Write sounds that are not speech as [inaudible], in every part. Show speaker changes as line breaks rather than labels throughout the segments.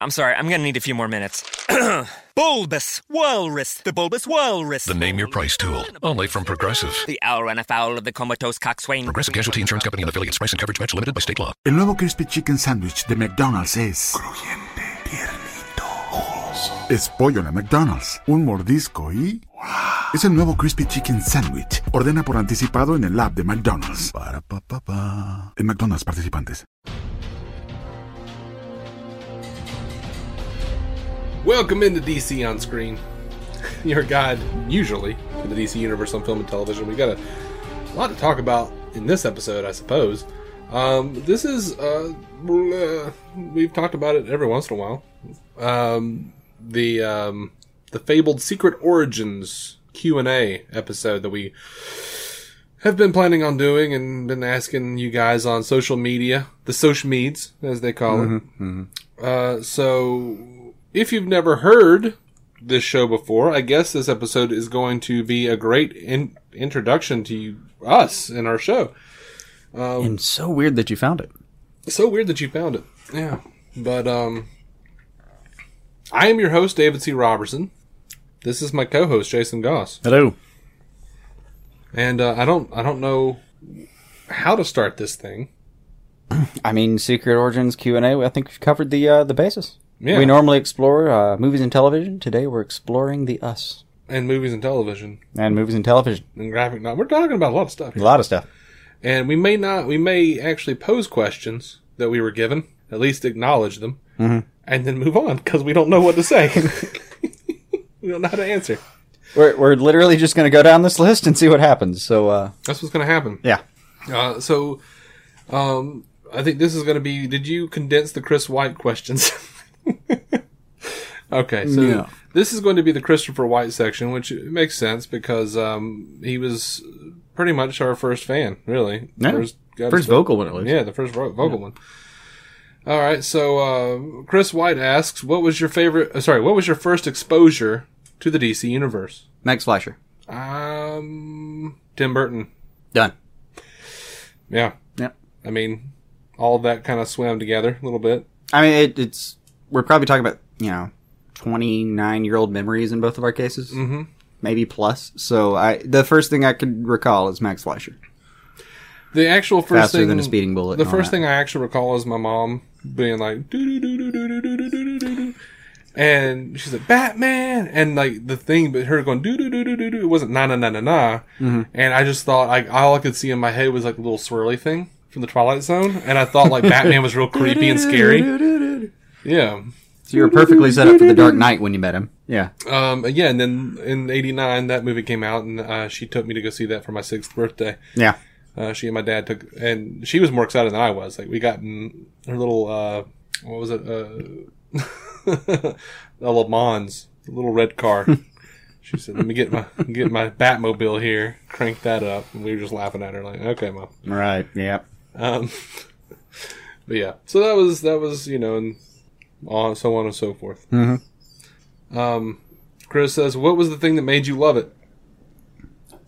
I'm sorry, I'm gonna need a few more minutes. [clears throat] bulbous Walrus, the Bulbous Walrus.
The name your price tool. Only from Progressive.
The owl ran afoul of the comatose coxswain.
Progressive Casualty Insurance Company and affiliates. Price and coverage match limited by state law.
El nuevo Crispy Chicken Sandwich de McDonald's es.
Crujiente, tiernito, jugoso.
Es pollo en la McDonald's. Un mordisco y. Es el nuevo Crispy Chicken Sandwich. Ordena por anticipado en el app de McDonald's. Para, pa, pa, pa. En McDonald's participantes.
Welcome into DC on screen. [laughs] Your guide, usually, to the DC universe on film and television. We got a lot to talk about in this episode, I suppose. Um, this is uh, bleh, we've talked about it every once in a while. Um, the um, the fabled secret origins Q and A episode that we have been planning on doing and been asking you guys on social media, the social meds as they call it. Uh, so if you've never heard this show before, I guess this episode is going to be a great in- introduction to you, us and our show.
Oh.
and so weird that you found it.
It's so weird that you found it. Yeah. But um I am your host David C. Robertson. This is my co-host Jason Goss.
Hello.
And uh, I don't I don't know how to start this thing.
I mean, Secret Origins Q and A. I think we've covered the uh, the basis.
Yeah.
We normally explore uh, movies and television. Today, we're exploring the us
And movies and television
and movies and television.
and graphic novel. We're talking about a lot of stuff.
A
here.
lot of stuff.
And we may not we may actually pose questions that we were given, at least acknowledge them, and then move on because we don't know what to say. [laughs] we don't know how to answer.
We're we're literally just going to go down this [laughs] list and see what happens. So, uh,
That's what's going to happen.
yeah,
Uh, so, um, I think this is going to be. Did you condense the Chris White questions? [laughs] okay, so
No.
this is going to be the Christopher White section, which makes sense because um, he was pretty much our first fan, really.
Yeah.
got
First
his-
vocal one at least.
Yeah, the first vo- vocal one. All right, so uh, Chris White asks, "What was your favorite? Uh, sorry, what was your first exposure to the DC universe?"
Max Fleischer.
Um, Tim Burton.
Done.
Yeah.
Yep.
I mean, all of that kind of swam together a little bit.
I mean, it, it's we're probably talking about you know twenty nine year old memories in both of our cases, mm-hmm. maybe plus. So I the first thing I could recall is Max Fleischer.
The actual first
Faster
thing,
than a speeding bullet
The
and all
first
that.
thing I actually recall is my mom being like, "Do do do do do do do do do do do," and she's like, "Batman," and like the thing, but her going, "Do do do do do do." It wasn't na na na na na,
Mm-hmm.
and I just thought, like, all I could see in my head was like a little swirly thing from the Twilight Zone, and I thought like Batman was real creepy and scary. Yeah.
So you were perfectly set up for the Dark Knight when you met him. Yeah.
Um, yeah, and then in '89 that movie came out, and uh, she took me to go see that for my sixth birthday.
Yeah.
Uh, she and my dad took, and she was more excited than I was. Like we got in her little, uh, what was it, uh, [laughs] a Le Mans, a little red car. she said, "Let me get my get my Batmobile here, crank that up," and we were just laughing at her, like, "Okay, mom."
Right. Yeah.
Um, but yeah, so that was that was you know, and on, so on and so forth. Mm-hmm. Um, Chris says, "What was the thing that made you love it?"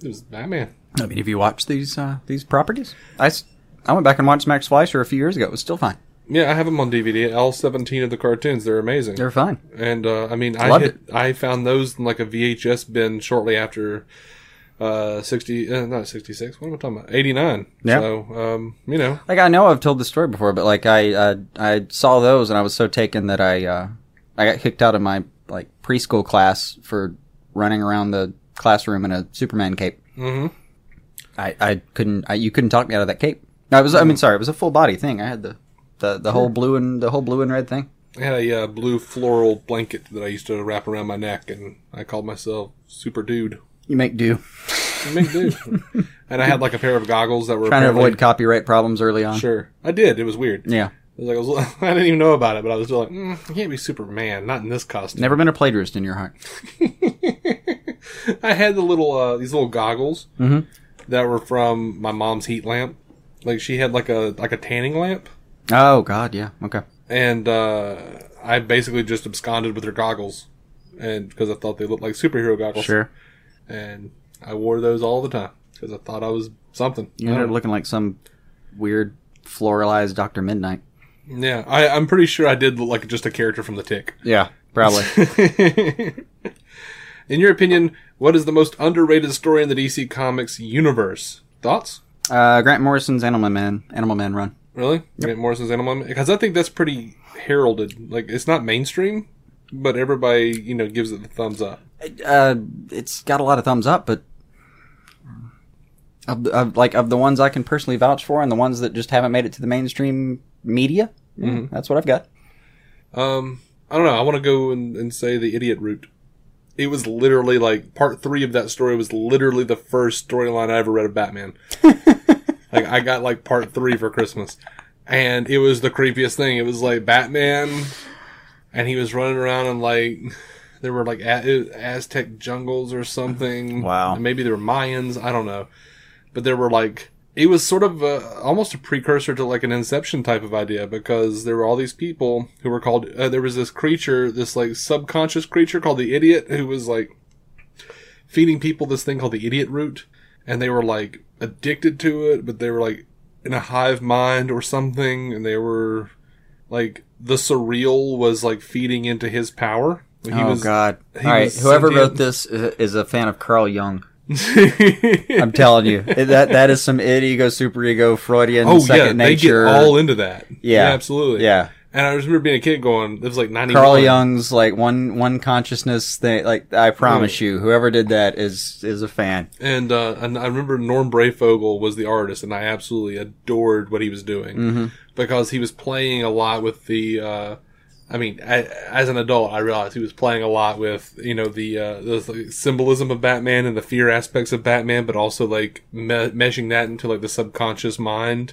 It was Batman.
I mean, if you watch these uh, these properties, I, s- I went back and watched Max Fleischer a few years ago. It was still fine.
Yeah, I have them on DVD. All seventeen of the cartoons. They're amazing.
They're fine.
and uh, I mean, I
Loved
hit, I found those in like a VHS bin shortly after uh, sixty, uh, not sixty six. What am I talking about? Eighty nine.
Yeah.
So um, you know,
Like I know I've told this story before, but like I uh, I saw those and I was so taken that I uh, I got kicked out of my like preschool class for running around the classroom in a Superman cape. Mm-hmm. I I couldn't I, you couldn't talk me out of that cape. No, I was I mean sorry, it was a full body thing. I had the the, the whole blue and the whole blue and red thing.
I had a uh, blue floral blanket that I used to wrap around my neck, and I called myself Super Dude.
You make do
Big
[laughs]
dude. and I had like a pair of goggles that were
trying to
apparently-
avoid copyright problems early on.
Sure, I did. It was weird.
Yeah,
It was like, [laughs] I, was, I didn't even know about it, but I was still like, mm, I can't be Superman, not in this costume.
never been a plagiarist in your heart.
I had the little uh, these little goggles that were from my mom's heat lamp. Like she had like a like a tanning lamp,
Oh God, yeah. Okay.
and uh, I basically just absconded with her goggles, and because I thought they looked like superhero goggles. And I wore those all the time because I thought I was something. Um,
You ended up looking like some weird floralized Doctor Midnight.
yeah, I, I'm pretty sure I did look like just a character from The Tick. [laughs]
Yeah, probably.
In your opinion, what is the most underrated story in the DC Comics universe? Thoughts?
[laughs] uh, Grant Morrison's Animal Man, Animal Man run.
Really? Grant Morrison's Animal Because I think that's pretty heralded. Like, it's not mainstream, but everybody, you know, gives it the thumbs up.
Uh, it's got a lot of thumbs up, but of, the- of like of the ones I can personally vouch for, and the ones that just haven't made it to the mainstream media, yeah,
Mm-hmm.
that's what I've got.
Um, I don't know. I want to go and, and say the idiot route. It was literally like part three of that story was literally the first storyline I ever read of Batman. like I got like part three for Christmas, and it was the creepiest thing. It was like Batman, and he was running around and like there were like a- Aztec jungles or something.
Wow.
And maybe there were Mayans. I don't know, but there were like it was sort of a, almost a precursor to like an inception type of idea because there were all these people who were called uh, there was this creature this like subconscious creature called the idiot who was like feeding people this thing called the idiot root and they were like addicted to it but they were like in a hive mind or something and they were like the surreal was like feeding into his power he
oh God!
he
All right,
was
whoever
sentient.
wrote this is is a fan of Carl Jung. I'm
[laughs]
telling you, it- that that is some id ego, super ego, [laughs] Freudian
oh
second
yeah they get
nature.
all into that
Yeah.
absolutely
yeah,
And I just remember being a kid going, it was like 91.
Carl Jung's like one one consciousness thing. Like I promise you, whoever did that is is a fan.
And, uh, and I remember Norm Brayfogle was the artist, and I absolutely adored what he was doing
Mm-hmm.
because he was playing a lot with the. Uh, I mean, I, as an adult, I realized he was playing a lot with you know the uh, the symbolism of Batman and the fear aspects of Batman, but also like me- meshing that into like the subconscious mind.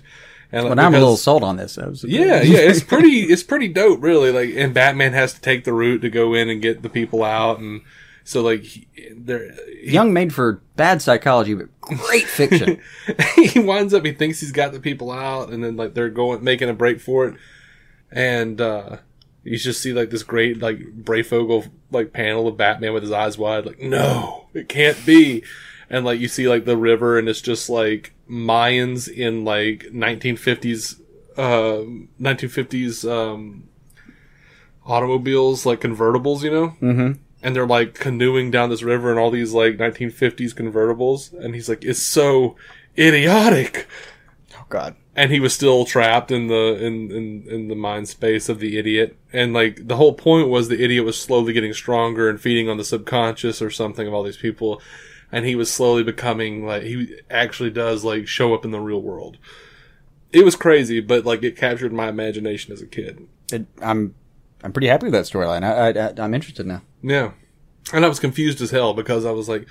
And
But I'm a
because-
little sold on this. That was-
Yeah, yeah,
[laughs]
it's pretty, it's pretty dope, really. Like, and Batman has to take the route to go in and get the people out, and so like, he, there, he,
Jung made for bad psychology, but great fiction.
[laughs] he winds up, he thinks he's got the people out, and then like they're going making a break for it, and uh you just see like this great like Brayfogle like panel of Batman with his eyes wide, like no, it can't be, and like you see like the river, and it's just like Mayans in like 1950s, uh, 1950s um automobiles like convertibles, you know. Mm-hmm. And they're like canoeing down this river in all these like 1950s convertibles, and he's like, "It's so idiotic."
oh God.
and he was still trapped in the in, in in the mind space of the idiot and like the whole point was the idiot was slowly getting stronger and feeding on the subconscious or something of all these people and he was slowly becoming like he actually does like show up in the real world it was crazy but like it captured my imagination as a kid
It, I'm I'm pretty happy with that storyline. I, I, I am interested now.
yeah and i was confused as hell because i was like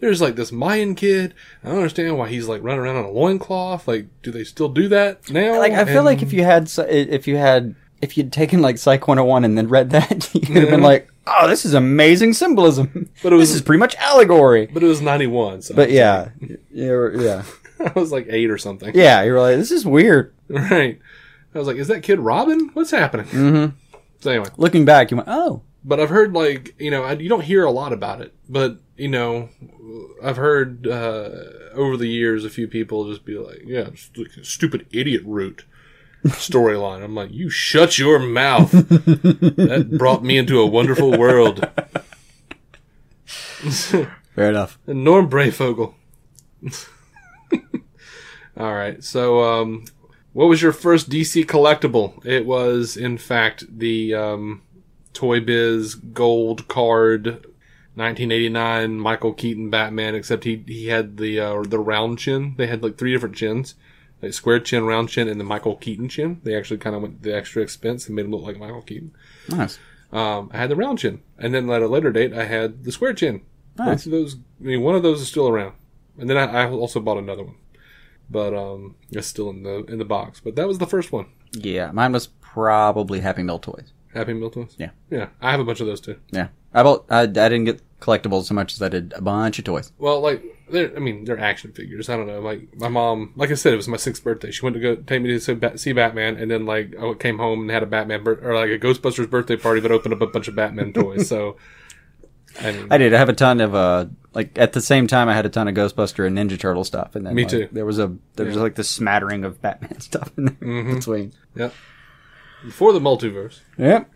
there's like this mayan kid i don't understand why he's like running around on a loincloth like do they still do that now
Like I feel
And-
like if you had si- if you had if you'd taken like Psych 101 and then read that, [laughs] you'd have been
Yeah.
like, oh, this is amazing symbolism.
But it was-
[laughs] this is pretty much allegory.
but it was 91 so
But yeah, yeah, yeah,
[laughs] I was like eight or something. [laughs]
yeah. You're like, this is weird.
Right. I was like, is that kid Robin? What's happening? Mm-hmm. So anyway,
Looking back, you went, oh,
but I've heard like, you know, I, you don't hear a lot about it, but you know, I've heard, uh, over the years, a few people just be like, yeah, it's like a stupid idiot root storyline. I'm like, you shut your mouth. that brought me into a wonderful world.
fair enough.
And Norm Brayfogle. [laughs] All right. So, um, what was your first DC collectible? It was, in fact, the um, Toy Biz Gold Card, 1989 Michael Keaton Batman. Except he he had the uh, the round chin. They had like three different chins. Like square chin, round chin, and the Michael Keaton chin. They actually kind of went the extra expense and made him look like Michael Keaton.
Nice.
Um, I had the round chin, and then at a later date, I had the square chin. Both of those, I mean, one of those is still around, and then I, I also bought another one, but um, it's still in the in the box. But that was the first one.
Yeah, mine was probably Happy Meal toys.
Happy Meal toys.
Yeah.
yeah. I have a bunch of those too.
Yeah, I bought. I, I didn't get collectibles so much as I did a bunch of toys.
Well, like they're, I mean, they're action figures. I don't know. Like my mom, like I said, it was my sixth birthday. She went to go take me to see Bat- see Batman, and then like I came home and had a Batman bir- or like a Ghostbusters birthday party, but opened up a bunch of Batman toys. So, I mean,
I did. I have a ton of uh like at the same time I had a ton of Ghostbuster and Ninja Turtle stuff, and then
Me
like,
too.
There was a there was like the smattering of Batman [laughs] stuff in there
Mm-hmm.
between.
yeah. Before the multiverse,
Yep.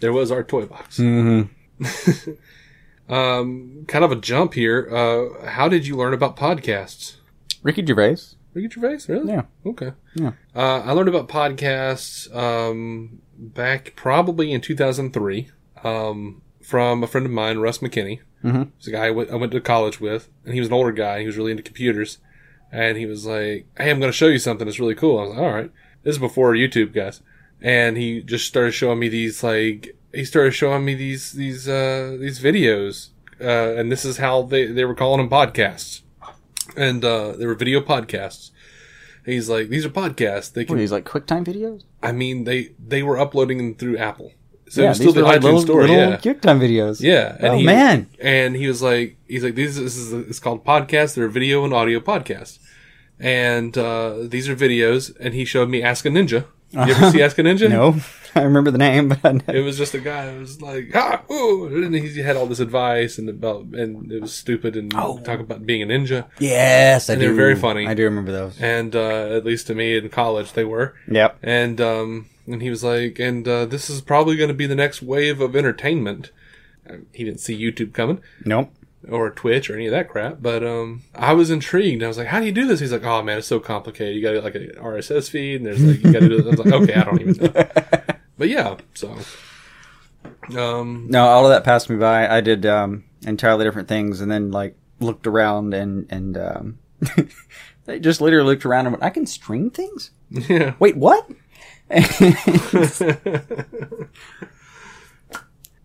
there was our toy box. Mm-hmm. [laughs] um, kind of a jump here. Uh, how did you learn about podcasts?
Ricky Gervais.
Ricky Gervais, really?
Yeah.
Okay.
Yeah.
Uh, I learned about podcasts um, back probably in 2003 um, from a friend of mine, Russ McKinney. Mm-hmm. He's a guy I went, I went to college with, and he was an older guy. He was really into computers, and he was like, "Hey, I'm going to show you something. It's really cool." I was like, "All right." This is before YouTube, guys. And he just started showing me these like he started showing me these these uh, these videos, uh, and this is how they they were calling them podcasts, and uh, they were video podcasts. And He's like, these are podcasts. They can
What are these like QuickTime videos?
I mean, they they were uploading them through Apple, so it
yeah,
was still
these
the
were like
iTunes
little,
store.
little
yeah,
QuickTime videos.
yeah.
oh
he,
man.
[laughs] And he was like, he's like, these this is it's called podcast. They're video and audio podcast, and uh, these are videos. And he showed me Ask a Ninja. You
Uh-huh.
ever see Ask a Ninja?
No, [laughs] I remember the name, but I
It was just a guy who was like, ah, ooh, and he had all this advice and about and it was stupid and
Oh.
talk about being a ninja.
yes, I
And they were
do.
very funny.
I do remember those.
And uh, at least to me in college, they were.
Yep.
and um, and he was like, and uh, this is probably going to be the next wave of entertainment. Uh, He didn't see YouTube coming
Nope.
or Twitch or any of that crap, but um, I was intrigued. I was like, how do you do this? He's like, oh man, it's so complicated. You got to like an RSS feed, and there's like you got to do. This. I was like, okay, I don't even
[laughs]
know. But yeah, so um,
No, all of that passed me by. I did um, entirely different things, and then like looked around and and um, [laughs] they just literally looked around and went, "I can stream things."
yeah, [laughs]
Wait, what?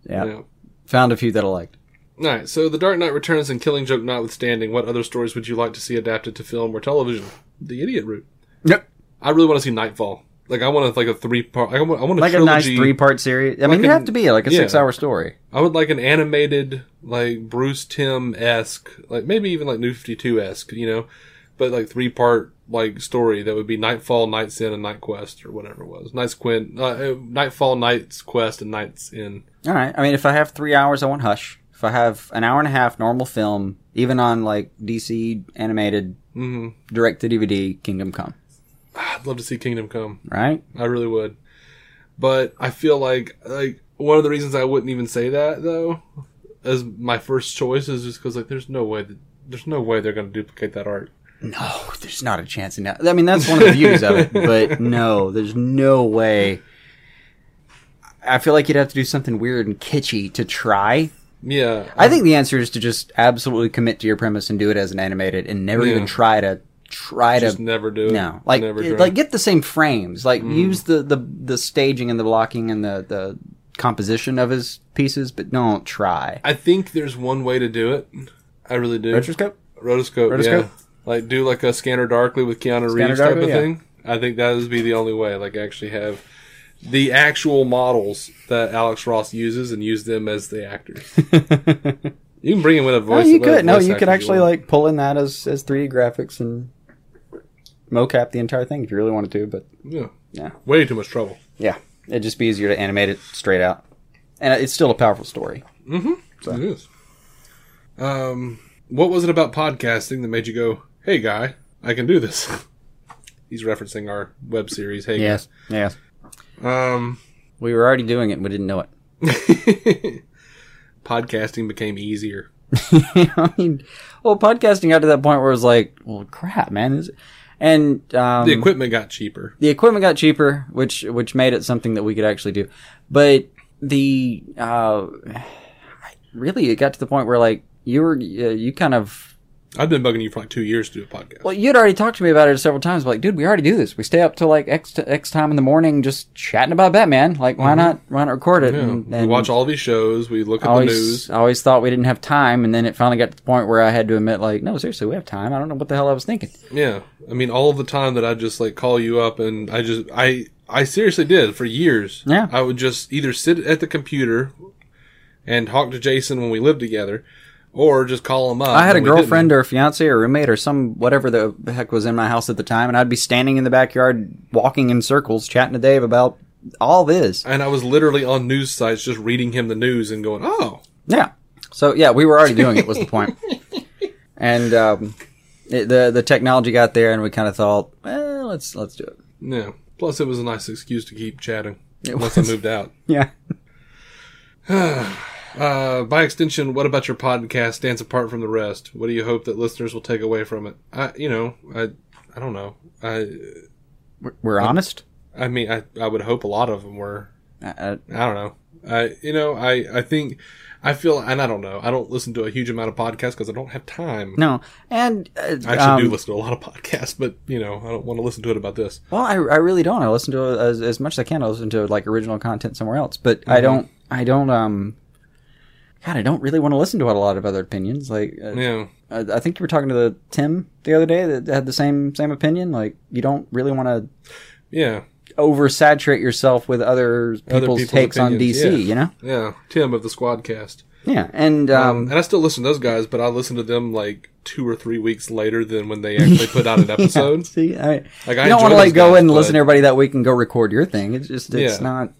yeah.
yeah.
found a few that I liked.
All right, so The Dark Knight Returns and Killing Joke notwithstanding, what other stories would you like to see adapted to film or television? The idiot route.
Yep.
I really want to see Nightfall. Like I want to like a three part. I want, I want a
Like a
trilogy.
nice three part series. I mean,
an-
it'd have to be like a
yeah.
six hour story.
I would like an animated like Bruce Tim esque, like maybe even like New Fifty Two esque, you know, but like three part like story that would be Nightfall, Night's End, and Night Quest or whatever it was. Night's Quin, uh, uh, Nightfall, Night's Quest, and Night's End.
All right. I mean, if I have three hours, I want Hush. If I have an hour and a half normal film, even on like DC animated
Mm-hmm.
direct to DVD, Kingdom Come.
I'd love to see Kingdom Come.
Right?
I really would. But I feel like like one of the reasons I wouldn't even say that though as my first choice is just because like there's no way that, there's no way they're going to duplicate that art.
No, Oh, there's not a chance in that. I mean, that's one of the beauties
[laughs]
of it, but no, there's no way. I feel like you'd have to do something weird and kitschy to try.
Yeah,
I think the answer is to just absolutely commit to your premise and do it as an animated, and never even try to try
just
to
never do it.
no, like
never
it-
try. Mm.
like get the same frames, like use the, the the staging and the blocking and the the composition of his pieces, but don't try.
I think there's one way to do it. I really do. Rotoscope.
Rotoscope?
Yeah. Like do like a Scanner Darkly with Keanu Reeves
Darkly,
type of
yeah.
thing. I think that would be the only way. Like actually have the actual models that Alex Ross uses and use them as the actors.
[laughs]
you can bring him with a
No,
voice.
you
whatever
could. No,
voice
you
actor
could actually
want.
like pull in that as as 3D graphics and mocap the entire thing if you really wanted to. But
Yeah.
Yeah.
Way too much trouble.
yeah, it'd just be easier to animate it straight out, and it's still a powerful story.
It is. Um, what was it about podcasting that made you go, "Hey, guy, I can do this"? [laughs] He's referencing our web series. Hey,
yes.
guy. Um,
We were already doing it, and we didn't know it. [laughs]
[laughs] podcasting became easier.
I mean, well, podcasting got to that point where it was like, well, crap, man, is it? and um,
The equipment got cheaper.
the equipment got cheaper, which which made it something that we could actually do. But the uh, [sighs] really, it got to the point where like you were uh, you kind of
I've been bugging you for like two years to do a podcast.
well, you'd already talked to me about it several times. But like, dude, we already do this. We stay up till like X X time in the morning, just chatting about Batman. Like, why not why not record it?
Mm-hmm. Yeah. we watch all these shows. We look at the
I mm, always,
news.
I always thought we didn't have time, and then it finally got to the point where I had to admit, like, no, seriously, we have time. I don't know what the hell I was thinking.
Yeah, I mean, all the time that I just like call you up, and I just I I seriously did for years.
Yeah.
I would just either sit at the computer and talk to Jason when we lived together, or just call him up.
I had a
when Uh, we didn't.
girlfriend or a fiance or roommate or some whatever the heck was in my house at the time, and I'd be standing in the backyard walking in circles, chatting to Dave about all this.
and I was literally on news sites just reading him the news and going, "Oh,
Yeah. So yeah, we were already doing it was the point. And um, it, the the technology got there, and we kind of thought, well, let's let's do it.
yeah." Plus, it was a nice excuse to keep chatting
It
once
was-
I moved out.
Yeah.
Uh, by extension, what about your podcast stands apart from the rest? What do you hope that listeners will take away from it? I, you know, I, I don't know. I,
We're honest.
I mean, I, I would hope a lot of them were
Uh,
I don't know. I you know I I think I feel and I don't know. I don't listen to a huge amount of podcasts because I don't have time.
no, and uh,
I actually do
um,
listen to a lot of podcasts, but you know I don't want to listen to it about this.
Well, I, I really don't. I listen to uh, as, as much as I can. I listen to like original content somewhere else, but I don't. I don't. Um, God, I don't really want to listen to a lot of other opinions. Like, uh,
Yeah,
I, I think you were talking to the Tim the other day that had the same same opinion. Like, you don't really want to
yeah,
oversaturate yourself with other people's,
people's
takes on
opinions,
DC.
yeah.
You know?
yeah. Tim of the Squadcast,
Yeah, and
um,
um,
and I still listen to those guys, but I listen to them like two or three weeks later than when they actually put out an
[laughs] yeah,
episode.
see, I,
Like, I
you don't
enjoy
want to like
those
go
guys,
and listen
but-
to everybody that week and go record your thing. It's just it's
Yeah.
not.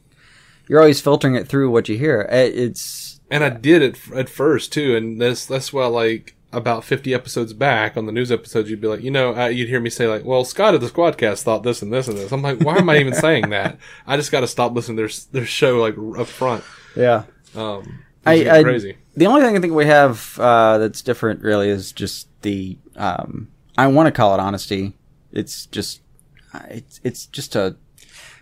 You're always filtering it through what you hear. It, it's
And I did it f- at first too, and that's that's why like about fifty episodes back on the news episodes, you'd be like, you know, I, you'd hear me say like, well, Scott of the Squadcast thought this and this and this. I'm like, why am I even
[laughs]
saying that? I just got to stop listening to their s- their show like r- up front.
yeah.
Um, it's
I, I
crazy.
the only thing I think we have uh, that's different really is just the um, I want to call it honesty. It's just uh, it's it's just a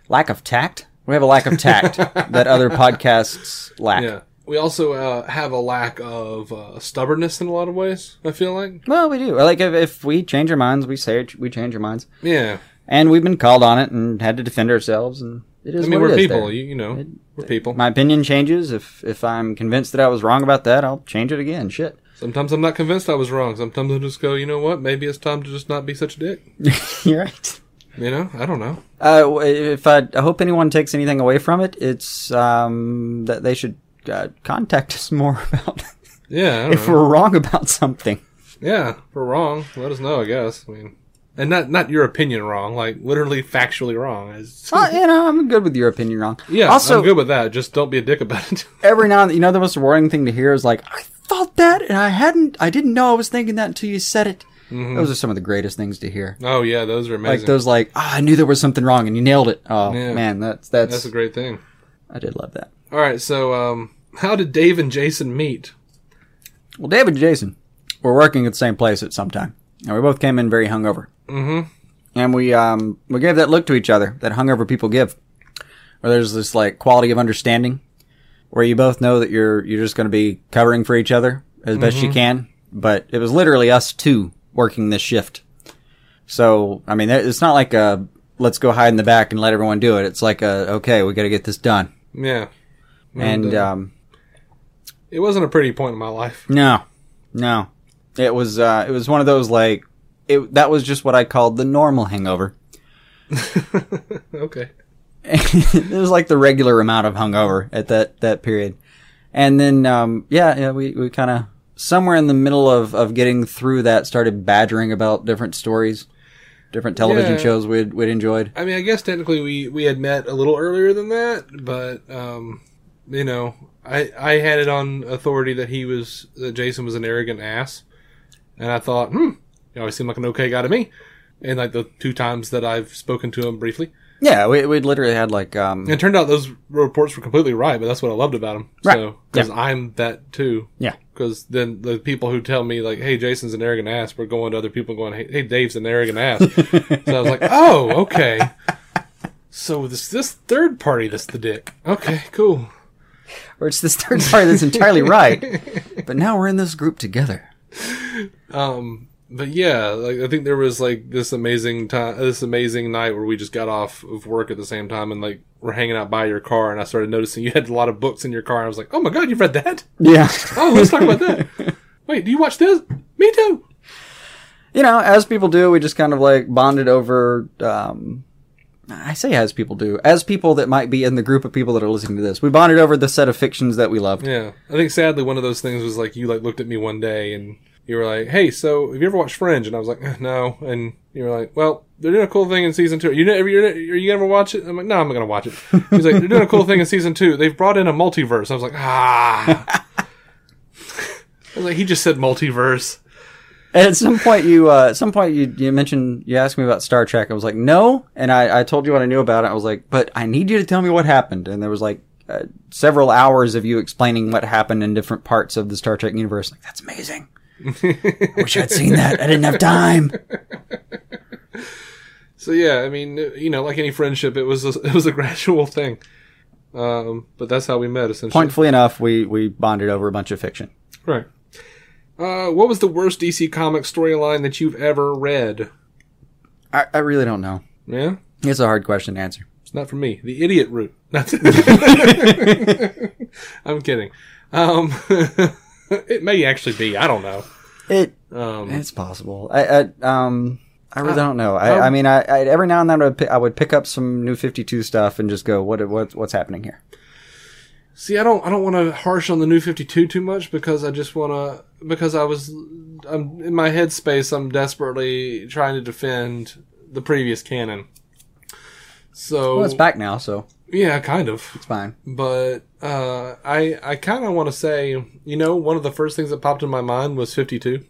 lack of tact. We have a lack
[laughs]
of tact that other podcasts lack.
Yeah. We also uh, have a lack of uh, stubbornness in a lot of ways. I feel like.
Well, we do. Like if, if we change our minds, we say it, we change our minds,
Yeah.
and we've been called on it and had to defend ourselves. And it is.
I mean,
what it
we're
is
people.
there.
You, you know, we're people.
My opinion changes. If if I'm convinced that I was wrong about that, I'll change it again. Shit. [laughs]
Sometimes I'm not convinced I was wrong. Sometimes I just go, you know what? Maybe it's time to just not be such a dick.
You're right.
You know, I don't know.
Uh, w- if I, I hope anyone takes anything away from it, it's um, that they should uh, contact us more [laughs] about
Yeah. I don't
if
know.
we're wrong
[laughs]
about something.
Yeah, if we're wrong, let us know. I guess. I mean, and not not your opinion wrong, like literally factually wrong. It's-
Uh, you know, I'm good with your opinion wrong.
yeah,
Also,
I'm good with that. Just don't be a dick about it. [laughs]
every now and then, you know, the most rewarding thing to hear is like, I thought that, and I hadn't, I didn't know I was thinking that until you said it. Those are some of the greatest things to hear.
oh yeah, those are Mm-hmm. amazing.
Like those, like, ah, I knew there was something wrong, and you nailed it. Oh
Yeah.
man, that's that's,
That's a great thing.
I did love that.
All right, so um, how did Dave and Jason meet?
Well, David and Jason were working at the same place at some time, and we both came in very hungover. Mm-hmm. And we um we gave that look to each other that hungover people give, where there's this like quality of understanding, where you both know that you're you're just going to be covering for each other as best you can. But it was literally us two working this shift. So I mean, it's not like a let's go hide in the back and let everyone do it. It's like a okay, we got to get this done.
Yeah,
And,
uh,
um,
it wasn't a pretty point in my life. [laughs]
No, no. It was uh, it was one of those like it that was just what I called the normal hangover. [laughs]
Okay,
it was like the regular amount of hungover at that that period, and then um, yeah, yeah, we we kind of somewhere in the middle of of getting through that started badgering about different stories, different television
Yeah.
shows we'd we'd enjoyed.
I mean, I guess technically we we had met a little earlier than that, but um, you know, I I had it on authority that he was that Jason was an arrogant ass, and I thought, hmm, you always seem like an okay guy to me. And like the two times that I've spoken to him briefly,
Yeah, we we literally had like um
[laughs] it turned out those reports were completely right. But that's what I loved about him,
Right.
so because I'm that too.
yeah
Because then the people who tell me like, "Hey, Jason's an arrogant ass," we're going to other people going, "Hey, hey Dave's an arrogant
[laughs]
ass." so I was like, "Oh, okay." So this this third party that's the dick. Okay, cool.
or it's this [laughs] third party that's entirely right, but now we're in this group together.
But yeah, like I think there was like this amazing time, this amazing night where we just got off of work at the same time and like we're hanging out by your car, and I started noticing you had a lot of books in your car. And I was like, "Oh my god, you've read that?
[laughs] Yeah.
Oh, let's talk about [laughs] that." Wait, do you watch this? Me too.
you know, as people do, we just kind of like bonded over um, I say as people do, as people that might be in the group of people that are listening to this. We bonded over the set of fictions that we loved.
Yeah, I think sadly one of those things was like you like looked at me one day and you were like, "Hey, so have you ever watched Fringe?" And I was like, "Eh, "No," and you were like, "Well, they're doing a cool thing in season two. You know, are you, are you gonna watch it?" I'm like, "No, I'm not gonna watch it." He's like, "They're doing a cool thing in season two. They've brought in a multiverse." I was like, "Ah." [laughs] I was like, "He just said multiverse."
And at some point, you uh, at some point you you mentioned you asked me about Star Trek. I was like, no, and I, I told you what I knew about it. I was like, but I need you to tell me what happened. And there was like uh, several hours of you explaining what happened in different parts of the Star Trek universe. Like that's amazing. I wish I'd seen that. I didn't have time.
So yeah, I mean, you know, like any friendship, it was a, it was a [laughs] gradual thing. Um, but that's how we met essentially.
Pointfully enough, we we bonded over a bunch of fiction.
Right. Uh, what was the worst DC comic storyline that you've ever read?
I, I really don't know.
Yeah,
It's a hard question to answer.
it's not for me. The idiot [laughs] route. [laughs] I'm kidding. Um, [laughs] it may actually be. I don't know.
It
Um,
It's possible. I, I um I really don't know. I,
um,
I mean, I, I every now and then I would, pick, I would pick up some new Fifty Two stuff and just go, what what what's happening here?
See, I don't, I don't want to harsh on the new 52 too much because I just want to, because I was, I'm in my headspace, I'm desperately trying to defend the previous canon. So,
Well, it's back now, so
yeah, kind of.
it's fine.
But, uh, I, I kind of want to say, you know, one of the first things that popped in my mind was 52.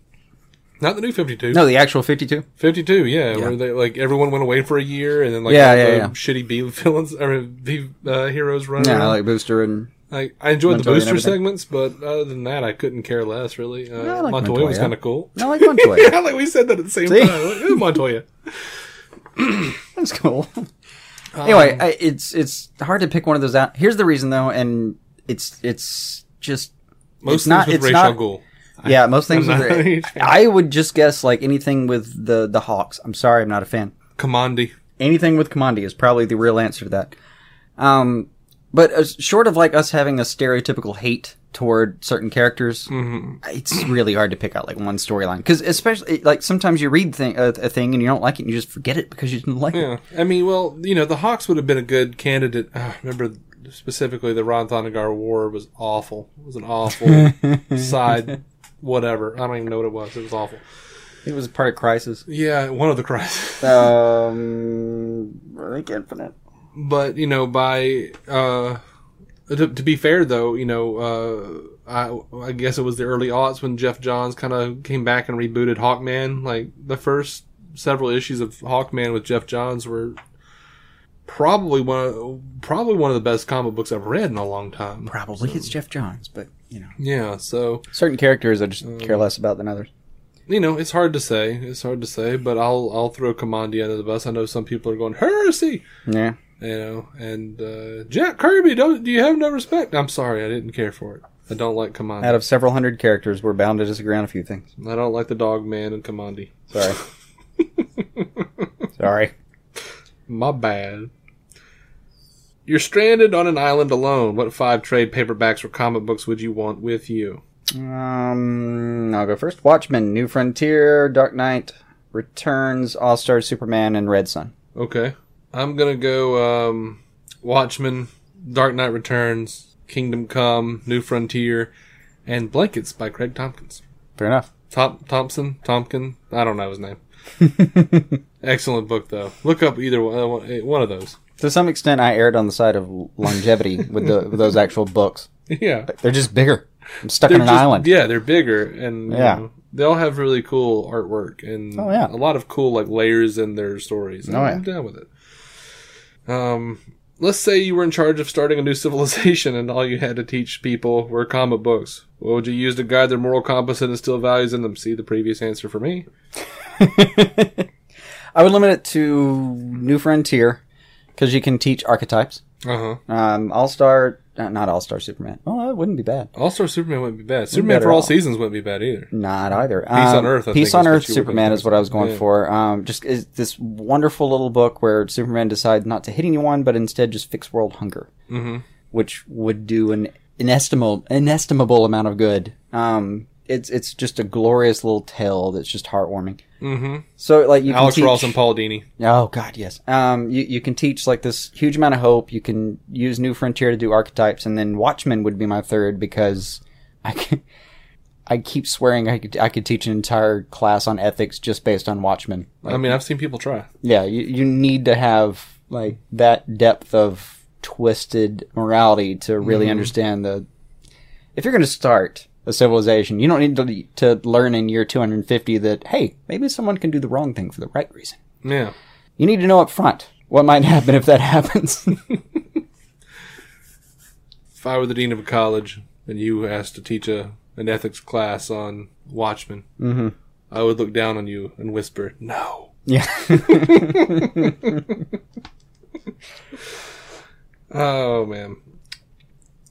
Not the new 52.
No, the actual Fifty Two.
52, yeah, Where they, like, everyone went away for a year and then, like,
Yeah,
all
yeah,
the
yeah.
shitty B villains, or B, uh, heroes run
Yeah,
around.
like Booster and
Like I enjoyed
Montoya and
the booster
everything.
segments, but other than that, I couldn't care less. Really, uh,
Yeah, I like
Montoya, was
Montoya.
kind of cool. [laughs]
I like Montoya.
Yeah, like we said that at the same
See?
time. Like, "Eh,
[laughs]
Montoya.
That's cool.
Um,
anyway, I, it's it's hard to pick one of those out. Here's the reason though, and it's it's just
Most
It's
things
not-
with
it's
Rachel
not-
Ghoul.
yeah, most things.
I'm
Are,
not a huge fan.
I would just guess like anything with the the Hawks. I'm sorry, I'm not a fan.
Commandi.
anything with Commandi is probably the real answer to that. Um, but as, short of like us having a stereotypical hate toward certain characters, it's really hard to pick out like one storyline because especially like sometimes you read thing, uh, a, a thing and you don't like it and you just forget it because you didn't like it.
Yeah, I mean, well, you know, the Hawks would have been a good candidate. Uh, remember specifically the Ron Thanagar War was awful. It was an awful side. Whatever. I don't even know what it was. It was awful.
It was part of Crisis.
Yeah, one of the crises.
Um, I think Infinite.
but you know by uh to, to be fair though you know uh I, I guess it was the early aughts when Jeff Johns kind of came back and rebooted Hawkman. Like the first several issues of Hawkman with Jeff Johns were probably one of, probably one of the best comic books I've read in a long time.
Probably it's Jeff Johns, but you know
Yeah, so
certain characters I just care less about than others.
you know it's hard to say. It's hard to say, but I'll I'll throw Commandi under the bus. I know some people are going heresy.
Yeah,
you know and uh, jack kirby don't do you have no respect i'm sorry i didn't care for it i don't like commandi
out of several hundred characters, we're bound to disagree on a few things.
i don't like the dog man and commandi
Sorry, sorry.
my bad you're stranded on an island alone what five trade paperbacks or comic books would you want with you
Um, I'll go first. Watchmen, New Frontier, Dark Knight Returns, All Star Superman, and Red Sun.
okay i'm gonna go um, watchmen dark knight returns kingdom come new frontier and blankets by craig tompkins
Fair enough.
Tom, Thompson, Tompkin. I don't know his
[laughs]
name. Excellent book though. Look up either one, uh, one- eh, one of those. [laughs]
To some extent, I erred on the side of [laughs] longevity with, the, with those actual books.
Yeah,
They're just bigger. I'm stuck
they're
on an
just-
island.
Yeah, they're bigger and you
Yeah.
know, they all have really cool artwork and
Oh, yeah.
a lot of cool like layers in their stories.
Oh,
I'm
yeah.
down with it. Um, let's say you were in charge of starting a new [laughs] civilization and all you had to teach people were comic books. What would you use to guide their moral compass and instill values in them? See the previous answer for me.
I would limit it to New Frontier because you can teach archetypes.
Uh huh.
Um, All Star, uh, not All Star Superman. Well, Oh, that wouldn't be bad.
All Star Superman wouldn't be bad. Superman
better
for all
off.
seasons wouldn't be bad either.
Not either. Peace
on Earth, I
Peace
think, is
on
what
Earth.
you were
Superman
going
is what I was going
Yeah.
for. Um, just is this wonderful little book where Superman decides not to hit anyone, but instead just fix world hunger, mm-hmm. which would do an inestimable, inestimable amount of good. Um, it's it's just a glorious little tale that's just heartwarming. Mm-hmm. So like you can
Alex
teach,
Ross and Paul Dini.
Oh God, yes. Um, you you can teach like this huge amount of hope. You can use New Frontier to do archetypes, and then Watchmen would be my third because I can, [laughs] I keep swearing I could I could teach an entire class on ethics just based on Watchmen.
I mean, I've seen people try.
Yeah, you you need to have like that depth of twisted morality to really understand the. If you're going to start a civilization, you don't need to to learn in year 250 that hey, maybe someone can do the wrong thing for the right reason
Yeah.
you need to know up front what might happen if that [laughs] happens.
If I were the dean of a college and you were asked to teach a an ethics class on Watchmen,
Mm-hmm.
I would look down on you and whisper, "No."
yeah.
Oh man.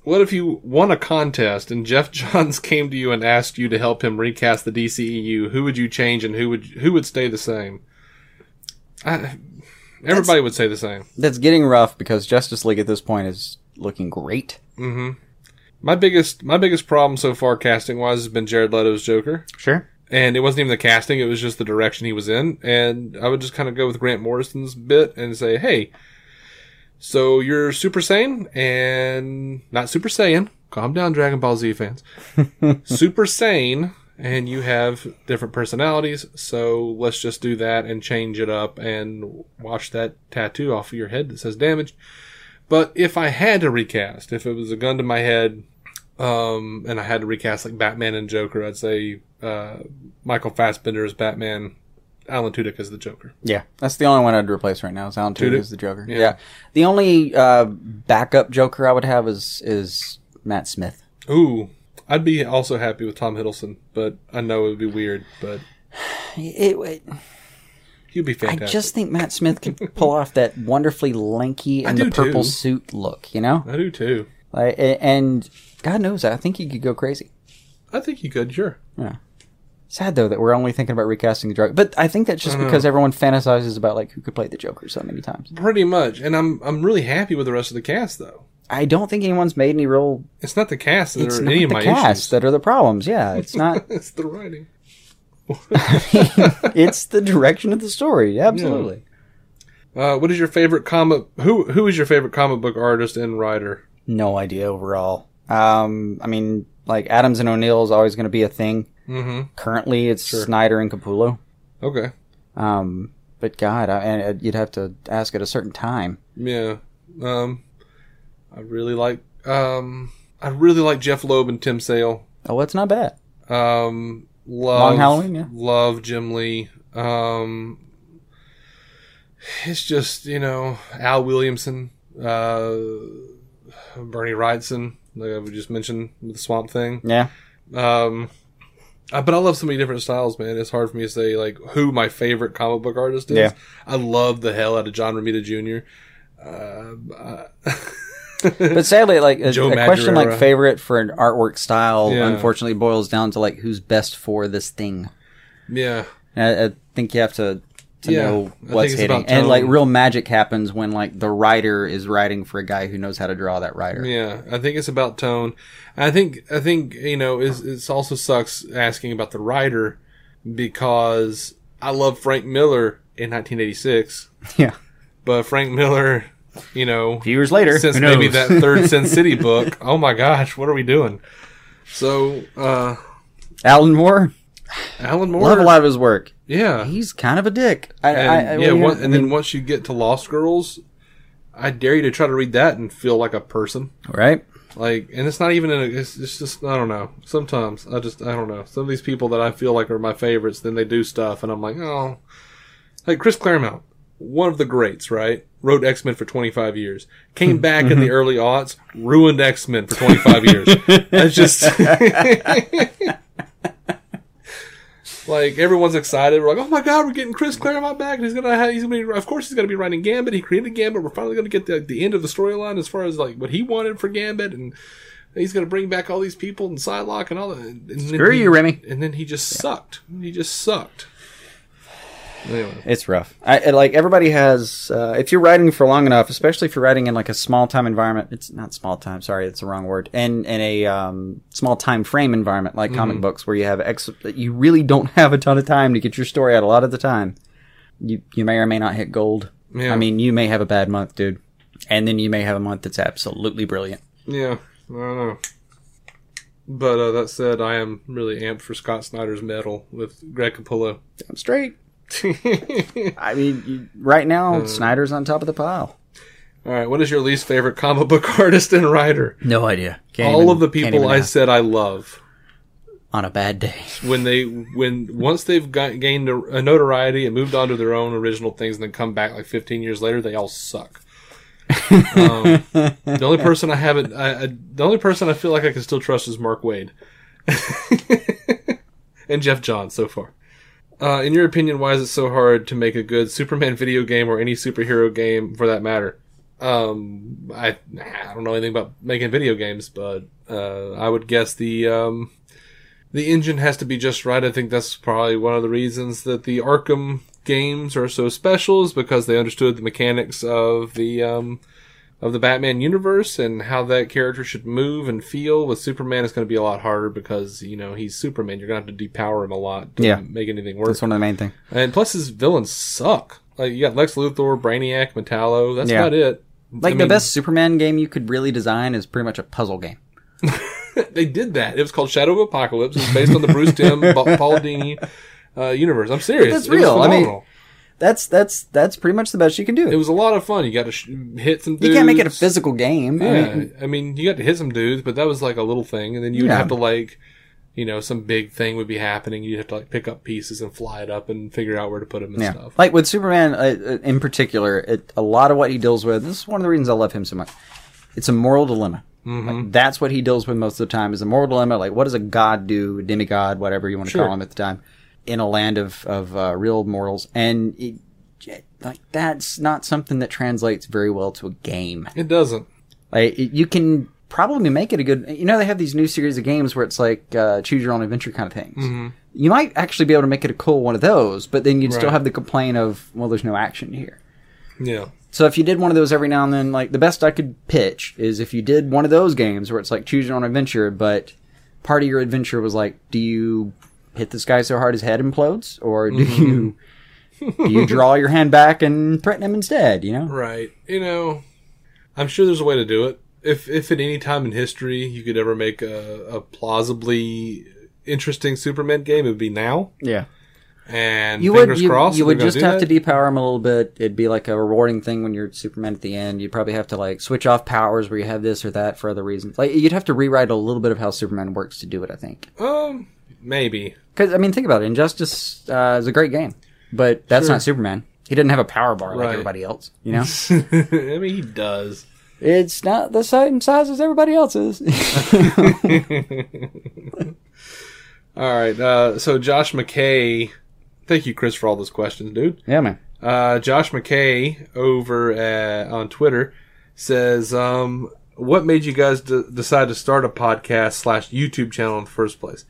What if you won a contest and Jeff [laughs] Johns came to you and asked you to help him recast the DCEU? Who would you change and who would who would stay the same? I, everybody would say the same.
That's getting rough because Justice League at this point is looking great.
My biggest my biggest problem so far casting wise has been Jared Leto's Joker.
Sure.
and it wasn't even the casting; it was just the direction he was in. And I would just kind of go with Grant Morrison's bit and say, "Hey, so you're Super Saiyan and not Super Saiyan. Calm down, Dragon Ball Z fans. Super Saiyan, and you have different personalities. So let's just do that and change it up and wash that tattoo off of your head that says damaged." But if I had to recast, if it was a gun to my head, um, and I had to recast like Batman and Joker, I'd say uh, Michael Fassbender as Batman, Alan Tudyk as the Joker.
Yeah. That's the only one I'd replace right now. Is Alan Tudyk
Tudyk?
is the Joker.
Yeah.
Yeah. The only uh, backup Joker I would have is is Matt Smith.
Ooh, I'd be also happy with Tom Hiddleston, but I know it would be weird, but
It, it-
he'd be
I
fantastic.
just think Matt Smith could pull off that wonderfully lanky and
do
the purple
too.
suit look, you know?
I do too.
Like, a- and God knows, I think he could go crazy.
I think he could, sure.
Sad though that we're only thinking about recasting the Joker, but I think that's
Mm-hmm.
just because everyone fantasizes about like who could play the Joker so many times.
Pretty much, and I'm I'm really happy with the rest of the cast though.
I don't think anyone's made any real.
It's not the cast that
It's
are
not
any of
the
my
cast
issues. [laughs]
that are the problems. Yeah, it's not.
it's the writing.
it's the direction of the story. Absolutely.
Uh, what is your favorite comic? Who who is your favorite comic book artist and writer?
No idea overall. Um, I mean, like Adams and O'Neill is always going to be a thing.
Mm-hmm.
Currently, it's Snyder and Capullo.
Okay.
Um, but God, I, and uh, you'd have to ask at a certain time.
Yeah. Um I really like um I really like Jeff Loeb and Tim Sale.
Oh, that's not bad.
Um love
Long Halloween, yeah.
Love Jim Lee. Um it's just, you know, Al Williamson, uh Bernie Wrightson, like we just mentioned with the swamp thing.
Yeah.
Um, I, but I love so many different styles, man. It's hard for me to say like who my favorite comic book artist is.
Yeah.
I love the hell out of John Romita Jr. Uh, I-
But sadly, like a,
Joe
a question like
Madureira.
favorite for an artwork style,
Yeah.
unfortunately, boils down to like who's best for this thing.
yeah,
I, I think you have to to
Yeah, I
know
think
what's
it's
hitting,
about
and
tone.
like real magic happens when like the writer is writing for a guy who knows how to draw that writer.
yeah. I think it's about tone. I think I think you know it's, it's also sucks asking about the writer because I love Frank Miller in 1986,
[laughs] Yeah.
but Frank Miller, you know,
Years later,
since maybe that
[laughs]
third Sin City book. Oh my gosh, what are we doing? So, uh,
Alan Moore,
Alan Moore,
love a lot of his work.
yeah,
He's kind of a dick. I,
And,
I, I,
yeah,
we-
one,
I
and then
mean-
once you get to Lost Girls, I dare you to try to read that and feel like a person.
right?
Like, and it's not even in a. It's, it's just I don't know. Sometimes I just I don't know. Some of these people that I feel like are my favorites, then they do stuff, and I'm like, oh, like Chris Claremont, one of the greats, right? Wrote X Men for 25 years, came back in the early aughts, ruined X Men for 25 years. That's just. [laughs] Like everyone's excited, we're like, "Oh my god, we're getting Chris Claremont back, and he's gonna have, he's gonna be, of course he's gonna be writing Gambit. He created Gambit. We're finally gonna get the, the end of the storyline as far as like what he wanted for Gambit, and he's going to bring back all these people and Psylocke and all that. And then
Screw
he-
you, Remy.
And then he just sucked. He just sucked. Anyway.
It's rough. I I- like everybody has. Uh, if you're writing for long enough, especially if you're writing in like a small time environment, it's not small time. Sorry, it's the wrong word. And in a um, small time frame environment like comic books, where you have ex, you really don't have a ton of time to get your story out. A lot of the time, you you may or may not hit gold.
Yeah.
I mean, you may have a bad month, dude, and then you may have a month that's absolutely brilliant.
Yeah, I don't know. But uh, that said, I am really amped for Scott Snyder's medal with Greg Capullo.
I'm [laughs] straight. I mean, you, right now Snyder's on top of the pile.
All right, what is your least favorite comic book [laughs] artist and writer?
No idea. Can't
All
even-
of the
can't
people
even
I
ask.
said I love.
on a bad day.
When they, when once they've got, gained a, a notoriety and moved on to their own original things, and then come back like 15 years later, they all suck.
[laughs]
um, the only person I haven't, I, I, the only person I feel like I can still trust is Mark Wade [laughs] and Jeff John so far. Uh, in your opinion, why is it so hard to make a good Superman [laughs] video game or any superhero game for that matter? Um, I I don't know anything about making video games, but uh, I would guess the um, the engine has to be just right. I think that's probably one of the reasons that the Arkham games are so special is because they understood the mechanics of the um, of the Batman universe and how that character should move and feel. With Superman, it's going to be a lot harder because you know he's Superman. You're going to have to depower him a lot to
Yeah.
make anything work.
That's one of the main things.
And plus, his villains suck. Like you got Lex Luthor, Brainiac, Metallo. That's
Yeah.
about it.
Like
I
the
mean,
best Superman game you could really design is pretty much a puzzle game.
They did that. It was called Shadow of Apocalypse. It's based on the Bruce
[laughs]
Timm, Ba- Paul Dini uh, universe. I'm serious.
that's
It was
real. I mean-
phenomenal.
That's that's that's pretty much the best you can do.
it was a lot of fun. You got to sh- hit some. Dudes.
you can't make it a physical game. I
Yeah, I
mean,
mean, you got to hit some dudes, but that was like a little thing, and then you would
Yeah.
have to like, you know, some big thing would be happening. You'd have to like pick up pieces and fly it up and figure out where to put them and
yeah.
stuff.
Like with Superman uh, uh, in particular, it, a lot of what he deals with. This is one of the reasons I love him so much. It's a moral dilemma.
Mm-hmm.
Like, that's what he deals with most of the time is a moral dilemma. Like what does a god do, a demigod, whatever you want to
Sure.
call him at the time, in a land of of uh, real mortals, and it, like that's not something that translates very well to a game.
it doesn't.
Like it- you can probably make it a good. You know, they have these new series of games where it's like uh, choose your own adventure kind of things. You might actually be able to make it a cool one of those, but then you'd still
Right.
have the complaint of well, there's no action here.
Yeah.
So if you did one of those every now and then, like the best I could pitch is if you did one of those games where it's like choose your own adventure, but part of your adventure was like, do you hit this guy so hard his head implodes, or do you do you draw your hand back and threaten him instead? You know,
Right. You know, I'm sure there's a way to do it. If if at any time in history you could ever make a, a plausibly interesting Superman game, it would be now.
yeah.
And
you
fingers
would you,
crossed,
you
they're
would
gonna
just
do
have
that.
to depower him a little bit it'd be like a rewarding thing when you're superman at the end you'd probably have to like switch off powers where you have this or that for other reasons like you'd have to rewrite a little bit of how superman works to do it i think
Um, maybe. [laughs]
because i mean think about it injustice uh, is a great game but that's not superman he didn't have a power bar like
Right.
everybody else you [laughs] know
I mean, he does.
it's not the same size as everybody else's [laughs]
All right. Uh, so Josh McKay, thank you, Chris, for all those questions, dude.
yeah man
Uh, Josh McKay over at, on Twitter says, um, "What made you guys d- decide to start a podcast slash YouTube channel in the first place?"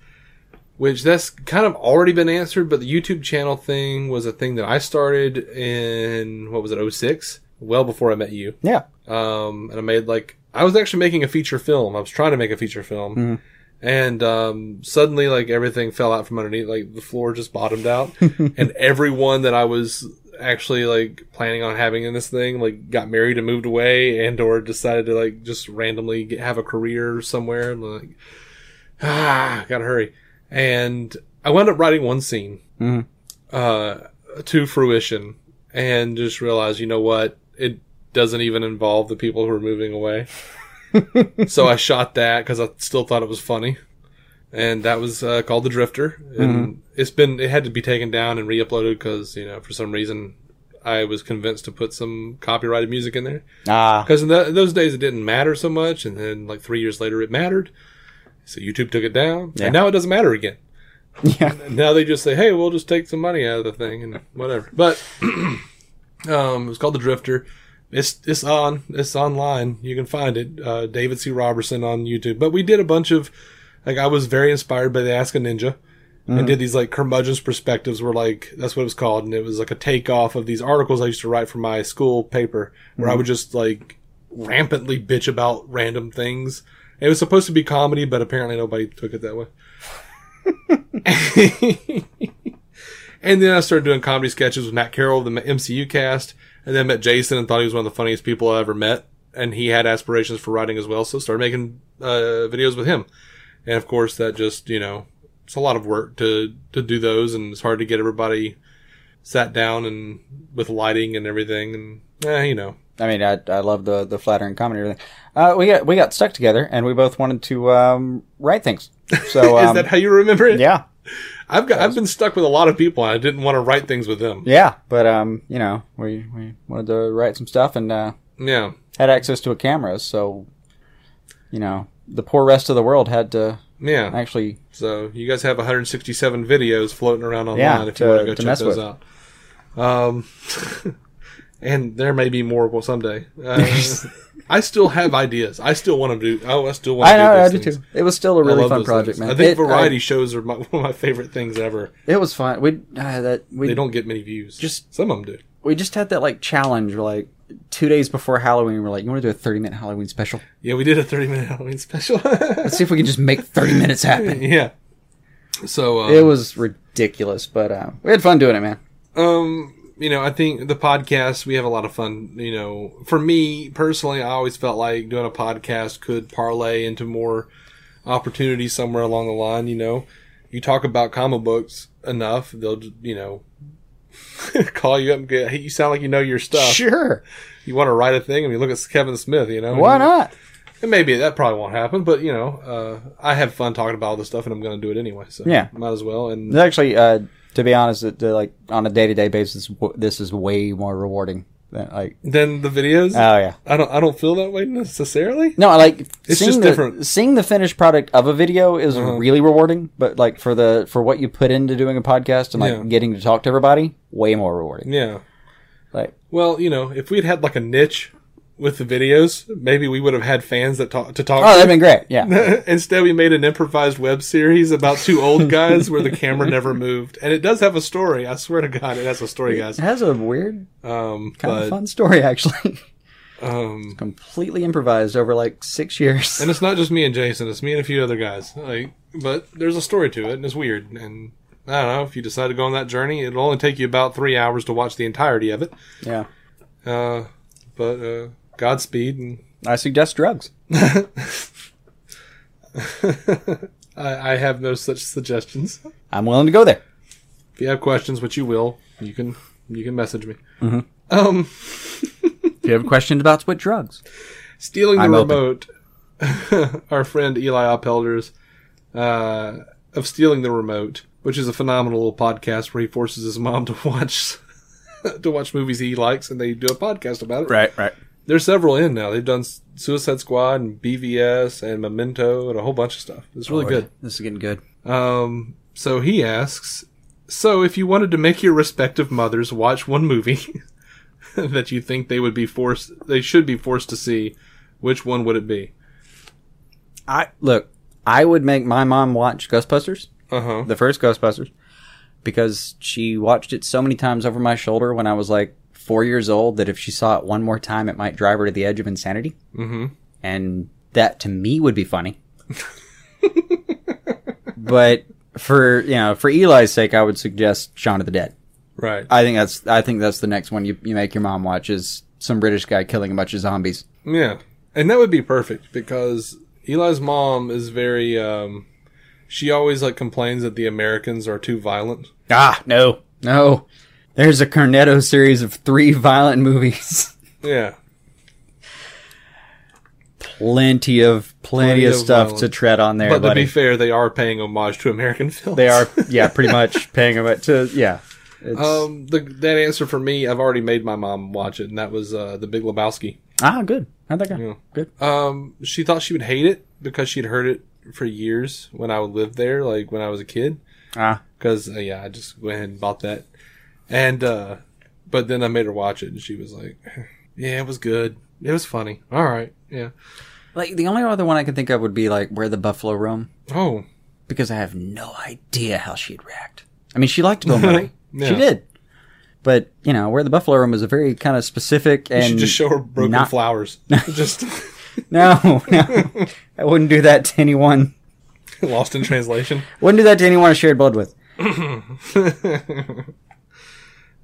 Which that's kind of already been answered, but the YouTube channel thing was a thing that I started in what was it 06, well before I met you.
yeah
Um, and I made like I was actually making a feature film. I was trying to make a feature film, and um, suddenly like everything fell out from underneath. Like the floor just bottomed out, and everyone that I was actually like planning on having in this thing like got married and moved away, and or decided to like just randomly get, have a career somewhere. And like, [sighs] ah, gotta hurry. And I wound up writing one scene uh, to fruition, and just realized, you know what, it doesn't even involve the people who are moving away. so I shot that because I still thought it was funny, and that was uh, called the Drifter. And it's been it had to be taken down and re-uploaded because you know for some reason I was convinced to put some copyrighted music in there
ah
because in, tho- those days it didn't matter so much, and then like three years later it mattered. So YouTube took it down,
Yeah.
and now it doesn't matter again.
yeah
[laughs] Now they just say, "Hey, we'll just take some money out of the thing and whatever." But [clears throat] um, it's called the Drifter. It's it's on it's online. You can find it. Uh, David C. Robertson on YouTube. But we did a bunch of like I was very inspired by the Ask a Ninja,
Mm-hmm.
and did these like curmudgeon's perspectives were like that's what it was called and it was like a takeoff of these articles i used to write for my school paper where
Mm-hmm.
i would just like rampantly bitch about random things it was supposed to be comedy but apparently nobody took it that way [laughs] and then i started doing comedy sketches with matt carroll of the mcu cast and then met jason and thought he was one of the funniest people i ever met and he had aspirations for writing as well so started making uh, videos with him and of course that just you know it's a lot of work to to do those and it's hard to get everybody sat down and with lighting and everything and eh, you know
I mean, I, I love the the flattering comedy. and everything. Uh, we got we got stuck together, and we both wanted to um, write things. [laughs] So
is
um,
that how you remember it
yeah,
i've got i've been stuck with a lot of people and i didn't want to write things with them
yeah. But um, you know, we we wanted to write some stuff and uh,
yeah
had access to a camera, so you know, the poor rest of the world had
[laughs]
to
yeah
actually
so you guys have 167 videos floating around online
Yeah,
if
to-
you want to go
to
check
mess
those
with.
out um [laughs] and there may be more well, someday
[laughs]
uh, i still have ideas i still want to do oh i still want to
I know,
do
I
those
do
things.
too. It was still a
I
really
love
fun
those
project,
things.
man.
I think
It-
variety shows are my, [laughs] one of my favorite things ever.
It was fun. We uh, that we
They don't get many views.
Just-
some of them do.
we just had that like challenge. We're like two days before Halloween. We're like, you want to do a thirty minute Halloween special?
Yeah, we did a thirty-minute Halloween special. [laughs]
Let's see if we can just make thirty minutes happen.
yeah. So um,
It was ridiculous, but uh, we had fun doing it, man.
um, you know, I think the podcast we have a lot of fun. You know, for me personally, I always felt like doing a podcast could parlay into more opportunities somewhere along the line. You know, you talk about comic books enough, they'll you know [laughs] call you up and get. Hey, you sound like you know your stuff.
Sure,
You want to write a thing? I mean, look at Kevin Smith. You know,
why not?
And maybe that probably won't happen, but you know, uh, I have fun talking about all this stuff, and I'm going to do it anyway. So
Yeah.
might as well. And
It's actually, uh, to be honest, it, uh, like on a day to day basis, w- this is way more rewarding than like.
then the videos,
Oh yeah,
I don't, I don't feel that way necessarily.
no, I like
It's
seeing
just
the,
different. Uh-huh.
Seeing the finished product of a video is really rewarding, but like for the for what you put into doing a podcast and like
Yeah.
getting to talk to everybody, way more rewarding.
Yeah.
Like,
Well, you know, if we'd had like a niche with the videos, maybe we would have had fans that talk to talk. to.
oh, that'd been great.
[laughs]
Yeah,
Instead, we made an improvised web series about two
[laughs]
old guys where the camera never moved, and it does have a story. I swear to God, it has a story, guys.
it has a weird
Um,
kind
but
of fun story actually. [laughs]
um,
Completely improvised over like six years.
And it's not just me and Jason; it's me and a few other guys. Like, but there's a story to it, and it's weird. And I don't know if you decide to go on that journey, it'll only take you about three hours to watch the entirety of it.
yeah,
Uh, but uh, Godspeed, and
I suggest drugs.
I, I have no such suggestions.
I'm willing to go there.
If you have questions, which you will, you can you can message me. Um,
If you have questions about what drugs,
stealing the
I'm open.
remote. [laughs] our friend Eli Oppelders uh, of stealing the remote, which is a phenomenal little podcast where he forces his mom to [laughs] watch to watch movies he likes, and they do a podcast about it.
right, right.
There's several in now. They've done S- Suicide Squad and BVS and Memento and a whole bunch of stuff. It's
Oh,
really good.
This is getting good.
Um, so he asks, so if you wanted to make your respective mothers watch one movie [laughs] that you think they would be forced, they should be forced to see, which one would it be?
I look. I would make my mom watch Ghostbusters,
Uh huh.
the first Ghostbusters, because she watched it so many times over my shoulder when I was like four years old that if she saw it one more time, it might drive her to the edge of insanity. Mm-hmm. And that to me would be funny. [laughs] but for you know, for Eli's sake, I would suggest Shaun of the Dead.
Right.
I think that's I think that's the next one you, you make your mom watch is some British guy killing a bunch of zombies.
Yeah, and that would be perfect because Eli's mom is very. Um, she always like complains that the Americans are too violent.
Ah, no. No. There's a Cornetto series of three violent movies.
Yeah,
plenty of plenty,
Plenty
of
of
stuff
violence.
to tread on there,
but to
buddy.
be fair, they are paying homage to American films.
they are yeah, pretty much [laughs] paying them to yeah. It's,
Um, the, that answer for me, I've already made my mom watch it, and that was uh, the Big Lebowski.
ah, good. How'd that go? Good.
Um, she thought she would hate it because she'd heard it for years when I lived there, like when I was a kid.
Ah.
Because uh, yeah, I just went ahead and bought that, and uh, but then I made her watch it, and she was like, [sighs] "Yeah, it was good. It was funny. All right, yeah.
Like the only other one I can think of would be like Where the Buffalo Roam.
Oh,
because I have no idea how she'd react. I mean, she liked Bill [laughs] Murray. She
Yeah.
did. But, you know, Where the Buffalo Room was a very kind of specific and.
You should just show her broken
not- [laughs]
flowers. just [laughs]
No, no. [laughs] I wouldn't do that to anyone.
lost in translation.
Wouldn't do that to anyone I shared blood with.
All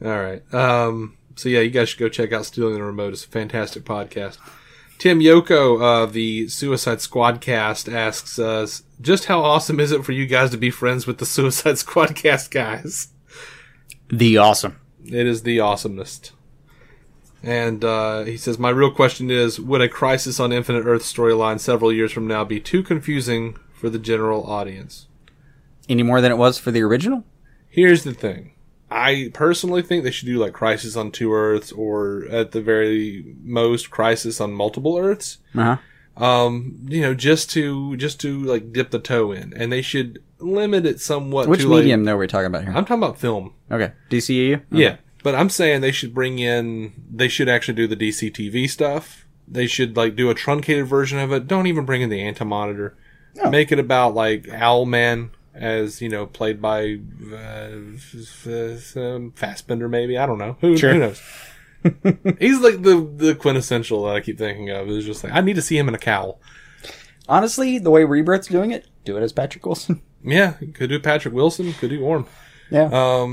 right. Um, so yeah, you guys should go check out Stealing the Remote. It's a fantastic podcast. Tim Yoko of the Suicide Squad cast asks us, just how awesome is it for you guys to be friends with the Suicide Squad cast guys?
The awesome.
It is the awesomest. And uh, he says, My real question is Would a Crisis on Infinite Earth storyline several years from now be too confusing for the general audience?
Any more than it was for the original?
Here's the thing. I personally think they should do like Crisis on Two Earths or at the very most Crisis on Multiple Earths.
Uh huh.
Um, you know, just to just to like dip the toe in. And they should limit it somewhat
Which
to
medium,
like
though, we're talking about here?
I'm talking about film.
Okay. DCEU?
Yeah, but I'm saying they should bring in. They should actually do the DC TV stuff. They should like do a truncated version of it. Don't even bring in the Anti Monitor. Make it about like Owlman as you know, played by uh, f- f- um, Fassbender. Maybe I don't know. Who, who knows? [laughs] He's like the the quintessential that I keep thinking of. Is just like I need to see him in a cowl.
Honestly, the way Rebirth's doing it, do it as Patrick Wilson. [laughs]
Yeah, could do Patrick Wilson. Could do Orm.
Yeah.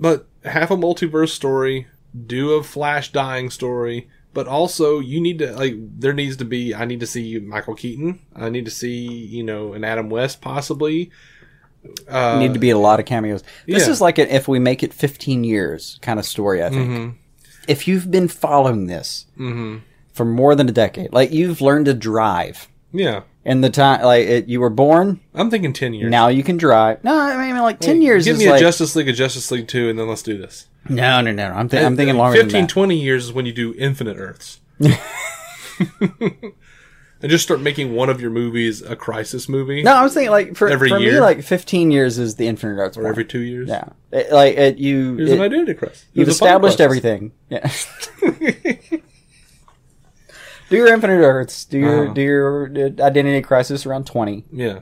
but have a multiverse story, do a Flash dying story, but also you need to like there needs to be I need to see Michael Keaton, I need to see you know an Adam West possibly.
need to be a lot of cameos. This
yeah.
is like an if we make it 15 years kind of story, I think. If you've been following this for more than a decade, like you've learned to drive
Yeah,
in the time, like it, you were born,
I'm thinking ten years.
now you can drive. No, I mean, like 10 years
give
is
me
like.
a Justice League, a Justice League two, and then let's do this.
no, no, no. no. I'm, thi- I'm thinking longer
15,
than that.
20 years is when you do Infinite
[laughs]
Earths. [laughs] and just start making one of your movies a crisis movie.
No, I was thinking like for,
Every
for me,
year?
like 15 years is the infinite arts.
Or every two years.
Yeah. It- like it, you.
Here's
it-
an identity crisis.
You've
Here's a fun
established
crisis.
everything. Yeah. [laughs] do your infinite earths. Do
Uh-huh.
your do your uh, identity crisis around twenty,
Yeah.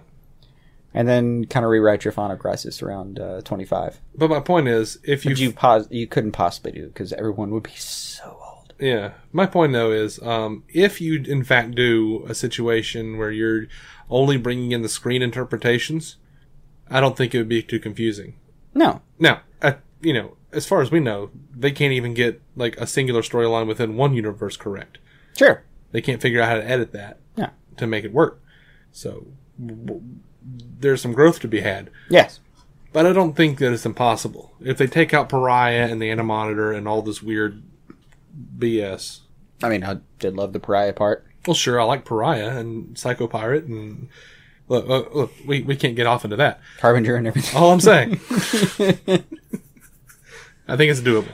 and then kind of rewrite your final crisis around uh, twenty five.
But my point is, if you,
But you pos- you couldn't possibly do because everyone would be so old.
yeah, my point though is, um, if you in fact do a situation where you're only bringing in the screen interpretations, I don't think it would be too confusing.
No,
Now, I, you know, as far as we know, they can't even get like a singular storyline within one universe correct.
sure.
They can't figure out how to edit that
Yeah.
to make it work. So w- w- there's some growth to be had.
Yes.
But I don't think that it's impossible. If they take out Pariah and the Animonitor and all this weird BS,
I mean, I did love the pariah part.
Well, sure, I like Pariah and Psycho Pirate, and look, look, look we, we can't get off into that.
Harbinger and everything.
All I'm
[laughs]
saying, I think it's doable.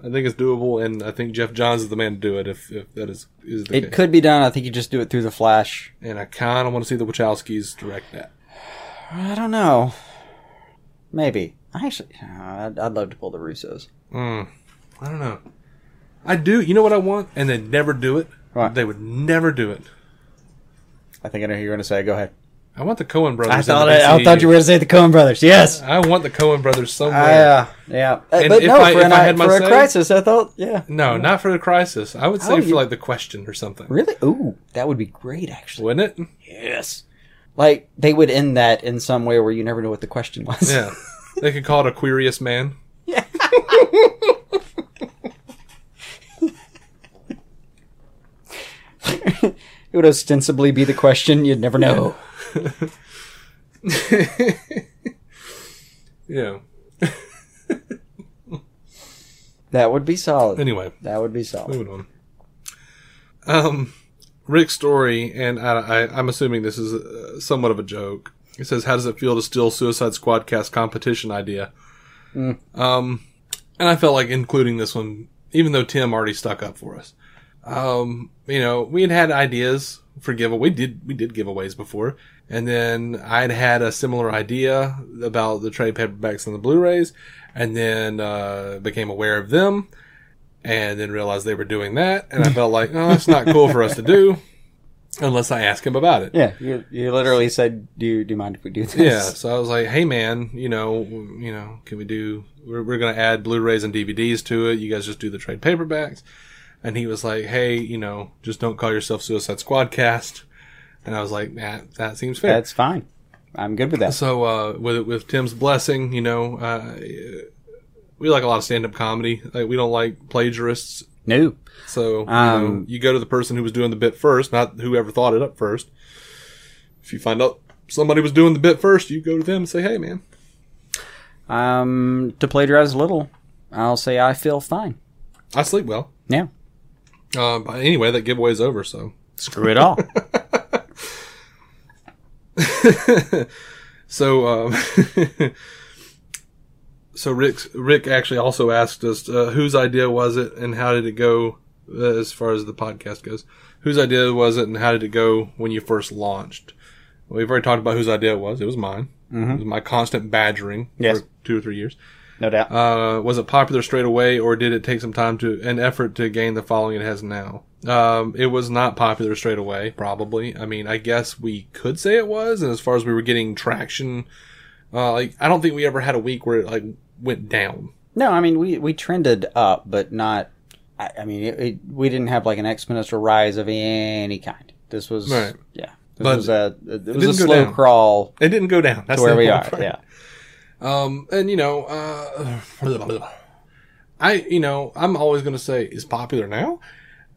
I think it's doable, and I think Jeff Johns is the man to do it if, if that is is the
It
case.
could be done. I think you just do it through the Flash.
And I kind of want to see the Wachowskis direct that.
I don't know. Maybe. I actually, uh, I'd, I'd love to pull the Russos.
I don't know. I do. You know what I want, and they never do it.
What?
They would never do it.
I think I know who you're going to say. Go ahead.
I want the Cohen brothers.
I
in
thought
the
I, I
DCEU.
thought you were going to say the Coen Brothers. Yes.
I want the Cohen brothers somewhere.
Uh, yeah. Uh,
And
but
if
no,
I-
for,
if
an,
I
I
had my
for a
say-
crisis, I thought, yeah.
no, not for the crisis. I would say
Oh,
for
you-
like the question or something.
Really? Ooh, that would be great, actually.
Wouldn't it?
Yes. Like they would end that in some way where you never know what the question
[laughs]
was.
Yeah. They could call it Aquarius Man.
[laughs] It would ostensibly be the question. You'd never know.
Yeah.
That would be solid.
Anyway,
That would be solid.
moving on. Um, Rick's story, and I, I, I'm assuming this is uh, somewhat of a joke. It says, "How does it feel to steal Suicide Squad cast competition idea?" Um, and I felt like including this one, even though Tim already stuck up for us. Um, you know, we had had ideas for giveaway. We did we did giveaways before, and then I'd had a similar idea about the trade paperbacks and the Blu-rays, and then uh, became aware of them and then realized they were doing that. And I felt like, oh, that's not cool for us to do. unless I ask him about it.
Yeah, you, you literally said, do you, do you mind if we do this?
Yeah, so I was like, "Hey, man, you know, you know, can we do? We're, we're going to add Blu-rays and DVDs to it. You guys just do the trade paperbacks." And he was like, "Hey, you know, just don't call yourself Suicide Squad cast." And I was like, "That that seems fair."
That's fine. I'm good with that.
so uh, with with Tim's blessing, you know, uh, we like a lot of stand-up comedy. Like, we don't like plagiarists.
No.
So you,
Um,
know, you go to the person who was doing the bit first, not whoever thought it up first. If you find out somebody was doing the bit first, you go to them and say, "Hey, man."
Um, to plagiarize a little, I'll say I feel fine.
I sleep well.
Yeah.
Uh, but anyway, that giveaway's over, so.
Screw it all.
So, um, [laughs] so Rick's, Rick actually also asked us, uh, whose idea was it and how did it go uh, as far as the podcast goes? Whose idea was it and how did it go when you first launched? We've already talked about whose idea it was. It was mine. It was my constant badgering
Yes.
for two or three years.
[laughs] No doubt.
Uh, was it popular straight away, or did it take some time to an effort to gain the following it has now? Um, it was not popular straight away, probably. I mean, I guess we could say it was, and as far as we were getting traction, uh, like I don't think we ever had a week where it like went down.
No, I mean we we trended up, but not. I, I mean, it, it, we didn't have like an exponential rise of any kind. This was
Right.
yeah. This
But
was a it was
didn't
a
go
slow
down.
crawl
It didn't go down. That's
to where
the
we are.
important part. [laughs]
Yeah,
Um, and you know, uh, I you know I'm always going to say is popular now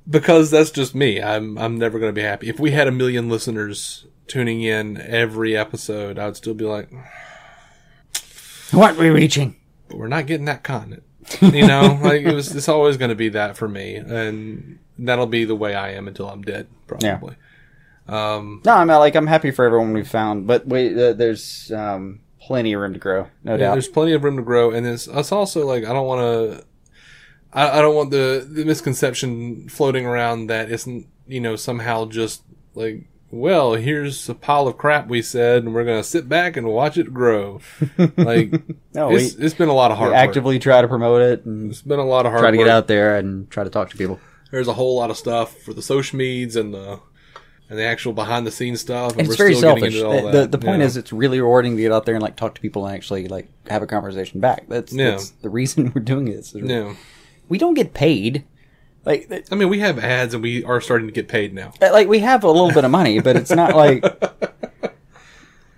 because that's just me. I'm I'm never going to be happy. If we had a million listeners tuning in every episode, I'd still be like,
what we reaching?
but we're not getting that content. You know, like it was. It's always going to be that for me, and that'll be the way I am until I'm dead, probably.
No, I'm uh, like I'm happy for everyone we found, but we uh, there's um plenty of room to grow, no
Yeah,
doubt.
there's plenty of room to grow, and it's, it's also like I don't want to. I, I don't want the the misconception floating around that it's n- you know somehow just like well here's a pile of crap we said and we're gonna sit back and watch it grow.
[laughs]
like
No,
Oh,
we,
it's, it's been a lot of
we
hard work.
actively try to promote it and
It's been a lot of hard
Try to
work.
get out there and try to talk to people.
There's a whole lot of stuff for the social medias and the and the actual behind the scenes stuff. And
It's very selfish.
getting
the, the, the
that,
point
yeah.
is it's really rewarding to get out there and like talk to people and actually like have a conversation back. That's,
Yeah.
that's the reason [laughs] we're doing this.
yeah.
We don't get paid. Like th-
I mean, we have ads and we are starting to get paid now.
like we have a little bit of money, but it's not
[laughs]
like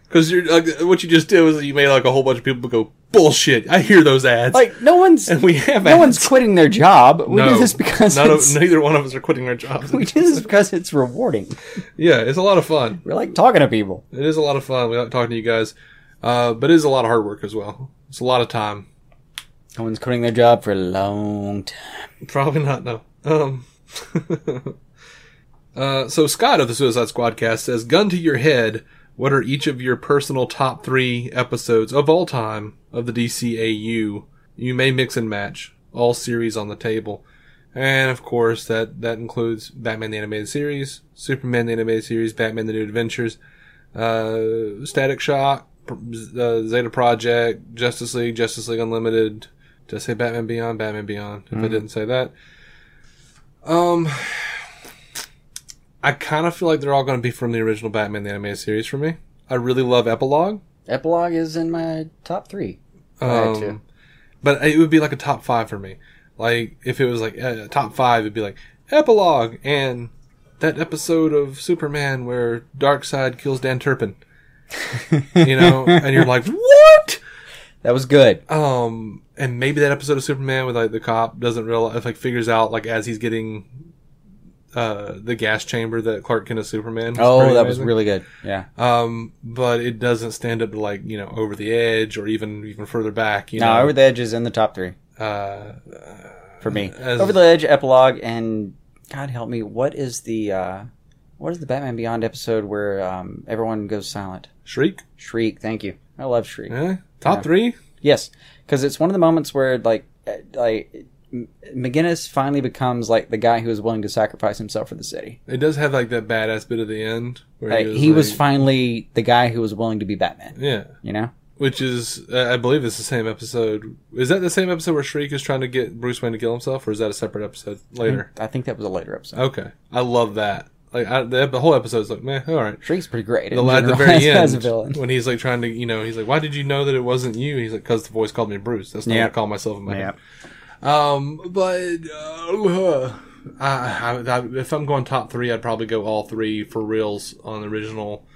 Because you're like, what you just did was you made like a whole bunch of people go bullshit. I hear those ads.
like no one's
and we have
no
ads.
one's quitting their job. We
No.
do this because
None of-
it's,
neither one of us are quitting our
[laughs]
jobs.
we do this because it's rewarding.
yeah, it's a lot of fun.
We're like talking to people.
It is a lot of fun. We like talking to you guys, uh, but it is a lot of hard work as well. It's a lot of time.
No one's quitting their job for a long time.
Probably not. No. Um. [laughs] uh, so Scott of the Suicide Squad cast says, "Gun to your head, what are each of your personal top three episodes of all time of the DCAU? You may mix and match all series on the table." And of course, that, that includes Batman the Animated Series, Superman the Animated Series, Batman the New Adventures, uh, Static Shock, P- uh, Zeta Project, Justice League, Justice League Unlimited. Did I say Batman Beyond? Batman Beyond. If I didn't say that, um, I kind of feel like they're all going to be from the original Batman the Animated Series for me. I really love Epilogue,
Epilogue is in my top three.
um,
too.
but it would be like a top five for me. Like if it was like a top five, it'd be like Epilogue and that episode of Superman where Darkseid kills Dan Turpin. you know, and you're like, what?
That was good.
Um, and maybe that episode of Superman with like the cop doesn't realize, like figures out like as he's getting, uh, the gas chamber that Clark Kent is Superman. It's
Oh, that
pretty
was
amazing.
really good. Yeah.
Um, but it doesn't stand up to like you know over the edge or even even further back. You
no,
know,
Over the Edge is in the top three
uh,
for me.
As-
Over the Edge, Epilogue, and God help me, what is the uh, what is the Batman Beyond episode where um, everyone goes silent?
Shriek.
Shriek. Thank you. I love Shriek.
Eh? Top three.
Yes, because it's one of the moments where like eh, like M- McGinnis finally becomes like the guy who is willing to sacrifice himself for the city.
It does have like that badass bit at the end where
Like, he was
like-
finally the guy who was willing to be Batman.
Yeah,
You know.
which is uh, I believe it's the same episode. Is that the same episode where Shriek is trying to get Bruce Wayne to kill himself, or is that a separate episode later?
I think that was a later episode.
Okay, I love that. Like I, the, the whole episode's like, man, all right.
Shrink's pretty great.
The
in
lad at the
general
[laughs]
very end,
as a villain.
when he's like trying to, you know, he's like, "Why did you know that it wasn't you?" He's like, "Cause the voice called me Bruce. That's not
Yeah.
what I call myself in my
Yeah.
head." Um, but uh, I, I, I, if I'm going top three, I'd probably go all three for reals on the original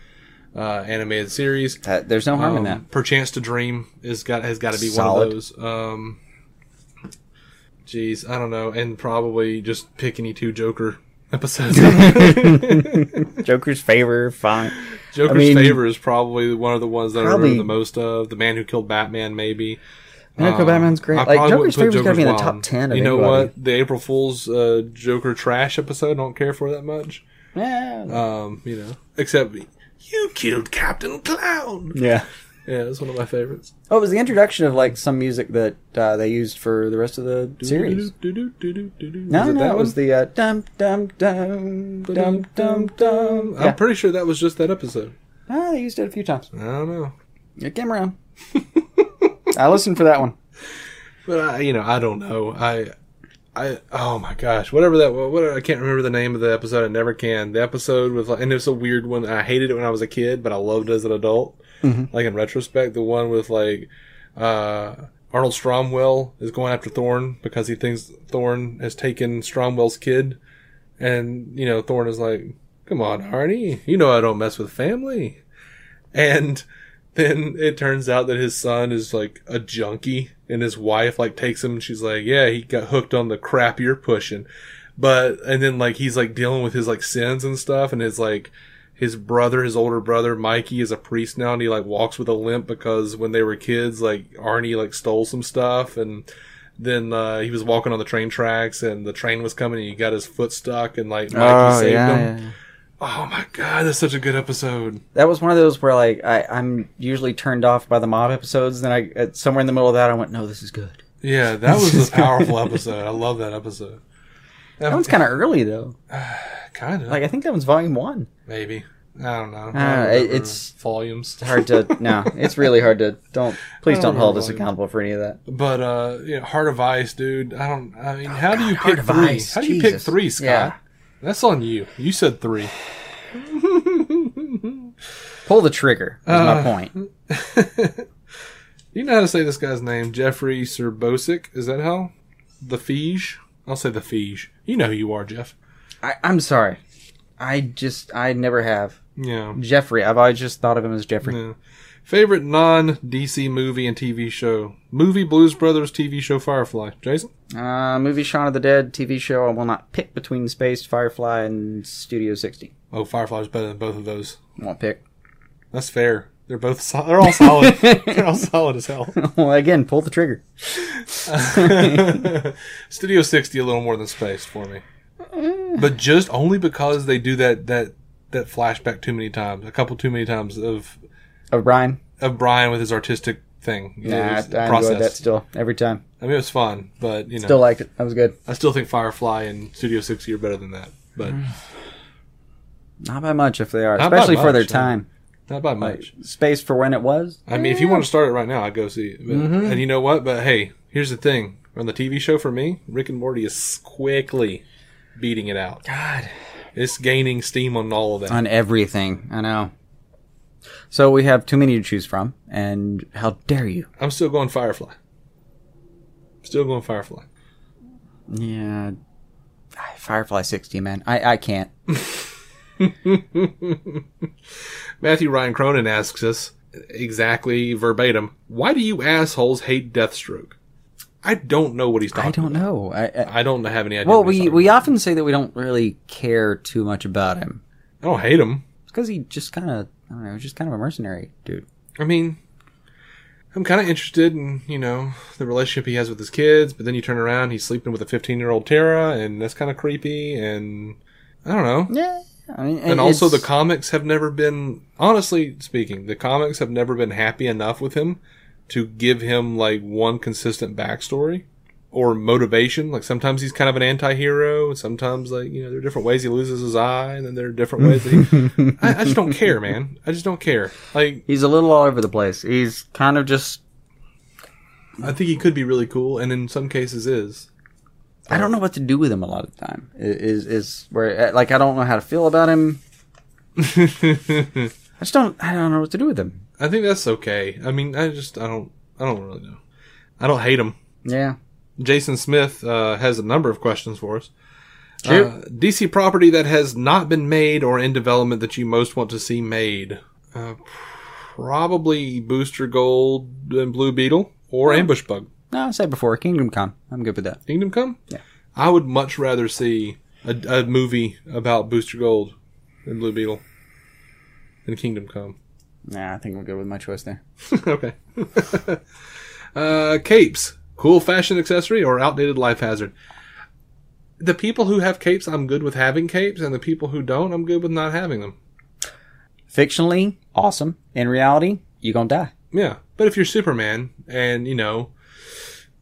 uh, animated series.
That, there's no harm in
Um,
that.
Perchance to Dream is got has got to be one
Solid.
of those. Um, jeez, I don't know, and probably just pick any two Joker episodes. [laughs]
Joker's favor, fine.
Joker's
I mean-
Favor is probably one of the ones that I
Probably-
remember the most of. The Man Who Killed Batman, maybe.
Echo Batman's great.
Um, I
Like
probably
Joker's
wouldn't put
favor's got to be in the
Joker's
top
Wild.
ten. Of
You know
anybody.
what? The April Fool's uh, Joker trash episode, I don't care for that much.
Yeah.
Um, you know, except you killed Captain Clown.
yeah.
Yeah, that's one of my favorites.
Oh, it was the introduction of like some music that uh, they used for the rest of the series.
No,
No, no, that was the uh, dum dum dum dum dum dum.
I'm
Yeah,
pretty sure that was just that episode.
Ah, they used it a few times.
I don't know.
It came [laughs] around. I listened for that one.
But I, you know, I don't know. I, I, oh my gosh, whatever that. What I can't remember the name of the episode. I never can. The episode with like, and it's a weird one. I hated it when I was a kid, but I loved it as an adult. Like in retrospect, the one with like uh Arnold Stromwell is going after Thorne because he thinks Thorne has taken Stromwell's kid, and you know Thorne is like, "Come on, Arnie, you know I don't mess with family," and then it turns out that his son is like a junkie and his wife like takes him and she's like yeah he got hooked on the crap you're pushing but and then like he's like dealing with his like sins and stuff and it's like his brother his older brother mikey is a priest now and he like walks with a limp because when they were kids like arnie like stole some stuff and then uh, he was walking on the train tracks and the train was coming and he got his foot stuck and like mikey saved him oh my god that's such a good episode
That was one of those where like I, I'm usually turned off by the mob episodes. Then I at somewhere in the middle of that I went, no, this is good.
Yeah, that was a powerful episode. I love that episode.
That one's kind of early though.
kind of
Like I think that was volume one.
maybe. I don't know. I don't
Ah, it-
remember.
it's-
volumes.
It's hard to no. It's really hard to don't.
Oh,
Please don't hold us
really.
accountable for any of that.
But uh, you know, Heart of Ice, dude. I don't. I mean, how do you
Oh, Heart
pick
of
three?
Ice,
How do you pick
Jesus.
three, Scott?
Yeah.
That's on you. You said three.
Pull the trigger. Is my point.
You know how to say this guy's name? Jeffrey Serbosic. Is that how? The Fiege. I'll say the Fiege. You know who you are, Jeff.
I, I'm sorry. I just I never have
Yeah.
Jeffrey. I've always just thought of him as Jeffrey.
Yeah. Favorite non DC movie and TV show? Movie Blues Brothers, TV show Firefly. Jason.
Uh, movie Shaun of the Dead, TV show. I will not pick between Space, Firefly, and Studio 60.
Oh, Firefly's better than both of those.
Won't pick. [laughs]
That's fair. They're both sol- they're all solid. they're all solid as hell.
well, again, pull the trigger.
Studio 60 a little more than space for me. But just only because they do that that that flashback too many times, a couple too many times of
Oh, Brian.
of Brian with his artistic thing. you know,
Nah, I, I
his
enjoyed that still every time.
I mean, it was fun, but you know,
Still uh, liked it. That was good.
I still think Firefly and Studio 60 are better than that,
[sighs]
but
Not by much if they are,
Not by
especially for
much,
their
yeah.
time.
not by much.
Space for when it was.
I mean, if you want to start it right now, I'd go see it. But,
Mm-hmm.
And you know what? But hey, here's the thing. On the TV show for me, Rick and Morty is quickly beating it out. God. It's gaining steam on all of that.
on everything. I know. So we have too many to choose from, and how dare you?
I'm still going Firefly. Still going Firefly.
Yeah, Firefly sixty, man. I I can't.
Matthew Ryan Cronin asks us, exactly verbatim, why do you assholes hate Deathstroke? I don't know what he's talking
I don't
about.
know. I, I
I don't have any idea.
well,
what he's
we
talking
we
about.
often say that we don't really care too much about him
I don't hate him.
because he just kind of I don't know, he's just kind of a mercenary dude.
I mean, I'm kind of interested in you know the relationship he has with his kids, but then you turn around, he's sleeping with a 15 year old Tara, and that's kind of creepy. And I don't know.
Yeah, I mean,
And also, the
it's-
comics have never been, honestly speaking, the comics have never been happy enough with him to give him like one consistent backstory or motivation. Like sometimes he's kind of an anti-hero, and sometimes like you know there are different ways he loses his eye, and then there are different ways that he. I, I just don't care, man. I just don't care. Like
he's a little all over the place. He's kind of just
I think he could be really cool, and in some cases is.
I don't know what to do with him a lot of the time. I- Is is where uh, like I don't know how to feel
[laughs]
about him. I just don't. I don't know what to do with him.
I think that's okay. I mean, I just I don't I don't really know. I don't hate him.
Yeah.
Jason Smith uh, has a number of questions for us. Uh, DC property that has not been made or in development that you most want to see made. Uh, probably Booster Gold and Blue Beetle or Ambush Bug.
No, I said before Kingdom Come. I'm good with that.
Kingdom Come? Yeah. I would much rather see a, a movie about Booster Gold and Blue Beetle than Kingdom Come.
Nah, I think I'm good with my choice there.
okay. [laughs] uh, capes, cool fashion accessory or outdated life hazard. The people who have capes, I'm good with having capes, and the people who don't, I'm good with not having them.
Fictionally, awesome. In reality, you gonna die.
Yeah, but if you're Superman and you know,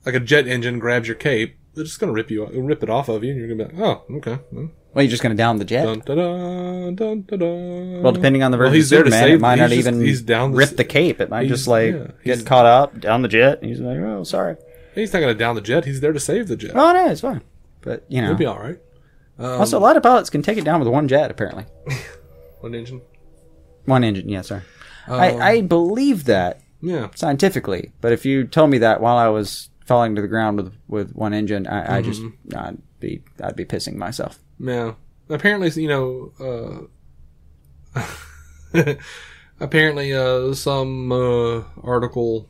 like a jet engine grabs your cape, they're just gonna rip you, rip it off of you, and you're gonna be like, oh, okay. well,
Well, you're just gonna down the jet.
Dun, da, da, dun, da, da.
Well, depending on the version
Well, he's
of
there to
Superman,
save-
it might
he's
not
just-
even
he's down the
rip
s-
the cape. It might
he's-
just like
yeah, he's-
get caught up down the jet. And he's like, oh, sorry.
he's not gonna down the jet. He's there to save the jet.
Oh no, it's fine. But you know,
He'll be all right.
also a lot of pilots can take it down with one jet. Apparently,
One engine.
one engine. Yeah, sorry. I, I believe that
Yeah.
scientifically, but if you told me that while I was falling to the ground with with one engine, I, I just I'd be I'd be pissing myself.
Yeah. Apparently, you know, uh, [laughs] apparently, uh, some uh, article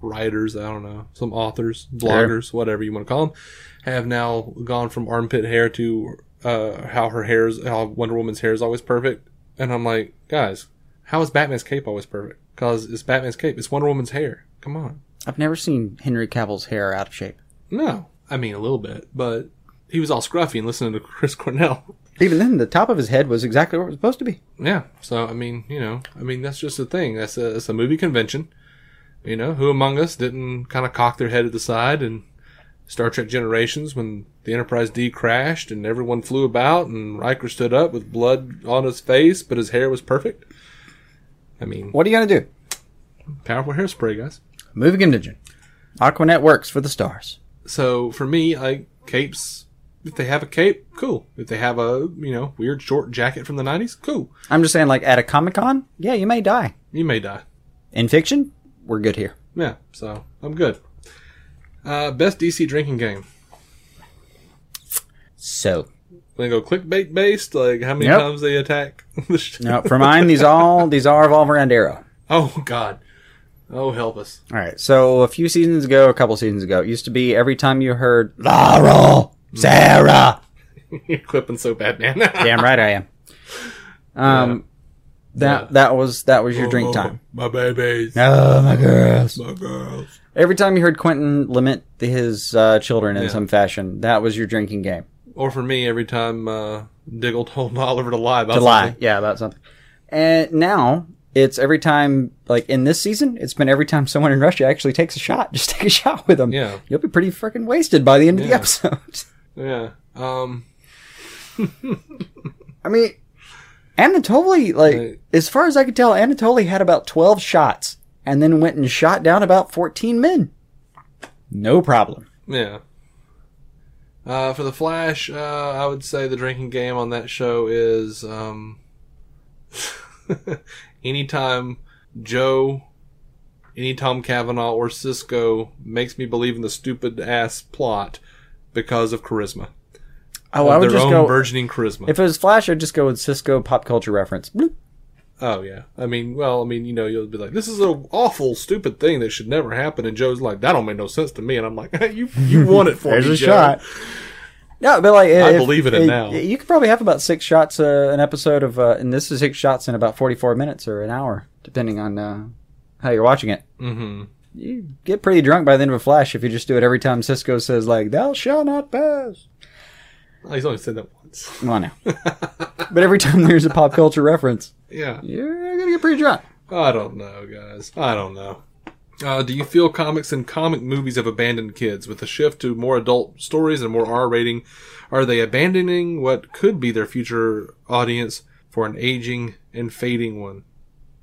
writers, I don't know, some authors, bloggers, whatever you want to call them, have now gone from armpit hair to uh, how her hair is, how Wonder Woman's hair is always perfect. And I'm like, guys, how is Batman's cape always perfect? Because it's Batman's cape, it's Wonder Woman's hair. Come on.
I've never seen Henry Cavill's hair out of shape.
No. I mean, a little bit, but he was all scruffy and listening to Chris Cornell.
Even then, the top of his head was exactly where it was supposed to be.
Yeah. So I mean, you know, I mean that's just the thing. That's a it's a movie convention. You know, who among us didn't kind of cock their head at the side and Star Trek Generations when the Enterprise D crashed and everyone flew about and Riker stood up with blood on his face, but his hair was perfect. I mean,
What are you gonna do?
powerful hairspray, guys.
Moving engine. Aquanet works for the stars.
So for me, I capes. If they have a cape, cool. If they have a you know weird short jacket from the '90s, cool.
I'm just saying, like at a comic con, yeah, you may die.
You may die.
In fiction, we're good here.
Yeah, so I'm good. Uh, best DC drinking game.
So,
They go clickbait based, like how many
Yep.
times they attack. [laughs] the sh-
now for mine, these all these all revolve around Arrow.
Oh God. Oh help us. [laughs]
All right. So a few seasons ago, a couple seasons ago, it used to be every time you heard Laurel, Sarah.
You're clipping so bad, man. [laughs]
Damn right I am. Um, that
Yeah.
that was that was your drink time.
My babies.
Oh my girls.
My girls.
Every time you heard Quentin lament his uh, children in
Yeah.
some fashion, that was your drinking game.
Or for me, every time uh, Diggle told [laughs] Oliver to lie about
to lie.
something.
Yeah, about something. And now it's every time, like in this season, it's been every time someone in Russia actually takes a shot. [laughs] Just take a shot with them.
Yeah.
you'll be pretty freaking wasted by the end of the
Yeah.
episode. [laughs]
Yeah. Um.
I mean, Anatoly, like
Right.
as far as I could tell, Anatoly had about twelve shots and then went and shot down about fourteen men. No problem.
Yeah. Uh, for the Flash, uh, I would say the drinking game on that show is um, [laughs] anytime Joe, any Tom Cavanaugh or Cisco makes me believe in the stupid ass plot because of charisma,
Oh,
of
I would
their
just
own
go.
burgeoning charisma.
If it was Flash, I'd just go with Cisco pop culture reference. Bloop.
oh yeah, I mean, well, I mean, you know, you'll be like, this is an awful, stupid thing that should never happen, and Joe's like, that don't make no sense to me, and I'm like, [laughs] you you want it for
[laughs]
me, Joe.
No, but like I
believe in it now.
You could probably have about six shots uh, an episode of, uh, and this is six shots in about forty-four minutes or an hour, depending on uh, how you're watching it. Mm-hmm. You get pretty drunk by the end of a flash if you just do it every time Cisco says like "Thou shall not pass."
Oh, he's only said that once. [laughs]
Come on now. but every time there's a pop culture reference,
Yeah.
you're gonna get pretty drunk.
I don't know, guys. I don't know. Uh, do you feel comics and comic movies have abandoned kids? With the shift to more adult stories and more R rating, are they abandoning what could be their future audience for an aging and fading one?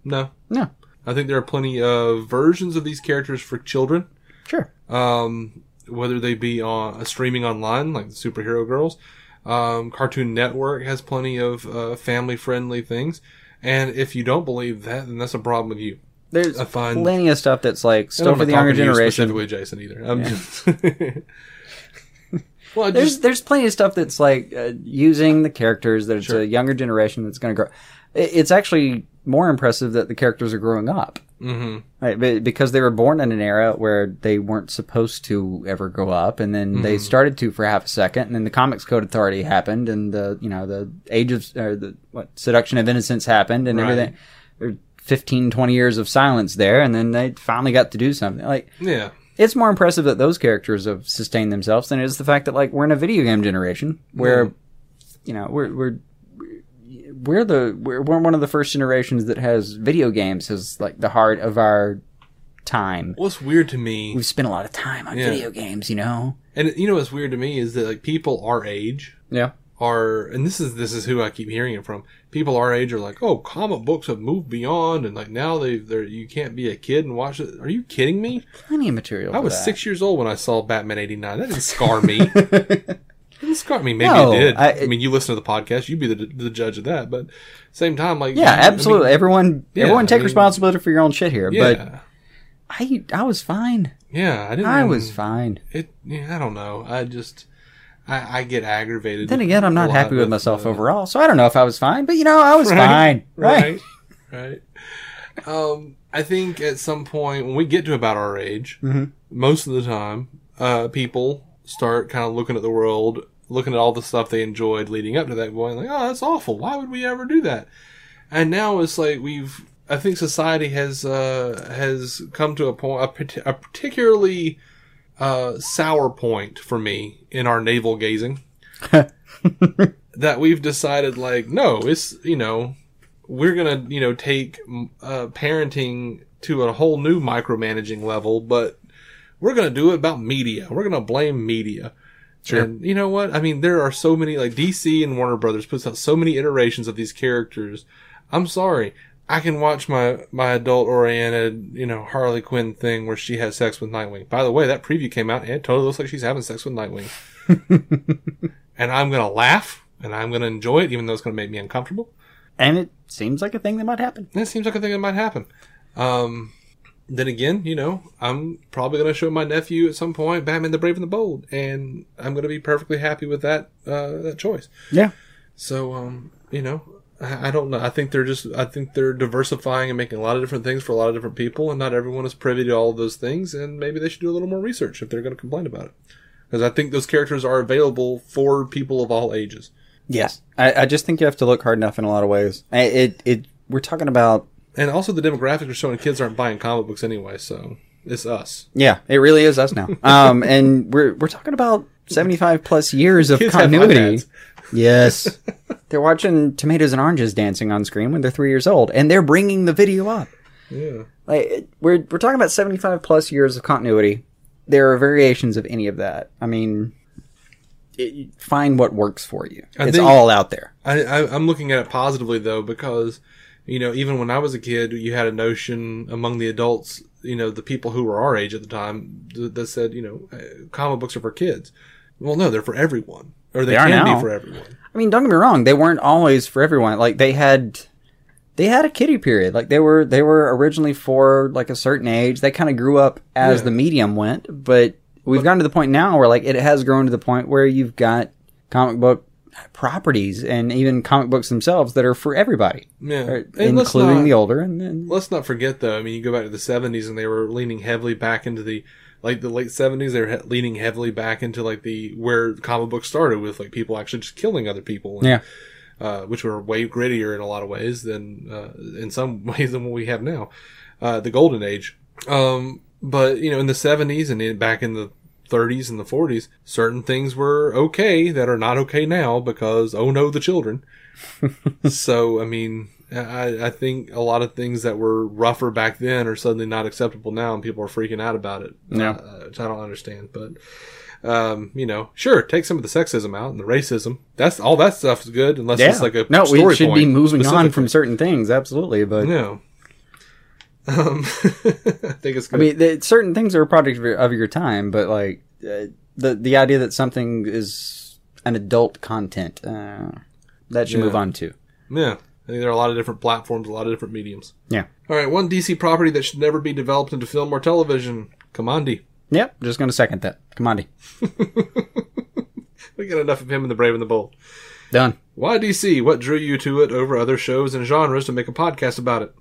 No.
No,
I think there are plenty of versions of these characters for children
sure.
um, whether they be on uh, streaming online like the superhero girls. Um, Cartoon Network has plenty of uh, family friendly things, and if you don't believe that, then that's a problem with you.
There's
I find-
plenty of stuff that's
And
like
I'm
still for
not
the younger
talking to you
generation.
specifically, Jason. Either. I'm just. [laughs] well, I
There's
just
there's plenty of stuff that's like uh, using the characters that it's a younger generation that's going to grow. It, it's actually more impressive that the characters are growing up,
mhm.
right? Be- Because they were born in an era where they weren't supposed to ever grow up, and then
Mm-hmm.
they started to for half a second, and then the Comics Code Authority happened, and the you know the age of or the what seduction of innocence happened, and
Right.
everything. There were 15, 20 years of silence there, and then they finally got to do something like.
yeah.
it's more impressive that those characters have sustained themselves than it is the fact that like we're in a video game generation where you know we're we're we're the we're, we're one of the first generations that has video games as like the heart of our time.
What's weird to me
We've spent a lot of time on
Yeah.
video games, you know.
And you know what's weird to me is that like people our age
Yeah.
are, and this is this is who I keep hearing it from. People our age are like, oh, comic books have moved beyond, and like now they they're you can't be a kid and watch it. Are you kidding me?
Plenty of material.
I
for
was
that.
six years old when I saw Batman eighty nine. That didn't scar me.
[laughs]
it didn't scar me. Maybe
No,
it did. I,
I-
mean, you listen to the podcast, you'd be the, the judge of that. But same time, like
Yeah,
I mean,
absolutely. everyone
yeah,
everyone
I
take
mean-
responsibility for your own shit here,
yeah,
but I I was fine.
yeah. I didn't.
I was fine.
It. Yeah, I don't know. I just. I, I get aggravated.
Then again, I'm
a
not
lot
happy with myself
uh,
overall, so I don't know if I was fine, but you know, I was fine.
right right um i think at some point when we get to about our age most of the time uh people start kind of looking at the world looking at all the stuff they enjoyed leading up to that going like oh that's awful why would we ever do that and now it's like we've i think society has uh has come to a point a, pat- a particularly uh sour point for me in our navel gazing that we've decided like no it's you know we're gonna you know take m- uh, parenting to a whole new micromanaging level but we're gonna do it about media we're gonna blame media Sure. And you know what? I mean, there are so many like DC and Warner Brothers puts out so many iterations of these characters. I'm sorry, I can watch my my adult oriented you know Harley Quinn thing where she has sex with Nightwing. By the way, that preview came out and it totally looks like she's having sex with Nightwing and I'm gonna laugh and I'm gonna enjoy it, even though it's gonna make me uncomfortable.
And it seems like a thing that might happen.
And it seems like a thing that might happen. Um, then again, you know, I'm probably gonna show my nephew at some point Batman the Brave and the Bold, and I'm gonna be perfectly happy with that uh, that choice.
Yeah.
So, um, you know, I, I don't know. I think they're just I think they're diversifying and making a lot of different things for a lot of different people, and not everyone is privy to all of those things. And maybe they should do a little more research if they're gonna complain about it, because I think those characters are available for people of all ages.
Yes. I, I just think you have to look hard enough in a lot of ways. I, it, it, we're talking about,
And also, the demographics are showing kids aren't buying comic books anyway, so it's us.
yeah, it really is us
[laughs]
now. um, and we're, we're talking about 75 plus years of
Kids have
continuity.
iPads. [laughs]
Yes. they're watching tomatoes and oranges dancing on screen when they're three years old and they're bringing the video up.
Yeah.
Like it- we're we're talking about 75 plus years of continuity. There are variations of any of that. I mean, it, find what works for you.
I
it's
think-
all out there.
I, I, I'm looking at it positively, though, because, you know, even when I was a kid, you had a notion among the adults, you know, the people who were our age at the time, th- that said, you know, uh, comic books are for kids. Well, no, they're for everyone. Or they,
They are
can be
now.
for everyone.
I mean, don't get me wrong; they weren't always for everyone. Like they had, they had a kiddie period. Like they were, they were originally for like a certain age. They kind of grew up as
Yeah.
the medium went, but we've gotten to the point now where like it has grown to the point where you've got comic book properties and even comic books themselves that are for everybody,
Yeah.
or-
And let's
including
not-
the older. And, and
let's not forget though. I mean, you go back to the '70s, and they were leaning heavily back into the like the late '70s. They were he- leaning heavily back into like the where comic books started with like people actually just killing other people. and,
Yeah.
uh, which were way grittier in a lot of ways than uh, in some [laughs] ways than what we have now, uh, the golden age. Um, but you know, in the '70s and in, back in the 30s and the 40s, certain things were okay that are not okay now because oh no, the children so I mean, I, I think a lot of things that were rougher back then are suddenly not acceptable now, and people are freaking out about it.
Yeah.
uh, which I don't understand. But um, you know, sure, take some of the sexism out and the racism. That's all that stuff's good, unless it's like a
no,
Story
we should be
point,
moving on
specifically.
from certain things, absolutely. But
no. [laughs] Um, [laughs] I think it's
I
good.
mean, th certain things are a product of your, of your time, but like uh, the the idea that something is an adult content uh, that you
Yeah.
move on to.
Yeah. I think there are a lot of different platforms, a lot of different mediums.
Yeah.
All right, one DC property that should never be developed into film or television. Commandi.
Yep, just going to second that. Come on, D.
We got enough of him in the Brave and the Bold.
Done.
Why DC? What drew you to it over other shows and genres to make a podcast about it?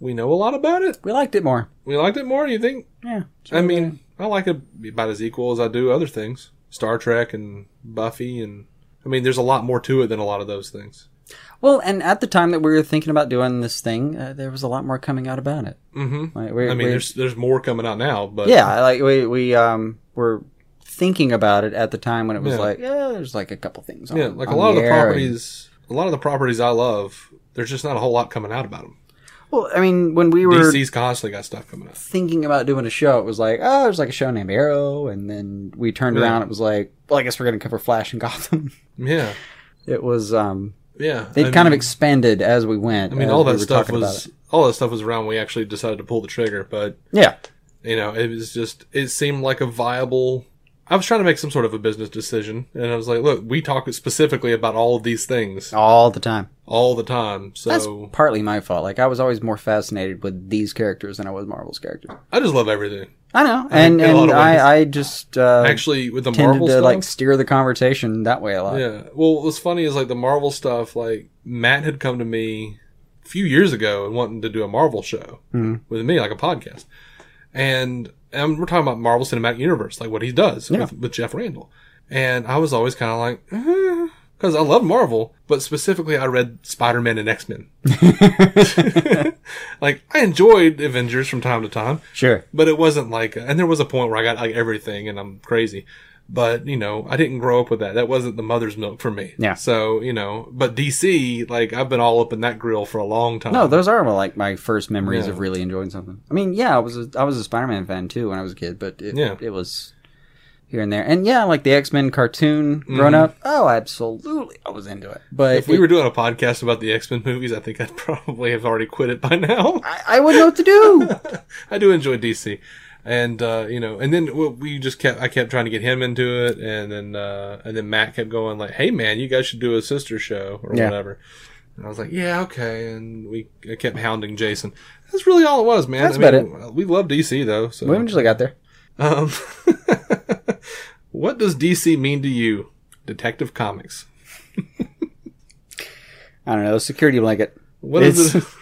We know a lot about it.
We liked it more.
We liked it more, you think?
Yeah.
I mean, I like it about as equal as I do other things. Star Trek and Buffy and I mean, there's a lot more to it than a lot of those things.
Well, and at the time that we were thinking about doing this thing, uh, there was a lot more coming out about it. Mm-hmm. Like, we're,
I mean,
we're-
there's there's more coming out now, but
yeah, like we we um were thinking about it at the time when it was
Yeah.
like, yeah, there's like a couple things. On,
yeah, like a
on
lot of the
air and-
properties, a lot of the properties I love, there's just not a whole lot coming out about them.
well, I mean, when we were
DC's constantly got stuff coming out.
thinking about doing a show, it was like, oh, there's like a show named Arrow, and then we turned
Yeah.
around, it was like, well, I guess we're gonna cover Flash and [laughs] Gotham.
Yeah,
it was um,
yeah.
they
I
kind of
mean-
expanded as we went.
I mean,
as
all
we
that
were
stuff
talking about
was all that stuff was around. when We actually decided to pull the trigger, but
it. yeah,
you know, it was just it seemed like a viable. I was trying to make some sort of a business decision, and I was like, "Look, we talk specifically about all of these things
all the time.
all the time."
That's
So
partly my fault. Like I was always more fascinated with these characters than I was Marvel's characters.
I just love everything.
I know, and
in a lot
and
of ways.
I, I just uh,
Actually, with the
tended
Marvel
to
stuff,
like steer the conversation that way a lot.
yeah. Well, what's funny is like the Marvel stuff. Like Matt had come to me a few years ago and wanting to do a Marvel show with me, like a podcast, and and we're talking about Marvel Cinematic Universe, like what he does with, with Jeff Randall. And I was always kind of like, because I love Marvel, but specifically I read Spider Man and X Men. [laughs] like I enjoyed Avengers from time to time,
Sure.
but it wasn't like, and there was a point where I got like everything and I'm crazy. But, you know, I didn't grow up with that. That wasn't the mother's milk for me.
Yeah.
So, you know, but DC, like, I've been all up in that grill for a long time.
No, those are like my first memories
Um, Yeah.
of really enjoying something. I mean, yeah, I was a, I was a Spider-Man fan too when I was a kid, but it,
Yeah.
it was here and there. And yeah, like the X-Men cartoon growing up. Oh, absolutely, I was into it. But
Mm-hmm. if we
it-
were doing a podcast about the X Men movies, I think I'd [laughs] probably have already quit it by now.
I, I wouldn't know what
[laughs]
to do.
I do enjoy DC. And, uh, you know, and then w- we just kept, I kept trying to get him into it. And then, uh, and then Matt kept going like, Hey man, you guys should do a sister show or
Yeah.
whatever. And I was like, yeah, okay. And we I kept hounding Jason. That's really all it was, man.
That's
I mean,
about
We love DC though. So,
we eventually got there.
um, [laughs] what does DC mean to you? Detective Comics.
I don't know. Security blanket.
What is
It's-
it?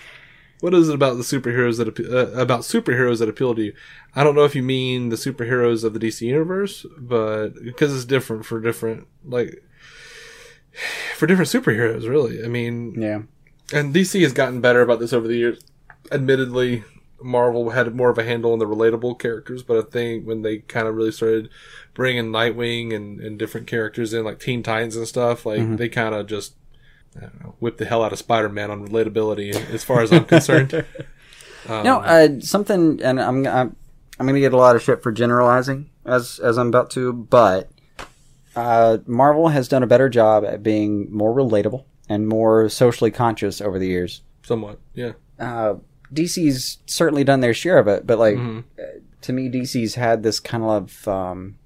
What is it about the superheroes that appe- uh, about superheroes that appeal to you? I don't know if you mean the superheroes of the DC universe, but because it's different for different like [sighs] for different superheroes, really. I mean,
Yeah.
and DC has gotten better about this over the years. Admittedly, Marvel had more of a handle on the relatable characters, but I think when they kind of really started bringing Nightwing and, and different characters in, like Teen Titans and stuff, like they kind of just I don't know, whipped the hell out of Spider Man on relatability, as far as I'm concerned. Um,
No, uh, something, and I'm I'm, I'm going to get a lot of shit for generalizing as as I'm about to, but uh, Marvel has done a better job at being more relatable and more socially conscious over the years.
Somewhat, yeah.
Uh, DC's certainly done their share of it, but like uh, to me, DC's had this kind of um,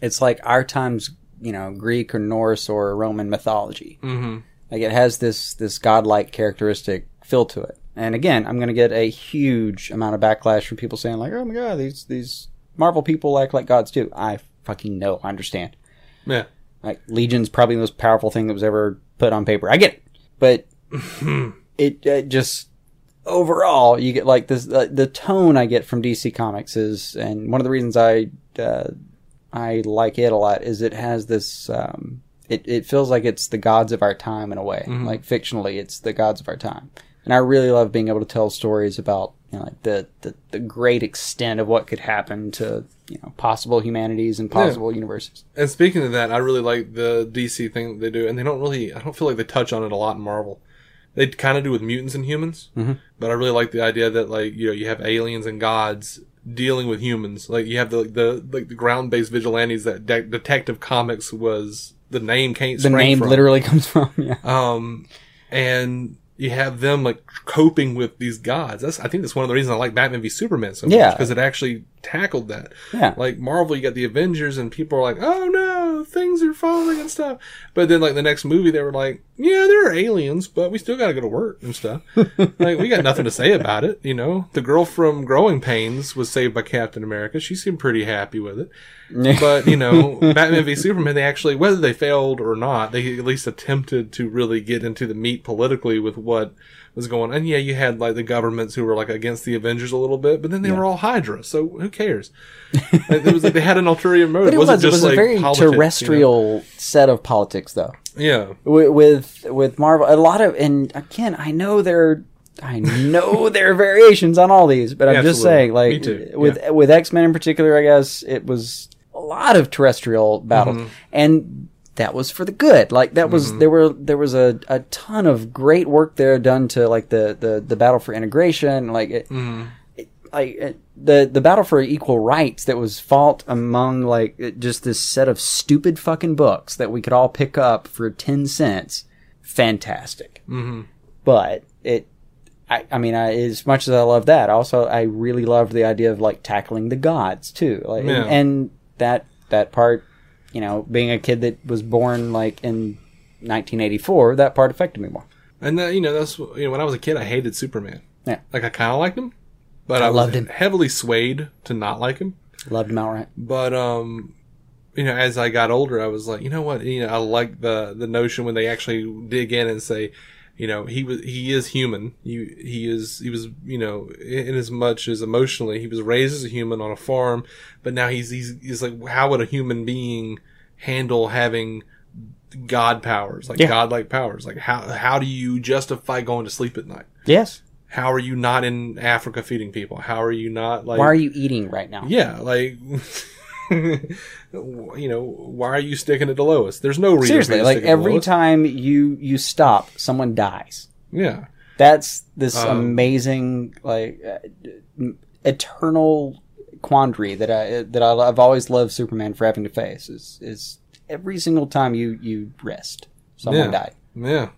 it's like our times, you know, Greek or Norse or Roman mythology.
Mm-hmm.
Like it has this this godlike characteristic feel to it. And again, I'm going to get a huge amount of backlash from people saying like, "Oh my god, these these Marvel people act like gods too." I fucking know, I understand.
Yeah.
Like Legion's probably the most powerful thing that was ever put on paper. I get it, but it, it just overall you get like this the, the tone I get from DC Comics is, and one of the reasons I uh, I like it a lot is it has this. Um, it, it feels like it's the gods of our time in a way, like fictionally, it's the gods of our time. And I really love being able to tell stories about you know, like the, the the great extent of what could happen to you know possible humanities and possible universes.
And speaking of that, I really like the DC thing that they do, and they don't really, I don't feel like they touch on it a lot in Marvel. They kind of do with mutants and humans,
Mm-hmm.
but I really like the idea that like you know you have aliens and gods dealing with humans. Like you have the the like the ground based vigilantes that De- Detective Comics was the name came
The name literally [laughs] comes from yeah.
um, and you have them like coping with these gods. That's I think that's one of the reasons I like Batman v Superman so much
Yeah.
because it actually tackled that.
Yeah.
Like Marvel, you got the Avengers, and people are like, "Oh no, things are falling and stuff." But then, like the next movie, they were like, "Yeah, there are aliens, but we still got to go to work and
[laughs]
stuff. like we got nothing to say about it." You know, the girl from Growing Pains was saved by Captain America. She seemed pretty happy with it. but you know, Batman v Superman, they actually, whether they failed or not, they at least attempted to really get into the meat politically with what was going. on. And yeah, you had like the governments who were like against the Avengers a little bit, but then they were all Hydra, so who cares? like, it was like they had an ulterior motive.
But it was,
wasn't
it was
just,
a
like,
very
politics, you know?
terrestrial set of politics, though.
Yeah,
Wi- With with Marvel, a lot of, and again, I know there, are- I know [laughs] there are variations on all these, but I'm
Yeah,
just
absolutely.
saying, like
Me too,
with
yeah.
with X Men in particular, I guess it was a lot of terrestrial battles,
Mm-hmm.
and that was for the good. Like that was there were there was a, a ton of great work there done to like the the, the battle for integration, like
Mm-hmm.
it, like uh, the the battle for equal rights that was fought among like it- just this set of stupid fucking books that we could all pick up for ten cents. Fantastic, mm-hmm. but it. I, I mean, I, as much as I love that, also I really loved the idea of like tackling the gods too, like
Yeah.
and, and that that part, you know, being a kid that was born like in 1984, that part affected me more.
and that, you know that's you know when I was a kid, I hated Superman.
Yeah.
like I kind of liked him, but I, was
loved him.
Heavily swayed to not like him.
Loved him outright.
but um you know as i got older i was like you know what you know i like the the notion when they actually dig in and say you know he was he is human you he is he was you know in in as much as emotionally he was raised as a human on a farm but now he's he's, he's like how would a human being handle having god powers like godlike powers like how how do you justify going to sleep at night
Yes.
how are you not in africa feeding people how are you not like
Why are you eating right now?
yeah, like [laughs] you know, why are you sticking at the lowest? There's no reason. for
Seriously,
you to
like
stick at the
every
lowest.
time you you stop, someone dies.
Yeah,
That's this
Um,
amazing like uh, m- eternal quandary that I that I, I've always loved Superman for having to face is is every single time you you rest, someone
Yeah.
died.
yeah.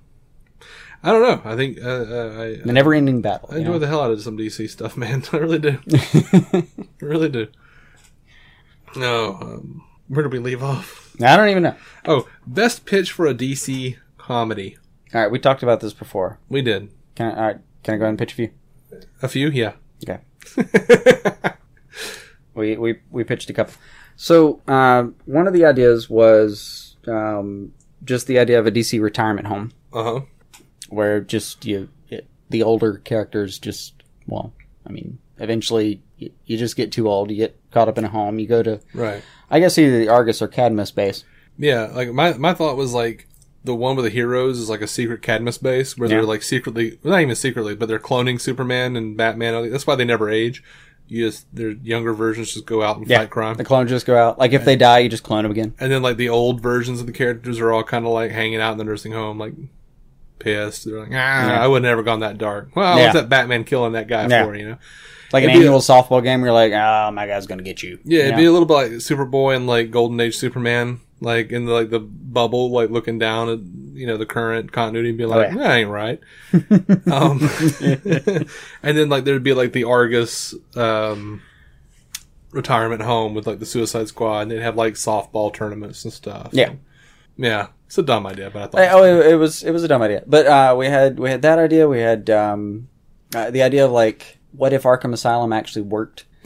I don't know. I think uh, uh, I,
The never ending battle.
I
you
enjoy
know?
the hell out of some DC stuff, [laughs] man. I really
[laughs]
do. I really do. No, um, where do we leave off?
I don't even know.
Oh, best pitch for a DC comedy.
All right, we talked about this before.
We did
Can I, all right, can I go ahead and pitch a few?
a few. Yeah,
Okay. we, we we pitched a couple. So uh, one of the ideas was um, just the idea of a DC retirement home,
uh huh.
where just you the older characters just well, I mean, eventually you, you just get too old, you get caught up in a home, you go to
Right.
I guess either the Argus or Cadmus base.
Yeah, like my my thought was like the one with the heroes is like a secret Cadmus base where they're
Yeah.
like secretly well, not even secretly, but they're cloning Superman and Batman. That's why they never age. You just their younger versions just go out and fight crime.
the clones just go out. Like if they die, you just clone them again.
And then like the old versions of the characters are all kind of like hanging out in the nursing home, like pissed. They're like, ah, I would never gone that dark. Well,
Yeah.
what's that Batman killing that guy
Yeah.
for? You know.
Like an
It'd be a-
annual softball game, where you're like, oh my guy's gonna get you.
Yeah,
You
it'd
know?
be a little bit like Superboy and like Golden Age Superman, like in the, like the bubble, like looking down at you know the current continuity and be like,
Oh, yeah.
that ain't
[laughs]
right. um, and then like there'd be like the Argus um, retirement home with like the Suicide Squad, and they'd have like softball tournaments and stuff.
yeah.
yeah, it's a dumb idea, but I thought
I- oh, it, it was it was a dumb idea. But uh, we had we had that idea. We had um, uh, the idea of like, what if Arkham Asylum actually worked?
[laughs]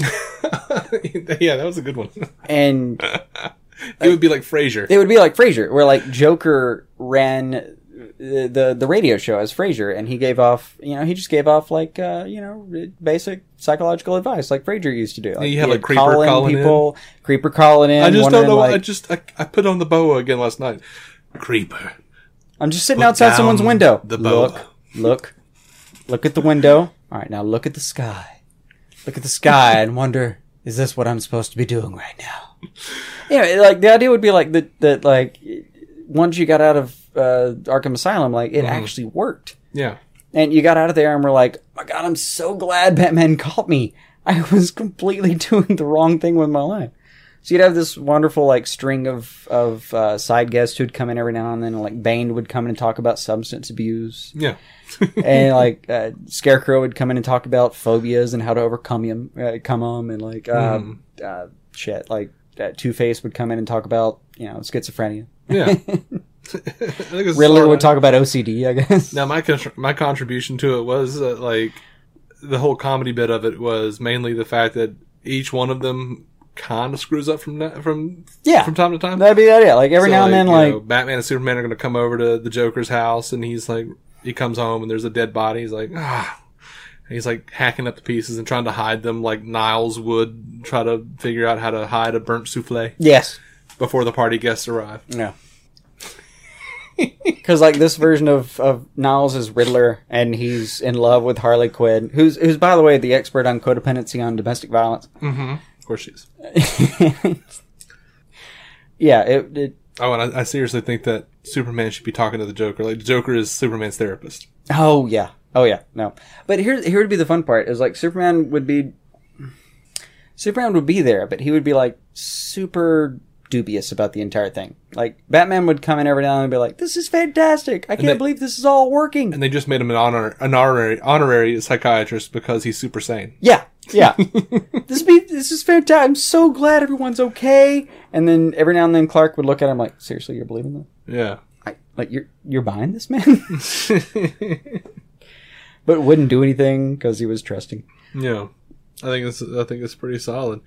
yeah, that was a good one.
And
it would be like Frasier.
it would be like Frasier, where like Joker ran the the, the radio show as Frasier, and he gave off you know he just gave off like uh, you know basic psychological advice like Frasier used to do. Like,
you
he
had,
had
like, Creeper
call in
calling in.
people, creeper calling in.
I just
one of
don't
them,
know. I
like-
just I, I put on the boa again last night. Creeper.
I'm just sitting outside
down
someone's window.
the boa.
look, look, look at the window. All right, now look at the sky. Look at the sky and wonder, is this what I'm supposed to be doing right now? Anyway, like the idea would be like that. That like once you got out of uh, Arkham Asylum, like
Mm-hmm.
it actually worked,
Yeah.
and you got out of there, and we're like, "Oh my God, I'm [laughs] so glad Batman caught me. I was completely doing the wrong thing with my life. So you'd have this wonderful like string of of uh, side guests who'd come in every now and then, and, like Bane would come in and talk about substance
[laughs]
abuse,
Yeah.
and like uh, Scarecrow would come in and talk about phobias and how to overcome them, uh, come 'em, and like
Hmm.
um, uh, shit, like uh, Two Face would come in and talk about you know schizophrenia. [laughs]
Yeah. I think it's
Riddler
sort
would
of-
talk about OCD,
[laughs]
I guess.
Now my con- my contribution to it was uh, like the whole comedy bit of it was mainly the fact that each one of them kind of screws up from na- from
Yeah.
from time to time.
That'd be that. Yeah, like every
So,
now and then,
you
like
know, Batman and Superman are going to come over to the Joker's house, and he's like, he comes home and there's a dead body. He's like, ah. And he's like hacking up the pieces and trying to hide them, like Niles would try to figure out how to hide a burnt souffle
yes,
before the party guests arrive.
No. Because like this version of of Niles is Riddler, and he's in love with Harley Quinn, who's who's by the way the expert on codependency on domestic violence.
Of course, she's.
Yeah, it, it
Oh, and I, I seriously think that Superman should be talking to the Joker. Like, the Joker is Superman's therapist.
Oh yeah. Oh yeah. No. But here here would be the fun part is like Superman would be Superman would be there, but he would be like super dubious about the entire thing. Like Batman would come in every now and then and be like, "This is fantastic. I can't
they-
believe this is all working."
And they just made him an, honor, an honorary, honorary psychiatrist because he's super sane.
yeah. Yeah. this be this is fantastic. I'm so glad everyone's okay. And then every now and then Clark would look at him like, "Seriously, you're believing that?"
Yeah.
I, like you're you're buying this man? but wouldn't do anything cuz he was trusting.
Yeah, I think it's I think it's pretty solid.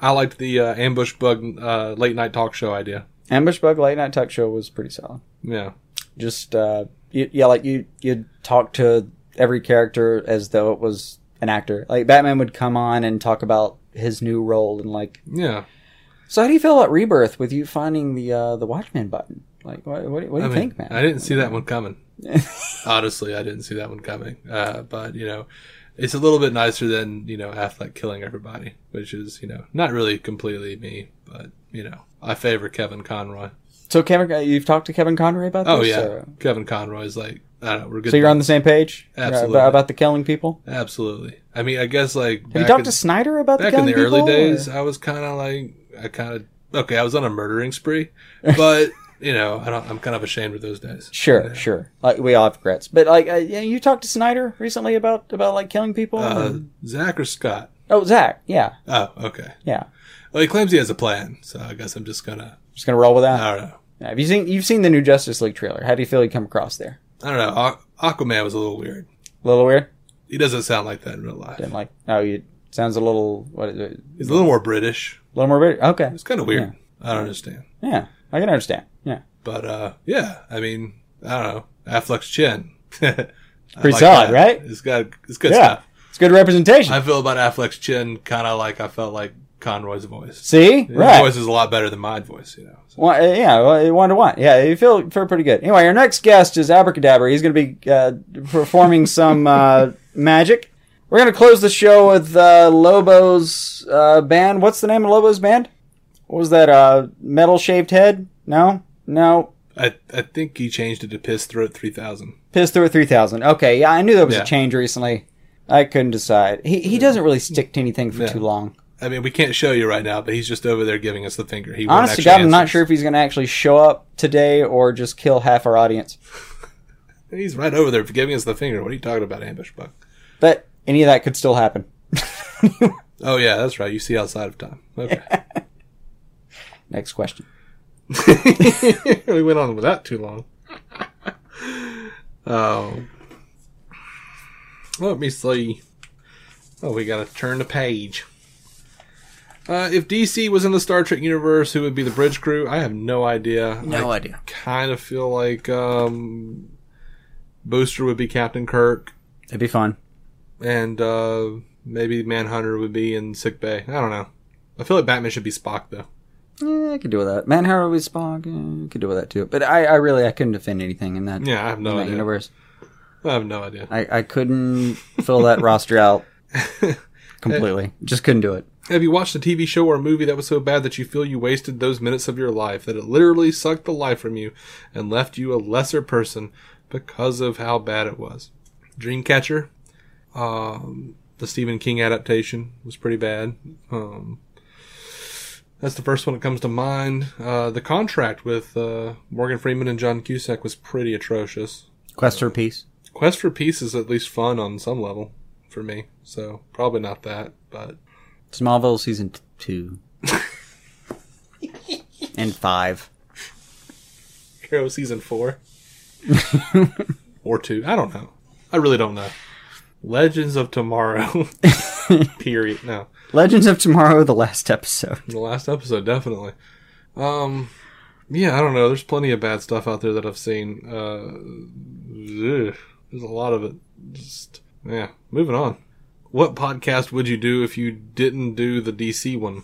I liked the uh, ambush bug uh, late night talk show idea.
Ambush Bug Late Night Talk Show was pretty solid.
Yeah,
Just uh, you, yeah, like you you'd talk to every character as though it was an actor. Like Batman would come on and talk about his new role and like.
yeah.
So how do you feel about Rebirth with you finding the uh, the Watchmen button? Like what what, do- what do
I
you
mean,
think, man?
I didn't see that one coming.
[laughs]
Honestly, I didn't see that one coming. Uh, but you know, it's a little bit nicer than you know Affleck killing everybody, which is you know not really completely me, but you know I favor Kevin Conroy.
So Kevin, uh, you've talked to Kevin Conroy about
Oh
this.
yeah,
or-
Kevin Conroy is like I don't know. We're good.
So you're on the same page Right,
Absolutely.
about, about the killing people.
absolutely. I mean, I guess like
Have you
back
talked
in-
to Snyder about the
back in
killing
the
people?
early days
or-
i was kind of like i kind of okay i was on a murdering spree
[laughs]
but you know I don't, i'm kind of ashamed of those days
Sure, sure. Like we all have regrets, but like uh, yeah, you talked to Snyder recently about about like killing people.
uh,
and-
zach or scott
Oh, Zach. Yeah,
oh okay
yeah.
well he claims he has a plan so i guess i'm just gonna
Just gonna roll with that.
i don't know
Yeah, Have you seen you've seen the new Justice League trailer? How do you feel you come across there?
i don't know Aqu- aquaman was a little weird
A little weird.
he doesn't sound like that in real life
And like, oh, you sounds a little what is it?
he's a little more british
A little more weird. Okay.
it's kind of weird i don't understand
Yeah, I can understand. Yeah,
but uh yeah i mean i don't know affleck's chin [laughs]
pretty
Like
solid,
that.
right?
it's got it's good
yeah,
stuff
it's good representation.
I feel about Affleck's chin kind of like I felt like Conroy's voice.
See,
His
right?
voice is a lot better than my voice, you know. So,
Well, uh, yeah, well, one to one. Yeah, you feel feel pretty good. Anyway, our next guest is Abracadabra. He's going to be uh, performing [laughs] some uh, magic. We're going to close the show with uh, Lobo's uh, band. What's the name of Lobo's band? What was that? Uh, metal shaved head? No, no.
I I think he changed it to Piss Throat 3000.
Piss through three thousand. Okay, yeah, I knew there was
Yeah.
a change recently. I couldn't decide. He he doesn't really stick to anything for
Yeah.
too long.
I mean, we can't show you right now, but he's just over there giving us the finger. He won't
Honest to
actually
God, I'm not
answer
sure if he's going to actually show up today or just kill half our audience.
us. He's right over there giving us the finger. What are you talking about, Ambush Buck?
But any of that could still happen.
Oh yeah, that's right. You see outside of time. Okay, [laughs]
Next question.
we went on with that too long. [laughs] Oh, let me see. Oh, we gotta turn the page. Uh, if DC was in the Star Trek universe, who would be the bridge crew? I have no idea. I
idea.
kind of feel like um, Booster would be Captain Kirk,
It'd be fun.
and uh, maybe Manhunter would be in sick bay. I don't know. I feel like Batman should be Spock though.
Yeah, Eh, I could do with that. Manhunter with Spock, yeah, I could do with that too. But I, I really, I couldn't defend anything in that,
Yeah, I have no
in that
idea.
universe.
I have no idea.
I, I couldn't
[laughs]
fill that roster out completely. Just couldn't do it.
Have you watched a TV show or a movie that was so bad that you feel you wasted those minutes of your life, that it literally sucked the life from you and left you a lesser person because of how bad it was? Dreamcatcher, um, the Stephen King adaptation was pretty bad. Um, That's the first one that comes to mind. Uh, the contract with uh, Morgan Freeman and John Cusack was pretty atrocious.
Quest for Peace.
Quest for Peace is at least fun on some level for me, so probably not that, but
Smallville season t-
[laughs]
two and five.
Arrow season four or two. I don't know. I really don't know. Legends of Tomorrow. [laughs] Period. No,
Legends of Tomorrow, the last episode.
the last episode definitely. Um, yeah, I don't know. There's plenty of bad stuff out there that I've seen. Uh, ugh, there's a lot of it. Just yeah. Moving on. What podcast would you do if you didn't do the DC one?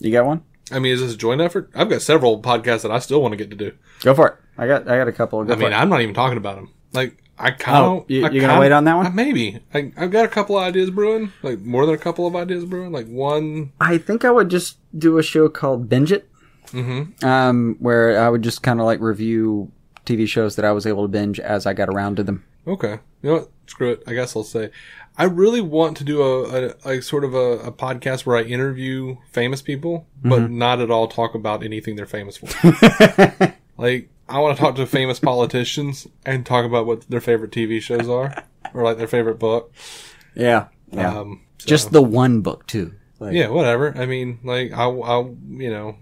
You got one?
I mean, is this a joint effort? I've got several podcasts that I still want to get to do.
Go for it. I got I got a couple. Go
I mean,
for it.
I'm not even talking about them. Like, I kind of.
Oh, you- you're gonna wait on that one?
maybe. I, I've got a couple of ideas brewing. Like more than a couple of ideas brewing. Like one.
I think I would just do a show called Binge It, mm-hmm. um, where I would just kind of like review TV shows that I was able to binge as I got around to them.
Okay. You know what? Screw it. I guess I'll say. I really want to do a, a, a sort of a, a podcast where I interview famous people, but
Mm-hmm.
not at all talk about anything they're famous
[laughs]
for. like, I want to talk to famous politicians and talk about what their favorite TV shows are or like their favorite book.
Yeah, yeah.
Um, so-
just the one book too. Like,
Yeah, whatever. I mean, like, I, I, you know,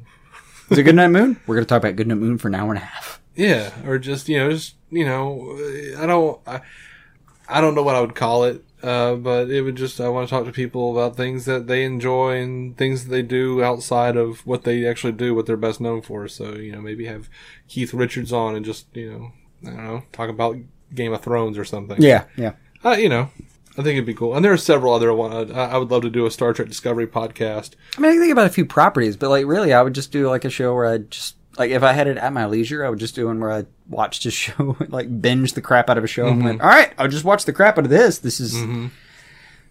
is it Goodnight Moon? We're gonna talk about Goodnight Moon for an hour and a half.
yeah, or just you know, just you know, I don't, I, I don't know what I would call it, uh, but it would just I want to talk to people about things that they enjoy and things that they do outside of what they actually do, what they're best known for. So you know, maybe have Keith Richards on and just you know, I don't know, talk about Game of Thrones or something.
Yeah, yeah.
uh, you know. I think it'd be cool, and there are several other ones. I I would love to do a Star Trek Discovery podcast.
I mean, I think about a few properties, but like really, I would just do like a show where I just like if I had it at my leisure, I would just do one where I watched a [laughs] show, like binge the crap out of a show. and went, all right, I'll just watch the crap out of this. This is.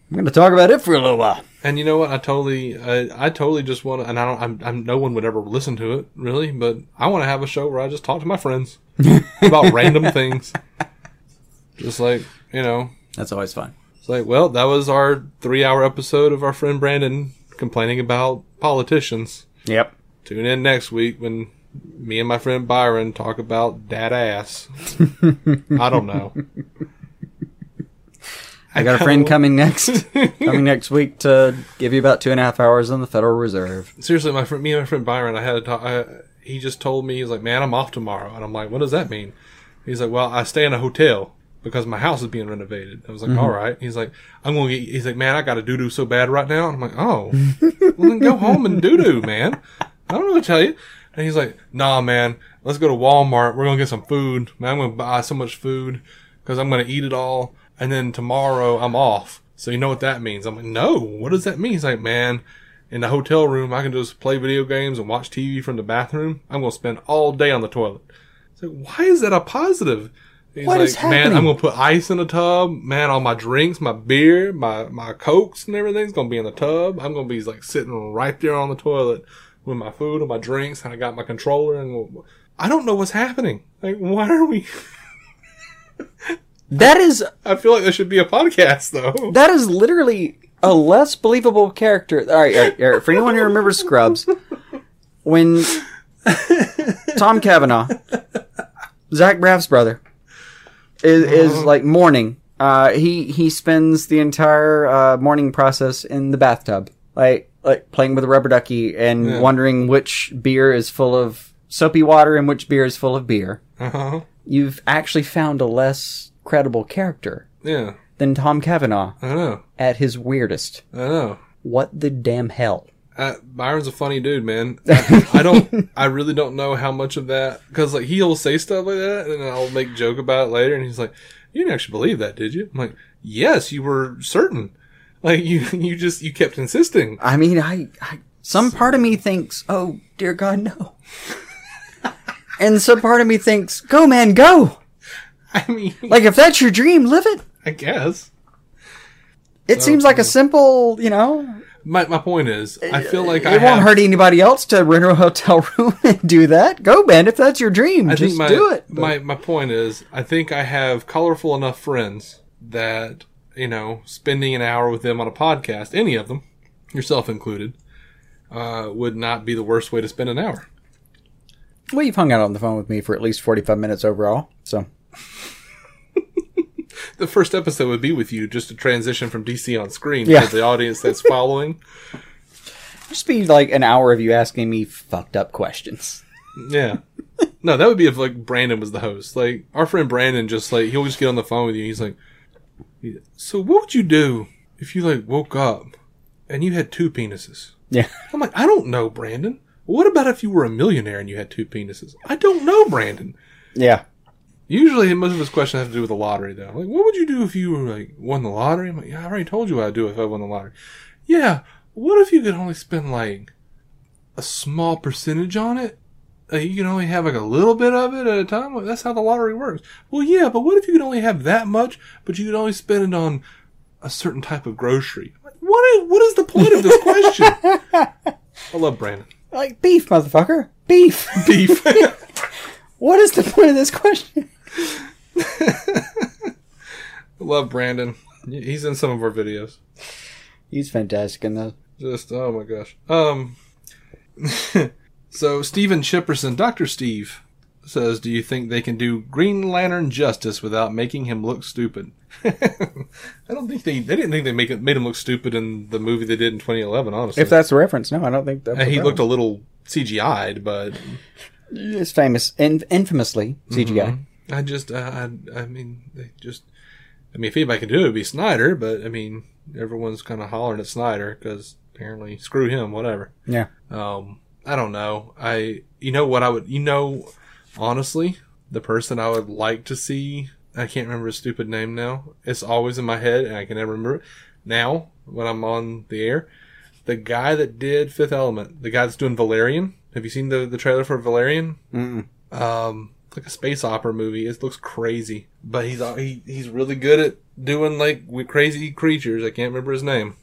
I'm gonna talk about it for a little while.
And you know what? I totally, I, I totally just want to, and I don't, I'm, I'm, no one would ever listen to it really, but I want to have a show where I just talk to my
[laughs]
friends about random things. Just like, you know,
That's always fun.
it's like, well, that was our three hour episode of our friend Brandon complaining about politicians.
Yep.
Tune in next week when me and my friend Byron talk about dad
[laughs]
ass. I don't know.
I got
[laughs]
a [laughs] friend coming next coming next week to give you about two and a half hours on the Federal Reserve.
seriously, my friend, me and my friend Byron, I had a talk. I, he just told me he's like, "Man, I'm off tomorrow," and I'm like, "What does that mean?" He's like, "Well, I stay in a hotel because my house is being renovated." I was like, "All right." He's like, "I'm gonna get." He's like, "Man, I got to doo doo so bad right now." And I'm like, "Oh, well then go home and doo doo, man." I don't know what to tell you. And he's like, "Nah, man, let's go to Walmart. We're gonna get some food. Man, I'm gonna buy so much food because I'm gonna eat it all, and then tomorrow I'm off." So you know what that means? I'm like, "No, what does that mean?" He's like, "Man." in the hotel room, I can just play video games and watch TV from the bathroom. I'm going to spend all day on the toilet. It's like, why is that a positive? He's
What
like,
is
man, I'm
happening?"
going to put ice in the tub. Man, all my drinks, my beer, my, my cokes and everything's going to be in the tub. I'm going to be like sitting right there on the toilet with my food and my drinks and I got my controller and I don't know what's happening. Like, why are we? [laughs]
That is
I feel like there should be a podcast though.
that is literally a less believable character. All right, all right, all right. for anyone who remembers Scrubs, when Tom Cavanaugh, Zach Braff's brother, is, is like mourning. Uh, he he spends the entire uh, mourning process in the bathtub, like like playing with a rubber ducky and wondering which beer is full of soapy water and which beer is full of beer.
Uh-huh.
You've actually found a less credible character
Yeah.
than Tom Cavanaugh
I know.
at his weirdest.
I know.
What the damn hell?
Uh, Byron's a funny dude,
[laughs]
man. I, I don't, I really don't know how much of that because like he'll say stuff like that, and I'll make joke about it later, and he's like, "You didn't actually believe that, did you?" I'm like, "Yes, you were certain. Like [laughs] you, you just you kept insisting." [laughs]
I mean, I, I some part of me thinks, "Oh dear God, [laughs] no," and some part of me thinks, "Go, man, go!"
I mean,
Like if that's your dream, live it.
I guess
It seems like a simple, you know,
my my point is, I feel like
it
I
won't
have,
hurt anybody else to rent a hotel [laughs] room and do that. Go, man, if that's your dream,
I
just
think my,
do it.
My my point is, I think I have colorful enough friends that you know, spending an hour with them on a podcast, any of them, yourself included, uh, would not be the worst way to spend an hour.
Well, you've hung out on the phone with me for at least 45 minutes overall. So,
The first episode would be with you just to transition from DC on screen
Yeah.
to the audience
[laughs]
that's following.
just be like an hour of you asking me fucked up questions.
Yeah. No, that would be if like Brandon was the host. Like our friend Brandon, just like he'll just get on the phone with you. And he's like, "So what would you do if you like woke up and you had two penises?"
Yeah.
I'm like, "I don't know, Brandon. What about if you were a millionaire and you had two penises?" I don't know, Brandon.
Yeah.
Usually, most of his questions have to do with the lottery, though. Like, what would you do if you were like won the lottery? I'm like, "Yeah, I already told you what I'd do if I won the lottery." Yeah. What if you could only spend like a small percentage on it? Like, you can only have like a little bit of it at a time. Like, that's how the lottery works. Well, yeah, but what if you could only have that much, but you could only spend it on a certain type of grocery? Like, What is, what is the point of this question? I love Brandon.
Like, beef, motherfucker. Beef. [laughs]
[laughs] Beef.
what is the point of this question?
love Brandon. He's in some of our videos.
He's fantastic in those.
Just oh my gosh. Um. [laughs] so Stephen Chipperson, Doctor Steve, says, "Do you think they can do Green Lantern justice without making him look stupid?" [laughs] I don't think they they didn't think they make it, made him look stupid in the movie they did in 2011. Honestly,
If that's the reference, no, I don't think that's
And
the
Uh, he
reference.
looked a little CGI'd, but
It's famous, in, infamously
Mm-hmm.
CGI.
I just I I, I mean they just. I mean, if anybody can do it, it'd be Snyder, but I mean, everyone's kind of hollering at Snyder because apparently, screw him, whatever.
Yeah.
Um, I don't know. I you know what I would you know honestly the person I would like to see I can't remember his stupid name now. It's always in my head and I can never remember it. Now when I'm on the air, the guy that did Fifth Element, the guy that's doing Valerian. Have you seen the the trailer for Valerian? Um, it's like a space opera movie. It looks crazy, but he's uh, he, he's really good at doing like with crazy creatures. I can't remember his name,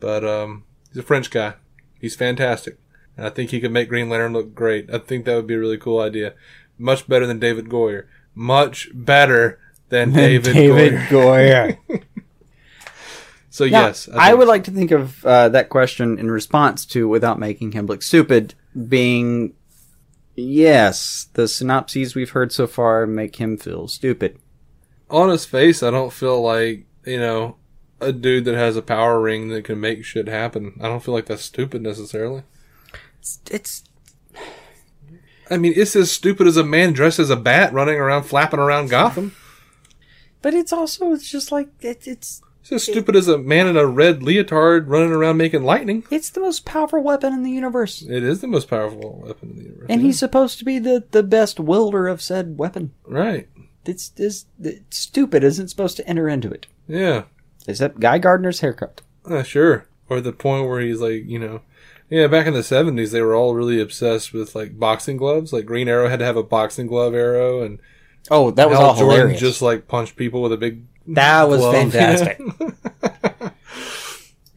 but um, he's a French guy. He's fantastic. And I think he could make Green Lantern look great. I think that would be a really cool idea. Much better than David Goyer. Much better than David, Goyer.
[laughs] Goyer.
So
Now,
yes,
I,
think-
would like to think of uh, that question in response to without making him look stupid being yes, the synopses we've heard so far make him feel stupid.
on his face. I don't feel like you know a dude that has a power ring that can make shit happen. I don't feel like that's stupid necessarily.
It's
I mean, it's as stupid as a man dressed as a bat running around flapping around Gotham.
but it's also it's just like it, it's
It's as stupid as a man in a red leotard running around making lightning.
it's the most powerful weapon in the universe.
It is the most powerful weapon in the universe.
And he's supposed to be the, the best wielder of said weapon.
right.
It's, it's, it's stupid isn't supposed to enter into it.
Yeah.
Except Guy Gardner's haircut.
Uh, sure. Or the point where he's like, you know, yeah, back in the 70s, they were all really obsessed with like boxing gloves. Like Green Arrow had to have a boxing glove arrow, and
Oh, that was
Hal
all
Jordan
hilarious.
just like punched people with a big.
that was
glove.
[laughs] fantastic.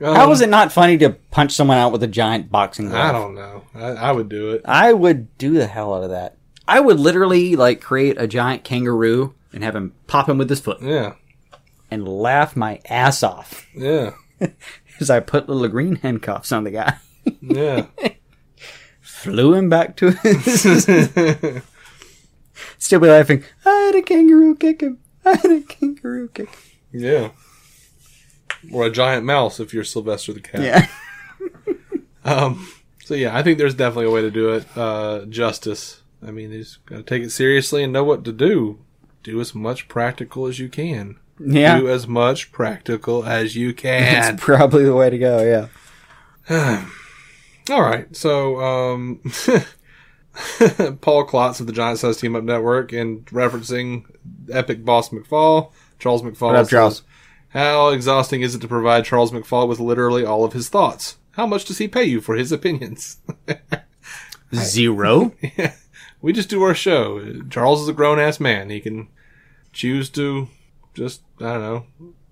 Um,
How is it not funny to punch someone out with a giant boxing glove?
I don't know. I, I would do it.
I would do the hell out of that. I would literally like create a giant kangaroo and have him pop him with his foot
Yeah.
and laugh my ass off [laughs]
Yeah.
as I put little green handcuffs on the guy, [laughs]
Yeah.
flew him back to [laughs] his. Still be laughing. I had a kangaroo kick him. I had a kangaroo kick. Him.
Yeah. Or a giant mouse if you're Sylvester the Cat.
Yeah.
Um, so yeah, I think there's definitely a way to do it. Uh, justice. I mean, you just gotta take it seriously and know what to do. Do as much practical as you can.
Yeah.
Do as much practical as you can.
That's probably the way to go. Yeah.
All right. So, um, [laughs] Paul Klotz of the Giant Size Team Up Network and referencing Epic Boss McFall, Charles McFall.
What up, Charles?
How exhausting is it to provide Charles McFall with literally all of his thoughts? How much does he pay you for his opinions?
[laughs]
[laughs]
Zero.
we just do our show. Charles is a grown ass man. He can choose to just I don't know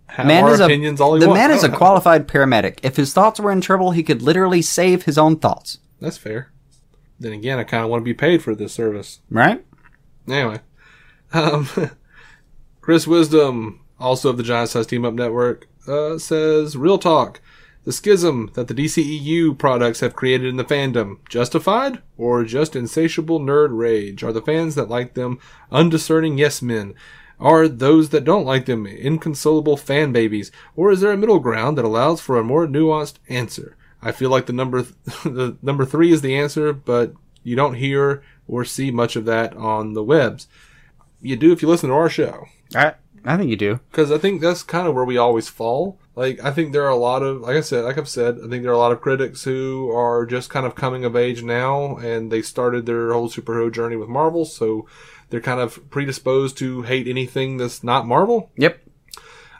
have
Man
our
is a,
opinions all he
the
wants. Oh.
man
I
is a
don't know.
qualified paramedic. If his thoughts were in trouble, he could literally save his own thoughts.
That's fair. Then again, I kind of want to be paid for this service.
Right?
Anyway, um, [laughs] Chris Wisdom, also of the Giant Size Team Up Network, uh, says, "Real talk. The schism that the DCEU products have created in the fandom, justified or just insatiable nerd rage? Are the fans that like them undiscerning yes men? Are those that don't like them inconsolable fan babies? Or is there a middle ground that allows for a more nuanced answer? I feel like the number [laughs] th- the number 3 is the answer, but you don't hear or see much of that on the webs. You do if you listen to our show
I, I think you do.
because I think that's kind of where we always fall. Like I think there are a lot of, like I said, like I've said, I think there are a lot of critics who are just kind of coming of age now, and they started their whole superhero journey with Marvel, so they're kind of predisposed to hate anything that's not Marvel.
Yep.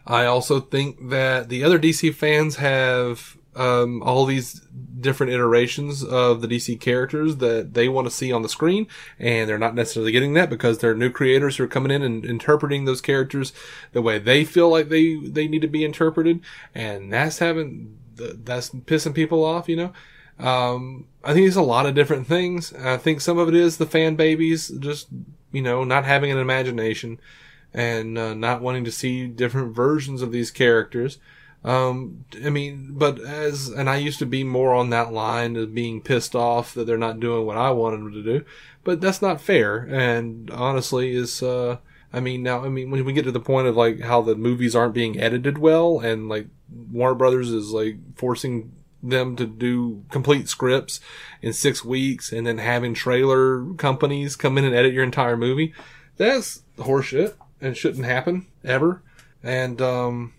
I also think that the other DC fans have um, all these different iterations of the DC characters that they want to see on the screen, and they're not necessarily getting that because there are new creators who are coming in and interpreting those characters the way they feel like they they need to be interpreted, and that's having th- that's pissing people off, you know. Um, I think it's a lot of different things. I think some of it is the fan babies just you know not having an imagination and uh, not wanting to see different versions of these characters. Um, I mean, but as, and I used to be more on that line of being pissed off that they're not doing what I wanted them to do, but that's not fair. And honestly, is, uh, I mean, now, I mean, when we get to the point of like how the movies aren't being edited well and like Warner Brothers is like forcing them to do complete scripts in six weeks and then having trailer companies come in and edit your entire movie, that's horseshit and shouldn't happen ever. And um,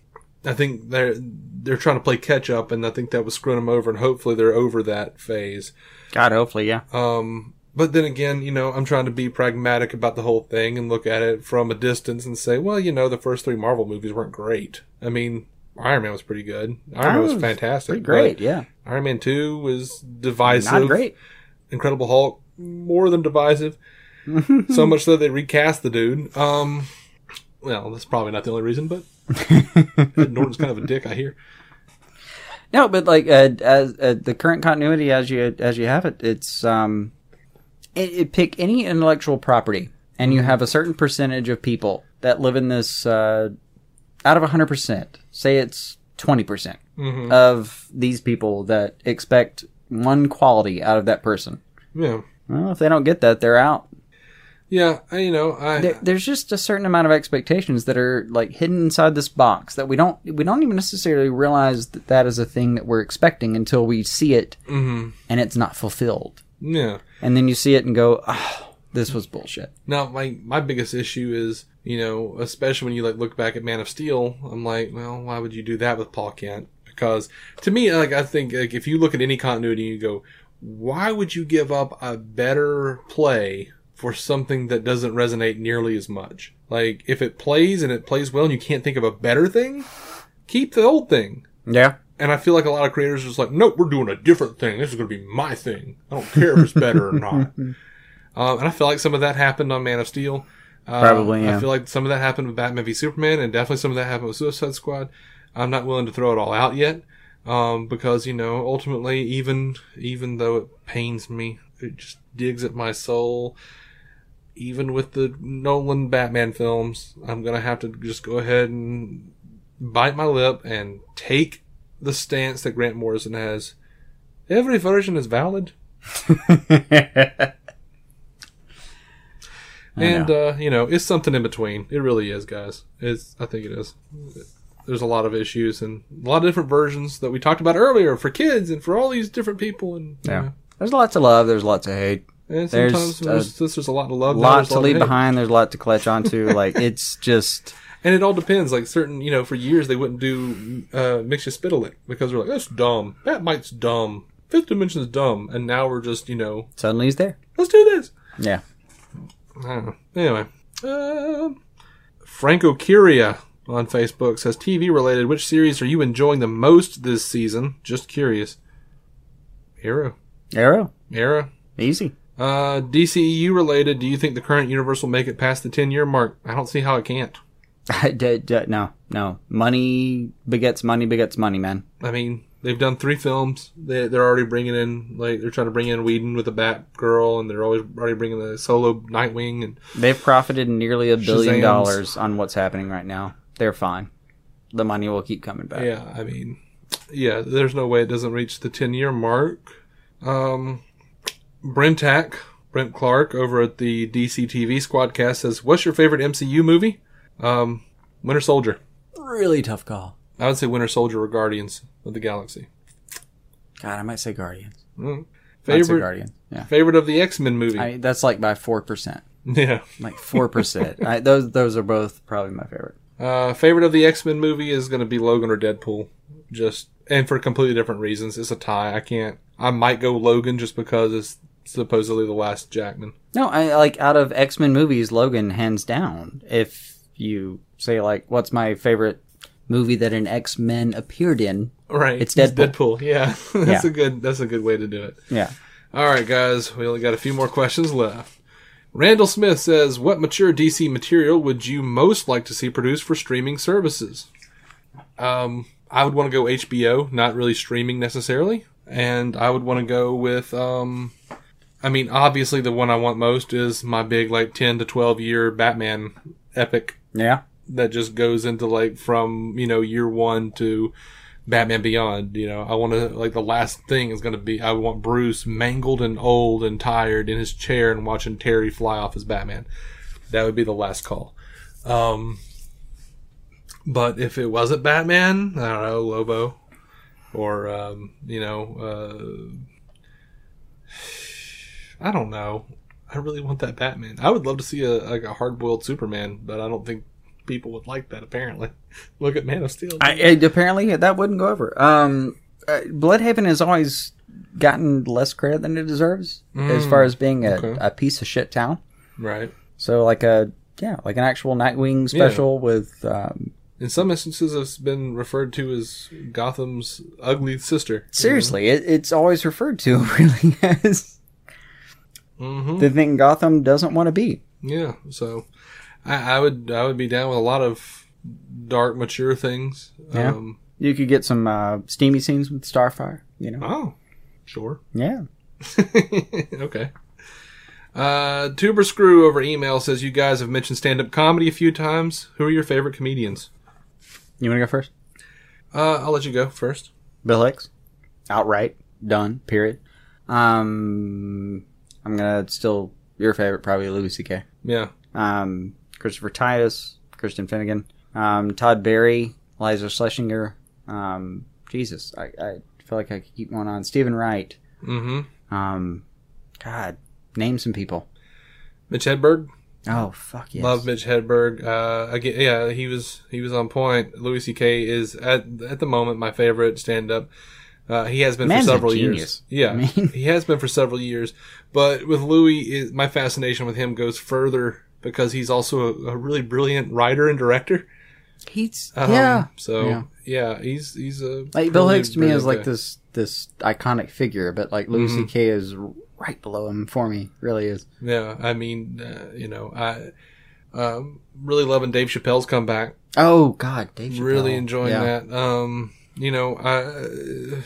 I think they're they're trying to play catch up, and I think that was screwing them over. And hopefully, they're over that phase. Um,
God, hopefully, yeah.
Oh, But then again, you know, I'm trying to be pragmatic about the whole thing and look at it from a distance and say, well, you know, the first three Marvel movies weren't great. I mean, Iron Man was pretty good. Iron Man was,
was
fantastic.
Oh, pretty great,
but
yeah.
Iron Man Two was divisive.
Not great.
Incredible Hulk, more than divisive. so much so they recast the dude. Um, well, that's probably not the only reason, but Ed Norton's kind of a dick, I hear.
No, but like uh, as uh, the current continuity as you as you have it, it's um, it, it pick any intellectual property, and you have a certain percentage of people that live in this uh, out of hundred percent. Say it's twenty percent of these people that expect one quality out of that person.
Yeah,
Well, if they don't get that, they're out.
yeah, I, you know, I
There, there's just a certain amount of expectations that are like hidden inside this box that we don't we don't even necessarily realize that that is a thing that we're expecting until we see it and it's not fulfilled,
yeah.
and then you see it and go, oh, this was bullshit.
Now my my biggest issue is you know especially when you like look back at Man of Steel, I'm like, well, why would you do that with Paul Kent? Because to me, like I think like if you look at any continuity, you go, why would you give up a better play for something that doesn't resonate nearly as much? Like if it plays and it plays well, and you can't think of a better thing, keep the old thing.
Yeah,
And I feel like a lot of creators are just like, nope, we're doing a different thing. This is going to be my thing. I don't care if it's better or
[laughs]
not. Um, and I feel like some of that happened on Man of Steel. Uh,
Probably, yeah.
I feel like some of that happened with Batman v Superman, and definitely some of that happened with Suicide Squad. I'm not willing to throw it all out yet, um, because you know, ultimately, even even though it pains me, it just digs at my soul. Even with the Nolan Batman films, I'm gonna have to just go ahead and bite my lip and take the stance that Grant Morrison has. Every version is valid. and uh, you know, it's something in between. It really is, guys. It's I think it is. There's a lot of issues and a lot of different versions that we talked about earlier for kids and for all these different people and you know,
There's lots of love. There's lots of hate.
and
There's,
sometimes there's,
uh,
there's, a lot to love, now,
Lots
there's a
to leave
hate.
behind. There's a lot to clutch [laughs] onto. like it's just
And it all depends. Like certain, you know, for years they wouldn't do uh, Mixia Spitalik because they're like, that's dumb. Bat Mike's dumb. Fifth Dimension's dumb. And now we're just, you know,
suddenly he's there.
let's do this.
Yeah.
I don't know. Anyway, um, Franco Curia on Facebook says TV related. Which series are you enjoying the most this season? Just curious. Arrow,
Arrow,
Arrow.
easy. [laughs]
Uh, DCEU related. Do you think the current universe will make it past the ten year mark? I don't see how it can't.
D- d- no, no. Money begets money begets money, man.
I mean, they've done three films. They, they're already bringing in like they're trying to bring in Whedon with the Batgirl, and they're always already bringing the solo Nightwing. And
They've profited nearly a billion
Shazams.
dollars on what's happening right now. They're fine. The money will keep coming back.
yeah, I mean, yeah, there's no way it doesn't reach the 10 year mark. Um, Brentak, Brent Clark over at the DC TV Squadcast says, What's your favorite MCU movie? Um, Winter Soldier.
Really tough call.
I would say Winter Soldier or Guardians of the Galaxy.
God, I might say Guardians. I'd say
Favorite,
Guardian. Yeah.
favorite of the X Men movie.
I mean, that's like by four percent.
[laughs] yeah.
Like four percent.
[laughs]
Those those are both probably my favorite.
Uh, favorite of the X Men movie is going to be Logan or Deadpool. Just and for completely different reasons. It's a tie. I can't. I might go Logan just because it's supposedly the last Jackman.
No, I like out of X Men movies, Logan hands down. If you say like, what's my favorite movie that an X Men appeared in?
Right.
It's
Deadpool. Yeah. [laughs] that's
Yeah.
a good. That's a good way to do it.
Yeah.
All right, guys. We only got a few more questions left. Randall Smith says, "What mature DC material would you most like to see produced for streaming services?" Um, I would want to go HBO, not really streaming necessarily, and I would want to go with. Um, I mean, obviously, the one I want most is my big like ten to twelve year Batman epic
Yeah.
that just goes into like from you know year one to Batman Beyond. You know, I want to like the last thing is going to be I want Bruce mangled and old and tired in his chair and watching Terry fly off as Batman. That would be the last call. Um, but if it wasn't Batman, I don't know Lobo or um, you know. Uh, I don't know. I really want that Batman. I would love to see a like a hard boiled Superman, but I don't think people would like that. Apparently, [laughs] look at Man of Steel.
I, it, apparently, that wouldn't go over. Um, uh, Bloodhaven has always gotten less credit than it deserves as far as being a,
okay.
a piece of shit town.
right.
So like a yeah, like an actual Nightwing special with um,
In some instances, it's been referred to as Gotham's ugly sister.
seriously, it, it's always referred to [laughs] really as
Mm-hmm.
the thing Gotham doesn't want to be.
Yeah. So, I, I would I would be down with a lot of dark, mature things.
Yeah.
Um,
You could get some uh, steamy scenes with Starfire, you know.
oh, sure.
Yeah.
[laughs] okay. Uh, Tuber Screw over email says you guys have mentioned stand up comedy a few times. Who are your favorite comedians?
You want to go first?
Uh, I'll let you go first.
Bill Hicks, outright done. Period. Um, I'm gonna still your favorite probably Louis C.K.
Yeah.
Um, Christopher Titus, Christian Finnegan, um, Todd Barry, Liza Schlesinger. Um, Jesus, I, I feel like I could keep going on. Stephen Wright.
Mm-hmm.
Um, God, name some people.
Mitch Hedberg.
Oh fuck yes.
Love Mitch Hedberg. Uh, again, yeah, he was he was on point. Louis C.K. is at at the moment my favorite stand up. Uh, he has been
Man's
for
a
several years.
genius.
Yeah,
I mean-
he has been for several years. But with Louis, is, my fascination with him goes further because he's also a, a really brilliant writer and director.
He's
Um,
yeah.
So yeah.
Yeah.
he's he's a
Like Bill
really Mm-hmm.
Hicks to me
brilliant
is like
guy.
this this iconic figure, but like Louis C.K. is right below him for me. Really is.
Yeah, I mean, uh, you know, I um, really loving Dave Chappelle's comeback.
Oh God, Dave Chappelle.
Really enjoying
Yeah.
that. Um, you know, I.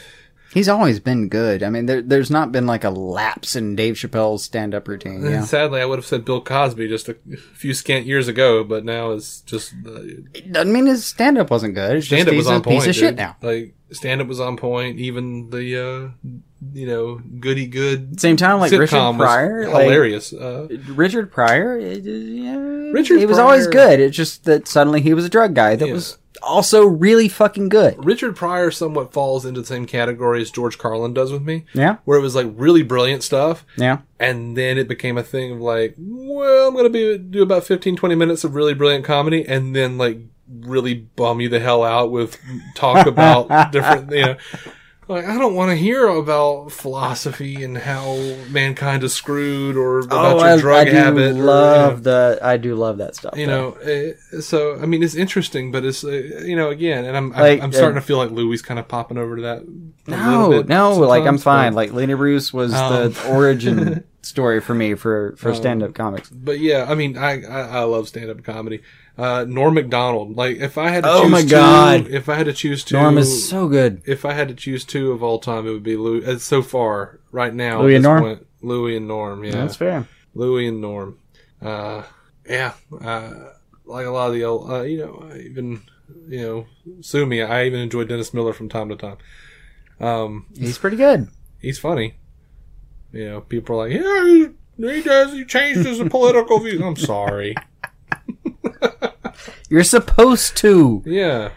He's always been good. I mean, there, there's not been like a lapse in Dave Chappelle's stand-up routine.
And [laughs]
Yeah,
Sadly, I would have said Bill Cosby just a few scant years ago, but now it's just uh,
it doesn't mean his stand-up wasn't good. It's
stand
just
up
he's
was on
a
point.
piece of
dude.
shit now.
Like stand up was on point. Even the uh, you know goody good
Same time, like
sitcom
Richard
was
Pryor, like
hilarious. uh,
Richard Pryor. it- it- yeah,
Richard
he was
Pryor-
always good. It's just that suddenly he was a drug guy that
Yeah.
was also really fucking good.
Richard Pryor somewhat falls into the same category as George Carlin does with me,
Yeah,
where it was like really brilliant stuff,
yeah,
and then it became a thing of like, well, I'm gonna be do about 15, 20 minutes of really brilliant comedy, and then like really bum you the hell out with talk
[laughs]
about different, you know. Like I don't want to hear about philosophy and how mankind is screwed, or about
oh,
your
I,
drug
I do
habit.
love
or,
the. I do love that stuff.
you
though.
know, you know, uh, so I mean, it's interesting, but it's uh, you know, again, and I'm
Like,
I'm, I'm starting
uh,
to feel like Louis kind of popping over to that. a little
No,
bit
no, like I'm
sometimes,
fine.
but-
Like Lenny Bruce was
Um.
the
[laughs]
[laughs] origin story for me for for stand up comics.
but yeah, I mean, I I, I love stand up comedy. Uh, Norm Macdonald, like if I had to
Oh
choose
my
two-
God.
if I had to choose two,
Norm is so good.
if I had to choose two of all time, it would be Louis. uh, So far, right now,
Louis
at
and
this
Norm?
point, Louis and Norm, yeah,
That's fair.
Louis and Norm. Uh, yeah, uh, like a lot of the old, uh, you know, even you know, sue me. I even enjoy Dennis Miller from time to time. Um,
He's pretty good.
he's funny. You know, people are like, yeah, he, he does. He changed his political views. I'm
[laughs]
sorry.
You're supposed to.
Yeah.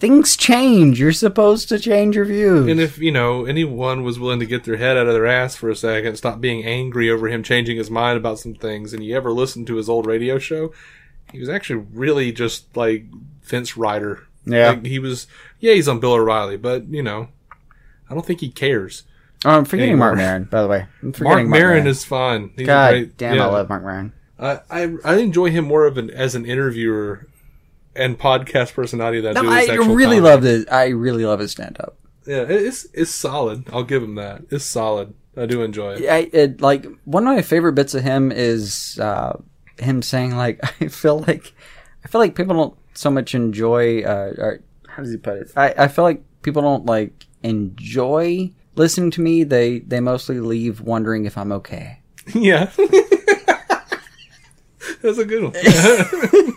Things change. You're supposed to change your views.
And if, you know, anyone was willing to get their head out of their ass for a second, stop being angry over him changing his mind about some things, and you ever listened to his old radio show, he was actually really just like Vince Ryder.
Yeah.
Like, he was, yeah, he's on Bill O'Reilly, but, you know, I don't think he cares.
oh, I'm forgetting
anymore.
Mark Maron, by the way. I'm
Mark
forgetting
Marin is fun. He's a
God
great-
damn,
yeah.
I love Mark Maron.
I, I I enjoy him more of an as an interviewer and podcast personality than I do
No,
his
I
actual
really
comedy.
love his. I really love his stand up.
Yeah, it- it's it's solid. I'll give him that. It's solid. I do enjoy it.
I it, like one of my favorite bits of him is uh, him saying like [laughs] I feel like I feel like people don't so much enjoy uh, or how does he put it? I, I feel like people don't like enjoy listening to me. They they mostly leave wondering if I'm okay.
Yeah. [laughs] That's a good one.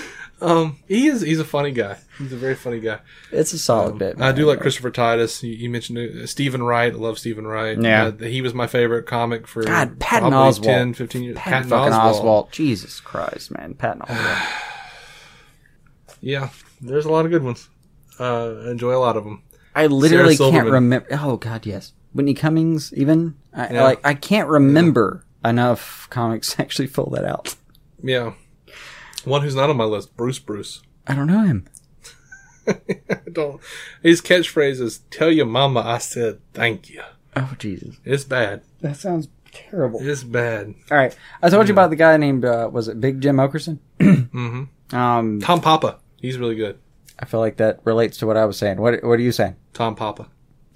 [laughs] um, he is he's a funny guy. He's a very funny guy.
It's a solid bit.
I do like Christopher Titus. You, you mentioned uh, Stephen Wright. I love Stephen Wright.
Yeah.
Uh, he was my favorite comic for
God, Patton
probably
Oswalt.
10, 15 years.
Patton, fucking Oswald. Jesus Christ, man, [sighs] Patton Oswald.
Yeah, there's a lot of good ones. Uh, I enjoy a lot of them.
I literally can't
Silverman.
remember. Oh God, yes, Whitney Cummings. Even I
Yeah.
like I can't remember enough comics [laughs] to actually fill that out.
Yeah. One who's not on my list, Bruce Bruce.
I don't know him.
I don't. His catchphrase is "Tell your mama I said thank you."
Oh Jesus,
It's bad.
that sounds terrible.
It's bad.
All right, I told you about the guy named uh, was it Big Jim Okerson? mm-hmm. Um,
Tom Papa. He's really good.
I feel like that relates to what I was saying. What What are you saying?
Tom Papa.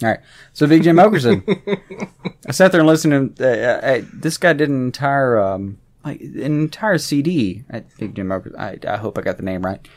All right, so Big Jim Okerson. I sat there and listened to him. Uh, uh, this guy did an entire um, like an entire CD. At Big Jim Okerson. I, I hope I got the name right.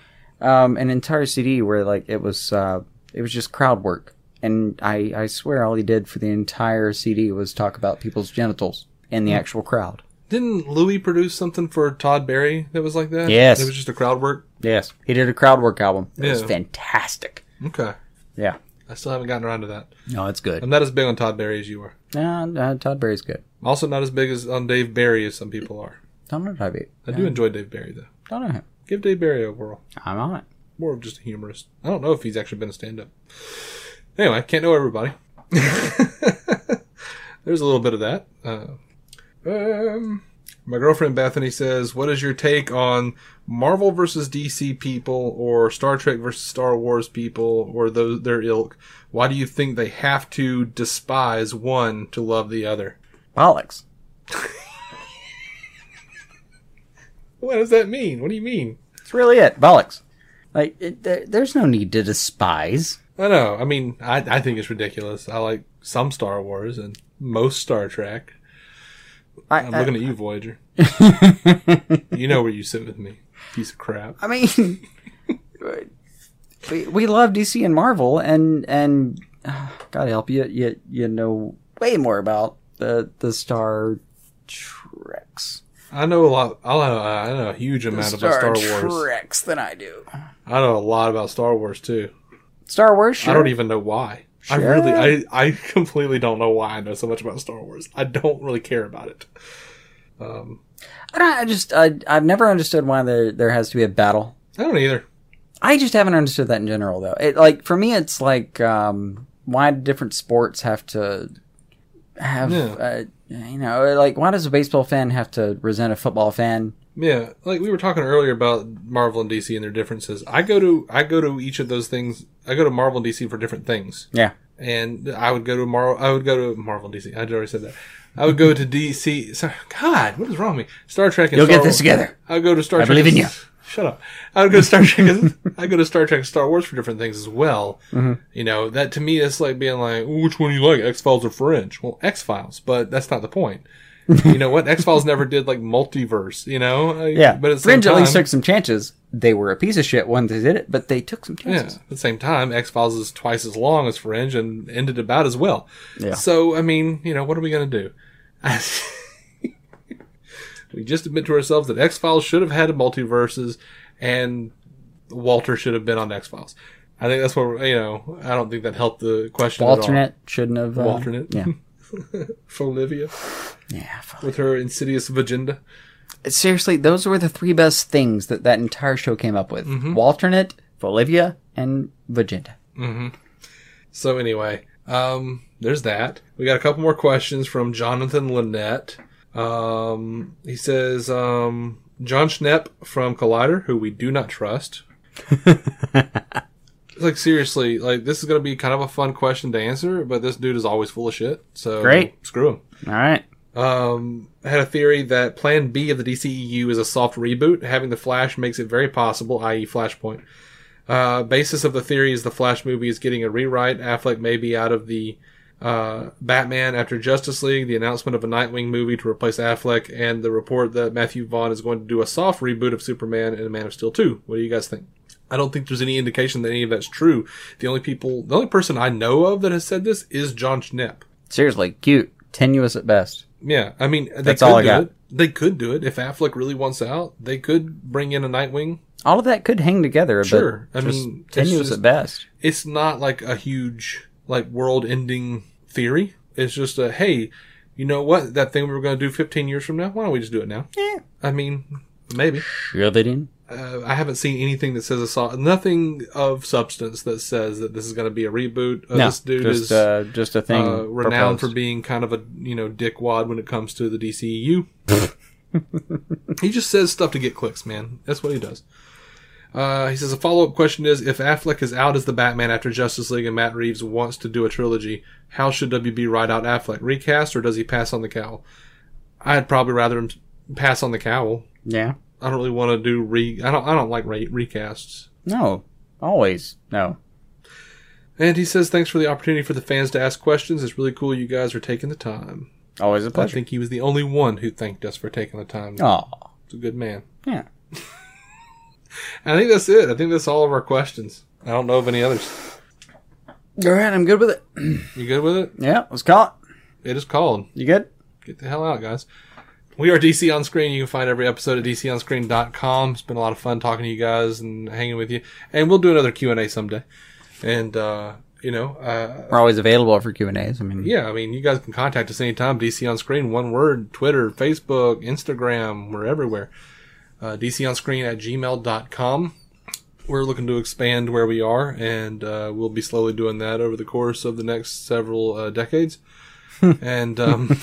Um, an entire CD where like it was uh, it was just crowd work, and I I swear all he did for the entire CD was talk about people's genitals in the actual crowd.
Didn't Louis produce something for Todd Barry that was like that?
Yes.
It was just a crowd work.
Yes, he did a crowd work album. It was
Yeah.
fantastic.
Okay.
Yeah.
I still haven't gotten around to that.
No, it's good.
I'm not as big on Todd Barry as you are.
No, no, Todd Berry's good.
I'm also not as big as on Dave Barry as some people are.
Don't know Todd Berry.
I do enjoy Dave Barry though.
Don't know him.
Give Dave Barry a whirl.
I'm on it.
More of just a humorist. I don't know if he's actually been a stand up. Anyway, can't know everybody. [laughs] There's a little bit of that. Uh, um, my girlfriend Bethany says, "What is your take on Marvel versus DC people, or Star Trek versus Star Wars people, or those their ilk? Why do you think they have to despise one to love the other?
Bollocks.
What does that mean? What do you mean?
That's really it. Bollocks. Like, it, there, there's no need to despise.
I know. I mean, I, I think it's ridiculous. I like some Star Wars and most Star Trek.
I,
I'm
I-
looking at you,
[laughs]
Voyager. you know where you sit with me, piece of crap.
I mean, [laughs] we, we love DC and Marvel, and and uh, God help you, you you know way more about the the Star Treks,
I know a lot. I know, I know a huge amount about Star Wars.
Treks than I do.
I know a lot about Star Wars too.
Star Wars. Sure.
I don't even know why. I
Sure.
really, I, [laughs] I completely don't know why I know so much about Star Wars. I don't really care about it. e-
I, don't, I just I, I've never understood why there there has to be a battle.
I don't either.
I just haven't understood that in general though. It like for me it's like um, why do different sports have to have uh, you know like why does a baseball fan have to resent a football fan?
Yeah, like we were talking earlier about Marvel and DC and their differences. I go to I go to each of those things. I go to Marvel and DC for different things.
Yeah.
and I would go to Marvel. I would go to Marvel DC. I already said that. I would go to DC. So, God, what is wrong with me? Star Trek. And
You'll
Star
get this
Wa-
together.
I would go to Star. Trek
believe in you.
Shut up. I would go to Star Trek. [laughs] I go to Star Trek and Star Wars for different things as well.
Mm-hmm.
You know that to me it's like being like, "Ooh, which one do you like, X Files or Fringe? Well, X Files, but that's not the
[laughs]
point. you know what? X Files never did like multiverse. You know, I-
Yeah,
But at the same
Fringe at least
time-
took some chances. They were a piece of shit when they did it, but they took some
Yeah.
chances.
At the same time, X Files is twice as long as Fringe and ended about as well.
Yeah.
So I mean, you know, what are we gonna do? [laughs] we just admit to ourselves that X Files should have had multiverses, and Walter should have been on X Files. I think that's where you know. I don't think that helped the question. at
Alternate shouldn't have. Uh,
all. alternate. [laughs]
Yeah.
for Olivia
Yeah. fuck.
with her insidious agenda.
Seriously, those were the three best things that that entire show came up with:
Mm-hmm.
Walternate, Bolivia, and Vagenda.
So anyway, um, there's that. We got a couple more questions from Jonathan Lynette. Um, he says, um, John Schnepp from Collider, who we do not trust. It's like seriously, like this is gonna be kind of a fun question to answer, but this dude is always full of shit. So
Great.
screw him.
All right.
Um, I had a theory that Plan B of the DCEU is a soft reboot. Having the Flash makes it very possible, i.e., Flashpoint. Uh, basis of the theory is the Flash movie is getting a rewrite. Affleck may be out of the uh, Batman after Justice League, the announcement of a Nightwing movie to replace Affleck, and the report that Matthew Vaughn is going to do a soft reboot of Superman and Man of Steel 2. What do you guys think? I don't think there's any indication that any of that's true. The only people, the only person I know of that has said this is John Schnepp.
Seriously, cute, tenuous at best.
Yeah, I mean, they
That's
could
all I
do
got.
It. They could do it if Affleck really wants out. They could bring in a Nightwing.
All of that could hang together.
Sure, I
But just
mean, it's
tenuous
just-
at best.
It's not like a huge like world-ending theory. It's just a hey, you know what? That thing we were going to do 15 years from now. Why don't we just do it now? Yeah. I mean, maybe.
Shove it in.
Uh, I haven't seen anything that says a saw nothing of substance that says that this is going to be a reboot. Uh,
No,
this dude
just
is
uh, just a thing.
uh, renowned for
proposed.
being kind of a you know dickwad when it comes to the DCEU. [laughs] he just says stuff to get clicks, man. That's what he does. Uh, he says a follow up question is if Affleck is out as the Batman after Justice League and Matt Reeves wants to do a trilogy, how should WB write out Affleck? Recast or does he pass on the cowl? I'd probably rather him pass on the cowl.
yeah.
I don't really want to do re. I don't. I don't like re- recasts.
No. Always no.
And he says thanks for the opportunity for the fans to ask questions. It's really cool you guys are taking the time.
Always a
I
pleasure.
think he was the only one who thanked us for taking the time.
Oh.
Aw.
He's a good man.
Yeah.
I think that's it. I think that's all of our questions. I don't know of any others.
All right, I'm good with it.
You good with it?
Yeah, let's call
It is called.
it. You good?
Get the hell out, guys. We are DC on Screen. You can find every episode at dconscreen.com. It's been a lot of fun talking to you guys and hanging with you. And we'll do another Q&A someday. And, uh, you know, uh,
We're always available for Q and A's. I mean,
yeah, I mean, you guys can contact us anytime. DC on Screen, one word, Twitter, Facebook, Instagram, we're everywhere. Uh, DC on Screen at gmail.com. We're looking to expand where we are, and uh, we'll be slowly doing that over the course of the next several
[laughs]
uh, decades. and um,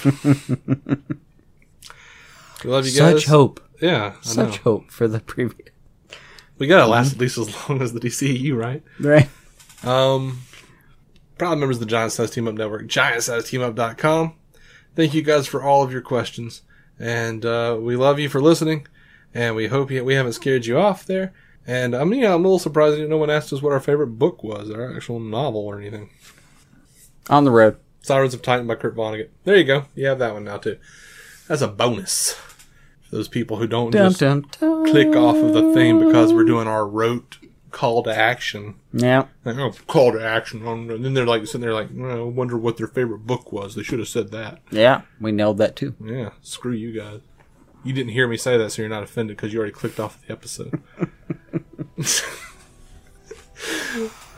we love you guys.
such hope,
Yeah, I
such
know.
hope for the preview.
We got to last at least as long as the DCEU, right?
Right.
Um, proud members of the Giant Size Team Up Network, giantsizeteamup.com. Thank you guys for all of your questions, and uh, we love you for listening, and we hope you, we haven't scared you off there. And I mean, yeah, I'm a little surprised that no one asked us what our favorite book was, our actual novel or anything.
On the road.
Sirens of Titan by Kurt Vonnegut. There you go. You have that one now too. That's a bonus for those people who don't
Dum,
just
dum, dum.
click off of the thing because we're doing our rote call to action.
Yeah.
Like, oh, call to action. And then they're like sitting there, like, "Well, I wonder what their favorite book was. They should have said that.
Yeah. We nailed that too.
Yeah, screw you guys. You didn't hear me say that, so you're not offended because you already clicked off the episode. [laughs]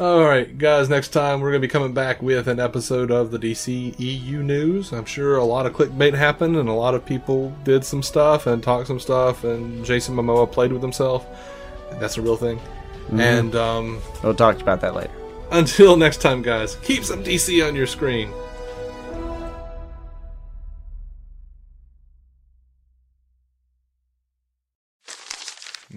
All right, guys, next time we're going to be coming back with an episode of the DC EU news. I'm sure a lot of clickbait happened and a lot of people did some stuff and talked some stuff, and Jason Momoa played with himself. That's a real thing. And, um,.
We'll talk about that later.
Until next time, guys, keep some DC on your screen.